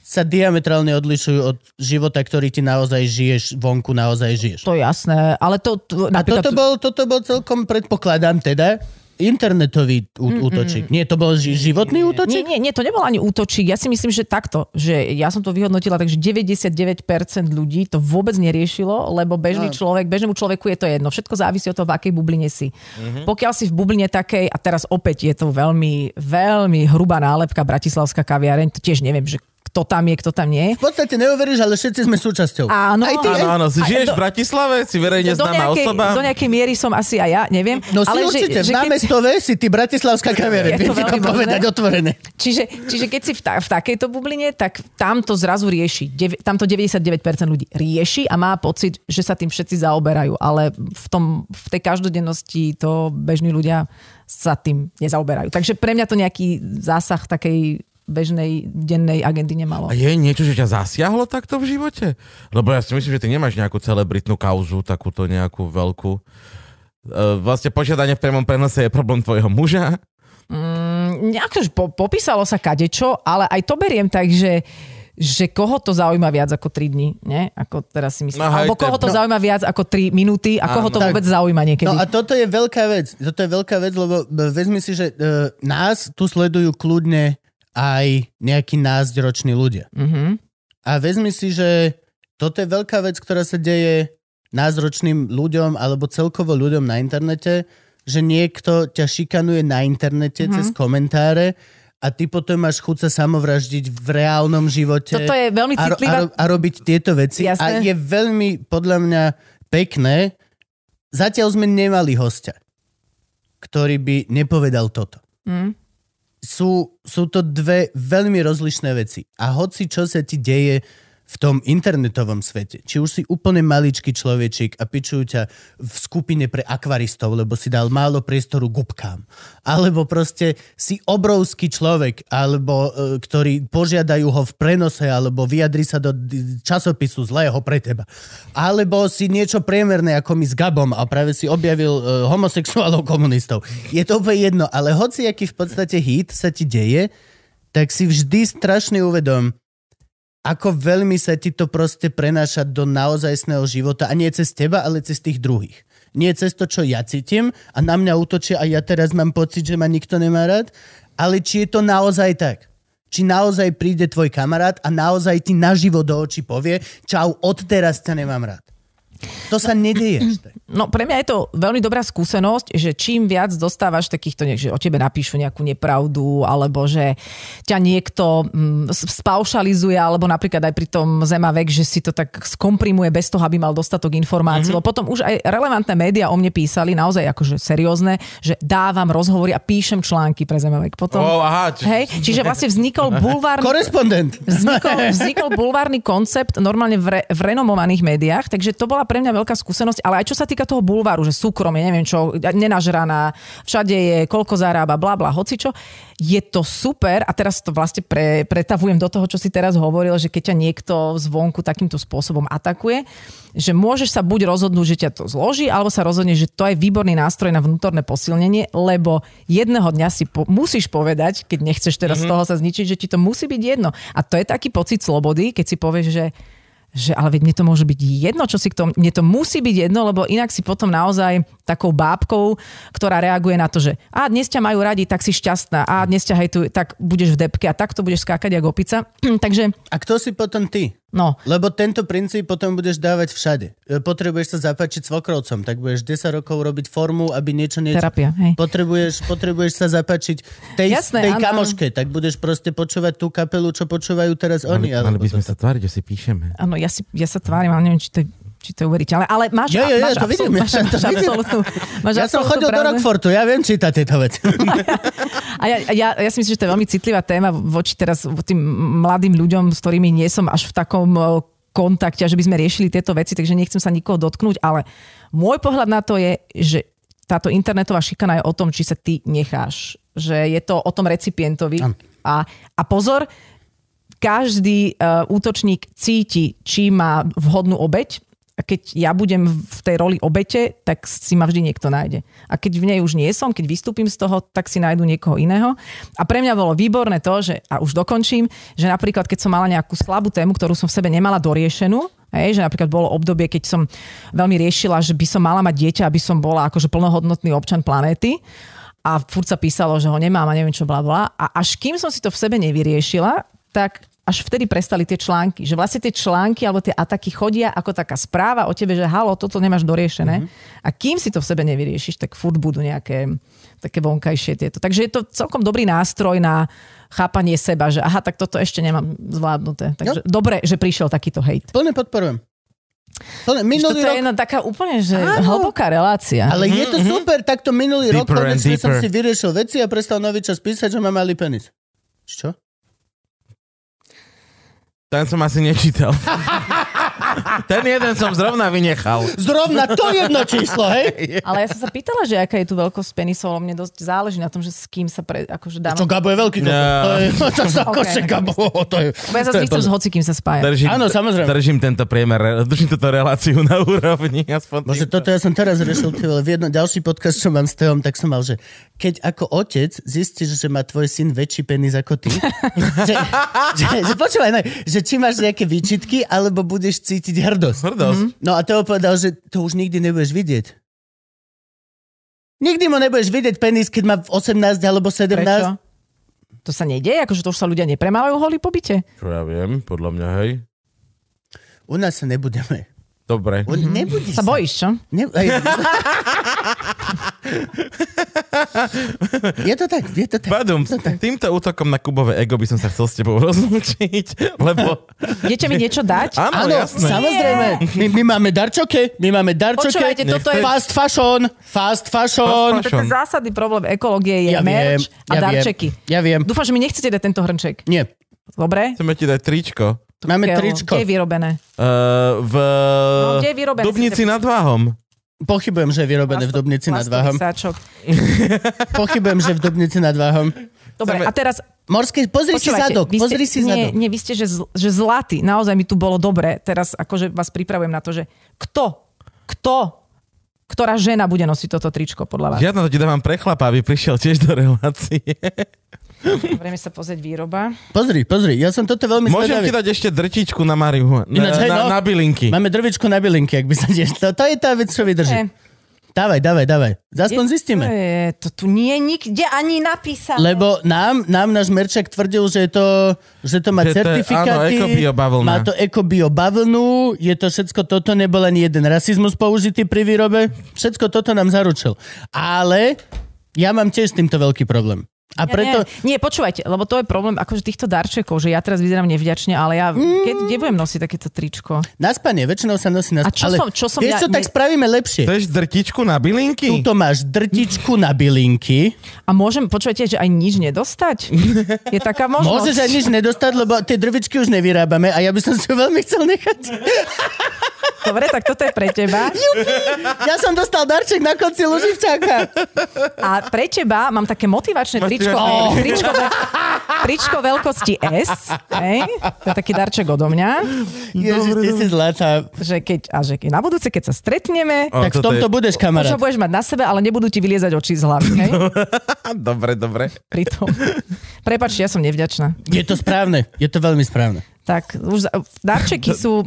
Speaker 1: sa diametrálne odlišujú od života, ktorý ti naozaj žiješ, vonku naozaj žiješ.
Speaker 3: To je jasné, ale to... to
Speaker 1: A toto bol, toto bol celkom, predpokladám teda, internetový ú- útočík. Nie, to bol ži- životný
Speaker 3: Mm, Nie,
Speaker 1: útočík?
Speaker 3: nie, nie, to nebol ani útočík. Ja si myslím, že takto, že ja som to vyhodnotila, takže 99% ľudí to vôbec neriešilo, lebo
Speaker 1: No.
Speaker 3: bežný človek, bežnému človeku je to jedno. Všetko závisí od toho, v akej bubline si.
Speaker 1: Mhm.
Speaker 3: Mm-hmm. Pokiaľ si v bubline takej, a teraz opäť je to veľmi, veľmi hrubá nálepka Bratislavská kaviareň, to tiež neviem, že kto tam je, kto tam nie je.
Speaker 1: V podstate neuveríš, ale všetci sme súčasťou.
Speaker 3: Áno.
Speaker 1: Aj ty,
Speaker 4: Áno, áno. Si
Speaker 3: A
Speaker 4: žiješ
Speaker 3: do-
Speaker 4: v Bratislave? Si verejne
Speaker 3: do,
Speaker 4: známa
Speaker 3: nejakej,
Speaker 4: osoba?
Speaker 3: do nejakej miery som asi aj ja, neviem.
Speaker 1: No si
Speaker 3: ale
Speaker 1: určite, v
Speaker 3: že, že keď-
Speaker 1: námestove si ty bratislavská kaviareň,
Speaker 3: Je
Speaker 1: viem ti
Speaker 3: to
Speaker 1: to
Speaker 3: veľmi možné.
Speaker 1: povedať otvorené.
Speaker 3: Čiže, čiže keď si v, ta, v takejto bubline, tak tam to zrazu rieši. Dev, tamto 99% ľudí rieši a má pocit, že sa tým všetci zaoberajú. Ale v, tom, v tej každodennosti to bežní ľudia sa tým nezaoberajú. Takže pre mňa to nejaký zásah takej bežnej dennej agendy nemalo.
Speaker 4: A je niečo, že ťa zasiahlo takto v živote? Lebo ja si myslím, že ty nemáš nejakú celebritnú kauzu, takúto nejakú veľkú. E, Vlastne požiadanie v priamom prenose je problém tvojho muža.
Speaker 3: akože po, popísalo sa kadečo, ale aj to beriem tak, že že koho to zaujíma viac ako 3 dní, nie? Ako teraz si myslím.
Speaker 4: No,
Speaker 3: No,
Speaker 4: hej,
Speaker 3: Alebo
Speaker 4: to je-
Speaker 3: koho to
Speaker 4: no.
Speaker 3: zaujíma viac ako 3 minúty a koho to
Speaker 1: Áno.
Speaker 3: vôbec zaujíma niekedy.
Speaker 1: No a toto je veľká vec. Toto je veľká vec, lebo e, vezmi si, že e, nás tu sledujú kľudne aj nejakí názdroční ľudia.
Speaker 3: Mm-hmm.
Speaker 1: A vezmi si, že toto je veľká vec, ktorá sa deje názročným ľuďom alebo celkovo ľuďom na internete, že niekto ťa šikanuje na internete
Speaker 3: Mhm.
Speaker 1: mm-hmm. cez komentáre a ty potom máš chuť sa samovraždiť v reálnom živote.
Speaker 3: Toto je veľmi
Speaker 1: a, ro- a,
Speaker 3: citlivá...
Speaker 1: ro- a robiť tieto veci. A
Speaker 3: Jasné.
Speaker 1: je veľmi, podľa mňa, pekné. Zatiaľ sme nemali hostia, ktorý by nepovedal toto.
Speaker 3: Mm.
Speaker 1: Sú, sú to dve veľmi rozlišné veci. A hoci čo sa ti deje v tom internetovom svete, či už si úplne maličký človečik a pičujú ťa v skupine pre akvaristov, lebo si dal málo priestoru gubkám, alebo proste si obrovský človek, alebo e, ktorý požiadajú ho v prenose, alebo vyjadri sa do d- časopisu zlého pre teba, alebo si niečo priemerné ako my s Gabom a práve si objavil e, homosexuálov komunistov. Je to úplne jedno, ale hoci aký v podstate hit sa ti deje, tak si vždy strašne uvedom, ako veľmi sa ti to proste prenáša do naozajstného života a nie cez teba, ale cez tých druhých. Nie cez to, čo ja cítim a na mňa útočia a ja teraz mám pocit, že ma nikto nemá rád, ale či je to naozaj tak? Či naozaj príde tvoj kamarát a naozaj ti naživo do očí povie, čau, odteraz ťa nemám rád. To sa nedeje. až tak.
Speaker 3: No pre mňa je to veľmi dobrá skúsenosť, že čím viac dostávaš takýchto, nech- že o tebe napíšu nejakú nepravdu, alebo že ťa niekto mm, s- spaušalizuje, alebo napríklad aj pri tom Zemavek, že si to tak skomprimuje bez toho, aby mal dostatok
Speaker 4: Mhm.
Speaker 3: informácií. Mm-hmm. Lebo potom už aj relevantné médiá o mne písali, naozaj akože seriózne, že dávam rozhovory a píšem články pre Zemavek. Potom,
Speaker 4: Ó, aha, či-
Speaker 3: hej, čiže vlastne
Speaker 4: [laughs]
Speaker 3: vznikol bulvárny
Speaker 1: Korespondent.
Speaker 3: vznikol, vznikol bulvárny koncept normálne v, re, v renomovaných médiách, takže to bola pre mňa veľká skúsenosť, ale aj čo sa týka toho bulváru, že súkromie, neviem čo, nenažraná, všade je, koľko zarába, bla bla, hocičo. Je to super a teraz to vlastne pre, pretavujem do toho, čo si teraz hovoril, že keď ťa niekto zvonku takýmto spôsobom atakuje, že môžeš sa buď rozhodnúť, že ťa to zloží, alebo sa rozhodne, že to je výborný nástroj na vnútorné posilnenie, lebo jedného dňa si po- musíš povedať, keď nechceš teraz
Speaker 1: Mhm.
Speaker 3: mm-hmm. z toho sa zničiť, že ti to musí byť jedno. A to je taký pocit slobody, keď si povieš, že že ale veď mne to môže byť jedno, čo si k tomu, mne to musí byť jedno, lebo inak si potom naozaj takou bábkou, ktorá reaguje na to, že a dnes ťa majú radi, tak si šťastná, a dnes ťa hejtujú, tak budeš v depke a takto budeš skákať ako opica. [clears throat] Takže,
Speaker 1: [laughs] A kto si potom ty?
Speaker 3: no,
Speaker 1: Lebo tento princíp potom budeš dávať všade. E, Potrebuješ sa zapáčiť svokrovcom, tak budeš 10 rokov robiť formu, aby niečo niečo...
Speaker 3: Terapia, hej.
Speaker 1: Potrebuješ, potrebuješ sa zapáčiť tej,
Speaker 3: Jasné,
Speaker 1: tej
Speaker 3: áno, áno.
Speaker 1: kamoške, tak budeš proste počúvať tú kapelu, čo počúvajú teraz
Speaker 4: Mali,
Speaker 1: oni.
Speaker 4: mali by
Speaker 1: alebo
Speaker 4: sme
Speaker 1: to-
Speaker 4: sa tváriť, že si píšeme.
Speaker 3: Áno, ja, si, ja sa tvárim, ale neviem, či to, je- či to je uveriteľné. Ale máš,
Speaker 1: Jo, jo, jo,
Speaker 3: máš,
Speaker 1: to vidím,
Speaker 3: máš,
Speaker 1: ja [laughs] to
Speaker 3: máš
Speaker 1: vidím.
Speaker 3: absolútnu, máš
Speaker 1: Ja som
Speaker 3: absolútnu
Speaker 1: chodil do
Speaker 3: pravdu.
Speaker 1: Rockfortu, ja viem čítať tieto
Speaker 3: [laughs]
Speaker 1: veci.
Speaker 3: A ja, a ja, ja si myslím, že to je veľmi citlivá téma voči teraz tým mladým ľuďom, s ktorými nie som až v takom eh, kontakte, a že by sme riešili tieto veci, takže nechcem sa nikoho dotknúť, ale môj pohľad na to je, že táto internetová šikana je o tom, či sa ty necháš. Že je to o tom recipientovi. A, a pozor, každý uh, útočník cíti, či má vhodnú obeď. A keď ja budem v tej roli obete, tak si ma vždy niekto nájde. A keď v nej už nie som, keď vystúpim z toho, tak si nájdu niekoho iného. A pre mňa bolo výborné to, že, a už dokončím, že napríklad keď som mala nejakú slabú tému, ktorú som v sebe nemala doriešenú, Hej, že napríklad bolo obdobie, keď som veľmi riešila, že by som mala mať dieťa, aby som bola akože plnohodnotný občan planéty a furt sa písalo, že ho nemám a neviem čo bla bla. A až kým som si to v sebe nevyriešila, tak až vtedy prestali tie články. Že vlastne tie články alebo tie ataky chodia ako taká správa o tebe, že halo, toto nemáš doriešené.
Speaker 1: Mhm.
Speaker 3: Mm-hmm. A kým si to v sebe nevyriešiš, tak furt budú nejaké také vonkajšie tieto. Takže je to celkom dobrý nástroj na chápanie seba, že aha, tak toto ešte nemám zvládnuté. Takže dobre, že prišiel takýto hejt.
Speaker 1: Plne podporujem. Plne,
Speaker 3: Že
Speaker 1: minulý
Speaker 3: Toto je Mhm,
Speaker 1: rok,
Speaker 3: jedna taká úplne že
Speaker 1: Áno.
Speaker 3: hlboká relácia.
Speaker 1: ale je to super, takto minulý rok
Speaker 4: Deeper and
Speaker 1: konečne som
Speaker 4: deeper.
Speaker 1: si vyriešil veci a prestal nový čas písať, že mám malý penis. Čo?
Speaker 4: Ten som asi
Speaker 1: [laughs]
Speaker 4: nečítal. Ten jeden som zrovna vynechal.
Speaker 1: Zrovna to jedno číslo, hej?
Speaker 3: Ale ja som sa pýtala, že aká je tu veľkosť penisov, ale mne dosť záleží na tom, že s kým sa pre, akože dám.
Speaker 1: Čo, Gabo je veľký kokos.
Speaker 4: Ja.
Speaker 1: To je, [laughs] to sa
Speaker 3: Ok.
Speaker 1: koše, Gabo. [laughs] To je,
Speaker 3: Lebo ja sa nechcem s hocikým sa spájať.
Speaker 4: Držím,
Speaker 1: Áno, samozrejme.
Speaker 4: Držím tento priemer, držím túto reláciu na úrovni. Aspoň
Speaker 1: Bože, toto ja som teraz riešil, ty vole, v jednom ďalší podcast, čo mám s Teom, tak som mal, že keď ako otec zistíš, že má tvoj syn väčší penis ako ty, [laughs] že, že, že, počúvaj, ne, že či máš nejaké výčitky, alebo budeš cítiť hrdosť.
Speaker 4: Hrdosť.
Speaker 1: No a Teo povedal, že to už nikdy nebudeš vidieť. Nikdy mu nebudeš vidieť penis, keď má 18 alebo 17.
Speaker 3: Prečo? To sa nedieje, akože to už sa ľudia nepremávajú holí po byte.
Speaker 4: Čo ja viem, podľa mňa, hej.
Speaker 1: U nás sa nebudeme.
Speaker 4: Dobre.
Speaker 1: U, nebude
Speaker 3: Mhm. Sa bojíš, čo?
Speaker 1: Ne,
Speaker 4: [laughs]
Speaker 1: aj, je to tak, je [laughs] to tak.
Speaker 4: Badum, týmto útokom na Kubové ego by som sa chcel s tebou rozlúčiť, [laughs]
Speaker 1: [laughs]
Speaker 4: lebo...
Speaker 3: Idete mi niečo dať?
Speaker 4: Áno,
Speaker 1: Áno,
Speaker 4: jasné.
Speaker 1: samozrejme. My, my máme darčoky, my máme darčoky.
Speaker 3: Počúvajte, toto je-
Speaker 1: Fast fashion, fast fashion.
Speaker 4: Fast
Speaker 3: To je zásadný problém ekológie je
Speaker 1: Ja viem,
Speaker 3: merch a
Speaker 1: ja viem,
Speaker 3: darčeky.
Speaker 1: ja viem.
Speaker 3: Dúfam, že mi nechcete dať tento hrnček.
Speaker 1: Nie,
Speaker 3: Dobre?
Speaker 4: Chceme ti dať tričko.
Speaker 1: máme
Speaker 3: Keľo,
Speaker 1: tričko.
Speaker 3: Kde je vyrobené?
Speaker 4: Uh, v
Speaker 3: No, kde je vyrobené?
Speaker 4: Dubnici nad Váhom.
Speaker 1: Pochybujem, že je vyrobené v
Speaker 3: Plasto-
Speaker 1: Dubnici nad Váhom.
Speaker 3: plastový sáčok.
Speaker 1: Pochybujem, že v Dubnici nad Váhom.
Speaker 3: Dobre,
Speaker 4: Zame-
Speaker 3: a teraz...
Speaker 1: Morský, pozri si
Speaker 3: Počúvajte,
Speaker 1: zadok,
Speaker 3: vy ste-
Speaker 1: pozri si
Speaker 3: nie,
Speaker 1: zadok.
Speaker 3: nie, vy ste, že, zl- že zlatý. Naozaj mi tu bolo dobre. Teraz akože vás pripravujem na to, že kto, kto, ktorá žena bude nosiť toto tričko podľa vás? Ja...
Speaker 4: Žiadno to ti dávam pre chlapa, aby prišiel tiež do relácie.
Speaker 3: Vrejme sa pozrieť výroba.
Speaker 1: Pozri, pozri, ja som toto veľmi
Speaker 4: Môžem ti
Speaker 1: zvedavý.
Speaker 4: dať ešte drtičku na Marihu. Na,
Speaker 1: Ináč, hej,
Speaker 4: na,
Speaker 1: no.
Speaker 4: na bylinky.
Speaker 1: Máme drvičku na bylinky, ak by sa [laughs] tiež... To, to je tá vec, čo vydrží.
Speaker 3: Ne,
Speaker 1: Dávaj, dávaj, dávaj. Aspoň
Speaker 3: je-
Speaker 1: zistíme.
Speaker 3: To, Eh, je, to tu nie je nikde ani napísané.
Speaker 1: Lebo nám, nám náš Merček tvrdil, že to, že to má
Speaker 4: Že to je,
Speaker 1: certifikáty.
Speaker 4: áno, ekobio bavlna.
Speaker 1: Má to ekobio bavlnu, je to všetko toto, nebol ani jeden rasizmus použitý pri výrobe. Všetko toto nám zaručil. Ale ja mám tiež s týmto veľký problém. A preto...
Speaker 3: Nie, nie, počúvajte, lebo to je problém akože týchto darčekov, že ja teraz vyzerám nevďačne, ale ja
Speaker 1: Mm.
Speaker 3: keď nebudem nosiť takéto tričko.
Speaker 1: Na spanie, väčšinou sa nosí na spanie.
Speaker 3: A čo
Speaker 1: ale
Speaker 3: som- čo som
Speaker 1: vieš
Speaker 3: ja-
Speaker 1: čo, tak
Speaker 3: ne-
Speaker 1: spravíme lepšie.
Speaker 4: Chceš drtičku na bylinky?
Speaker 1: Tuto máš drtičku na bylinky.
Speaker 3: A môžem, počúvajte, že aj nič nedostať? Je
Speaker 1: [laughs]
Speaker 3: taká možnosť.
Speaker 1: Môžeš aj nič nedostať, lebo tie drvičky už nevyrábame a ja by som si ju veľmi chcel nechať.
Speaker 3: Dobre, tak toto je pre teba.
Speaker 1: [laughs] Ja som dostal darček na konci Luživčáka.
Speaker 3: A pre teba mám také motivačné tričko,
Speaker 4: Motivačné
Speaker 3: oh. tričko, ve- tričko veľkosti S. Hej? To je taký darček odo mňa.
Speaker 1: Ježiš, ty si zlatá.
Speaker 3: Že keď, a že keď na budúce, keď sa stretneme,
Speaker 4: O,
Speaker 1: Tak v
Speaker 4: toto
Speaker 1: tomto
Speaker 4: No, je-
Speaker 1: budeš,
Speaker 3: už ho
Speaker 1: kamarát.
Speaker 3: budeš mať na sebe, ale nebudú ti vyliezať oči z hlavy. Hej?
Speaker 4: Dobre, dobre.
Speaker 3: Pritom. Prepačte, ja som nevďačná.
Speaker 1: Je to správne, je to veľmi správne.
Speaker 3: Tak, už za- darčeky sú...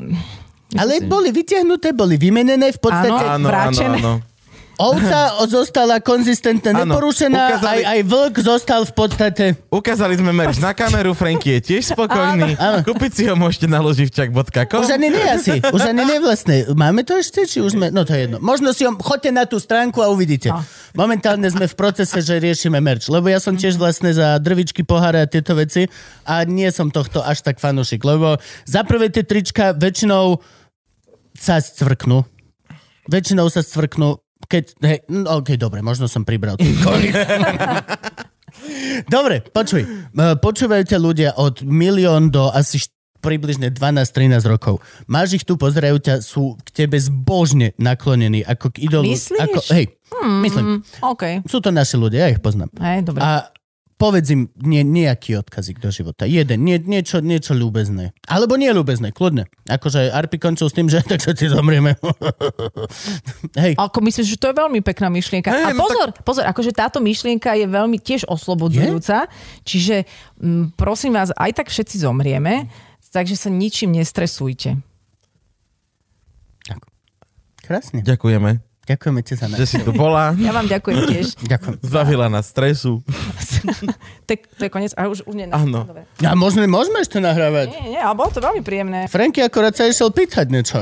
Speaker 1: Ale boli vytiahnuté, boli vymenené, v podstate
Speaker 4: Áno, áno,
Speaker 3: Vráčené.
Speaker 4: áno.
Speaker 1: [laughs] ovca o- zostala konzistentne
Speaker 4: Áno,
Speaker 1: neporušená, aj,
Speaker 4: ukázali-
Speaker 1: aj vlk zostal v podstate.
Speaker 4: Ukázali sme merch na kameru, Franky je tiež spokojný. Kúpiť si ho môžete na loživčak.com.
Speaker 1: Už ani nie asi, už ani nie vlastne. Máme to ešte, či už sme, no to je jedno. Možno si ho, chodte na tú stránku a uvidíte.
Speaker 3: No.
Speaker 1: Momentálne sme v procese, že riešime merch, lebo ja som tiež vlastne za drvičky, poháre a tieto veci a nie som tohto až tak fanúšik, lebo za prvé tie trička väčšinou sa scvrknú. Väčšinou sa scvrknú, keď... Hej, no, OK, dobre, možno som pribral. dobre, počuj. E, Počúvajte ľudia od milión do asi št- približne 12-13 rokov. Máš ich tu, pozerajú ťa, sú k tebe zbožne naklonení, ako k idolu.
Speaker 3: Myslíš?
Speaker 1: Ako, hej, hmm. myslím.
Speaker 3: OK,
Speaker 1: Sú to naši ľudia, ja ich poznám.
Speaker 3: hej, dobre.
Speaker 1: A povedz im nie, nejaký odkazik do života. Jeden, nie, niečo, niečo ľúbezné. Alebo nie ľúbezné, kľudne. Akože Arpi končil s tým, že [laughs] takže ti zomrieme. Hej,
Speaker 3: Ako myslím, že to je veľmi pekná myšlienka. Hey, a
Speaker 4: Hej, no
Speaker 3: pozor, tak... pozor, akože táto myšlienka je veľmi tiež oslobodzujúca. Čiže m, prosím vás, aj tak všetci zomrieme, takže sa ničím nestresujte.
Speaker 1: krásne.
Speaker 4: Ďakujeme,
Speaker 1: Ďakujeme ti za nás.
Speaker 4: že si tu bola.
Speaker 3: Ja vám ďakujem tiež.
Speaker 4: [laughs]
Speaker 3: [laughs]
Speaker 1: Ďakujem.
Speaker 4: Zbavila nás stresu.
Speaker 3: to, je, to je koniec. A už, už nie.
Speaker 4: Áno.
Speaker 3: Dobre.
Speaker 1: A môžeme, môžeme ešte nahrávať.
Speaker 3: Nie, nie, ale bolo to veľmi príjemné.
Speaker 1: Franky akorát sa išiel pýtať niečo.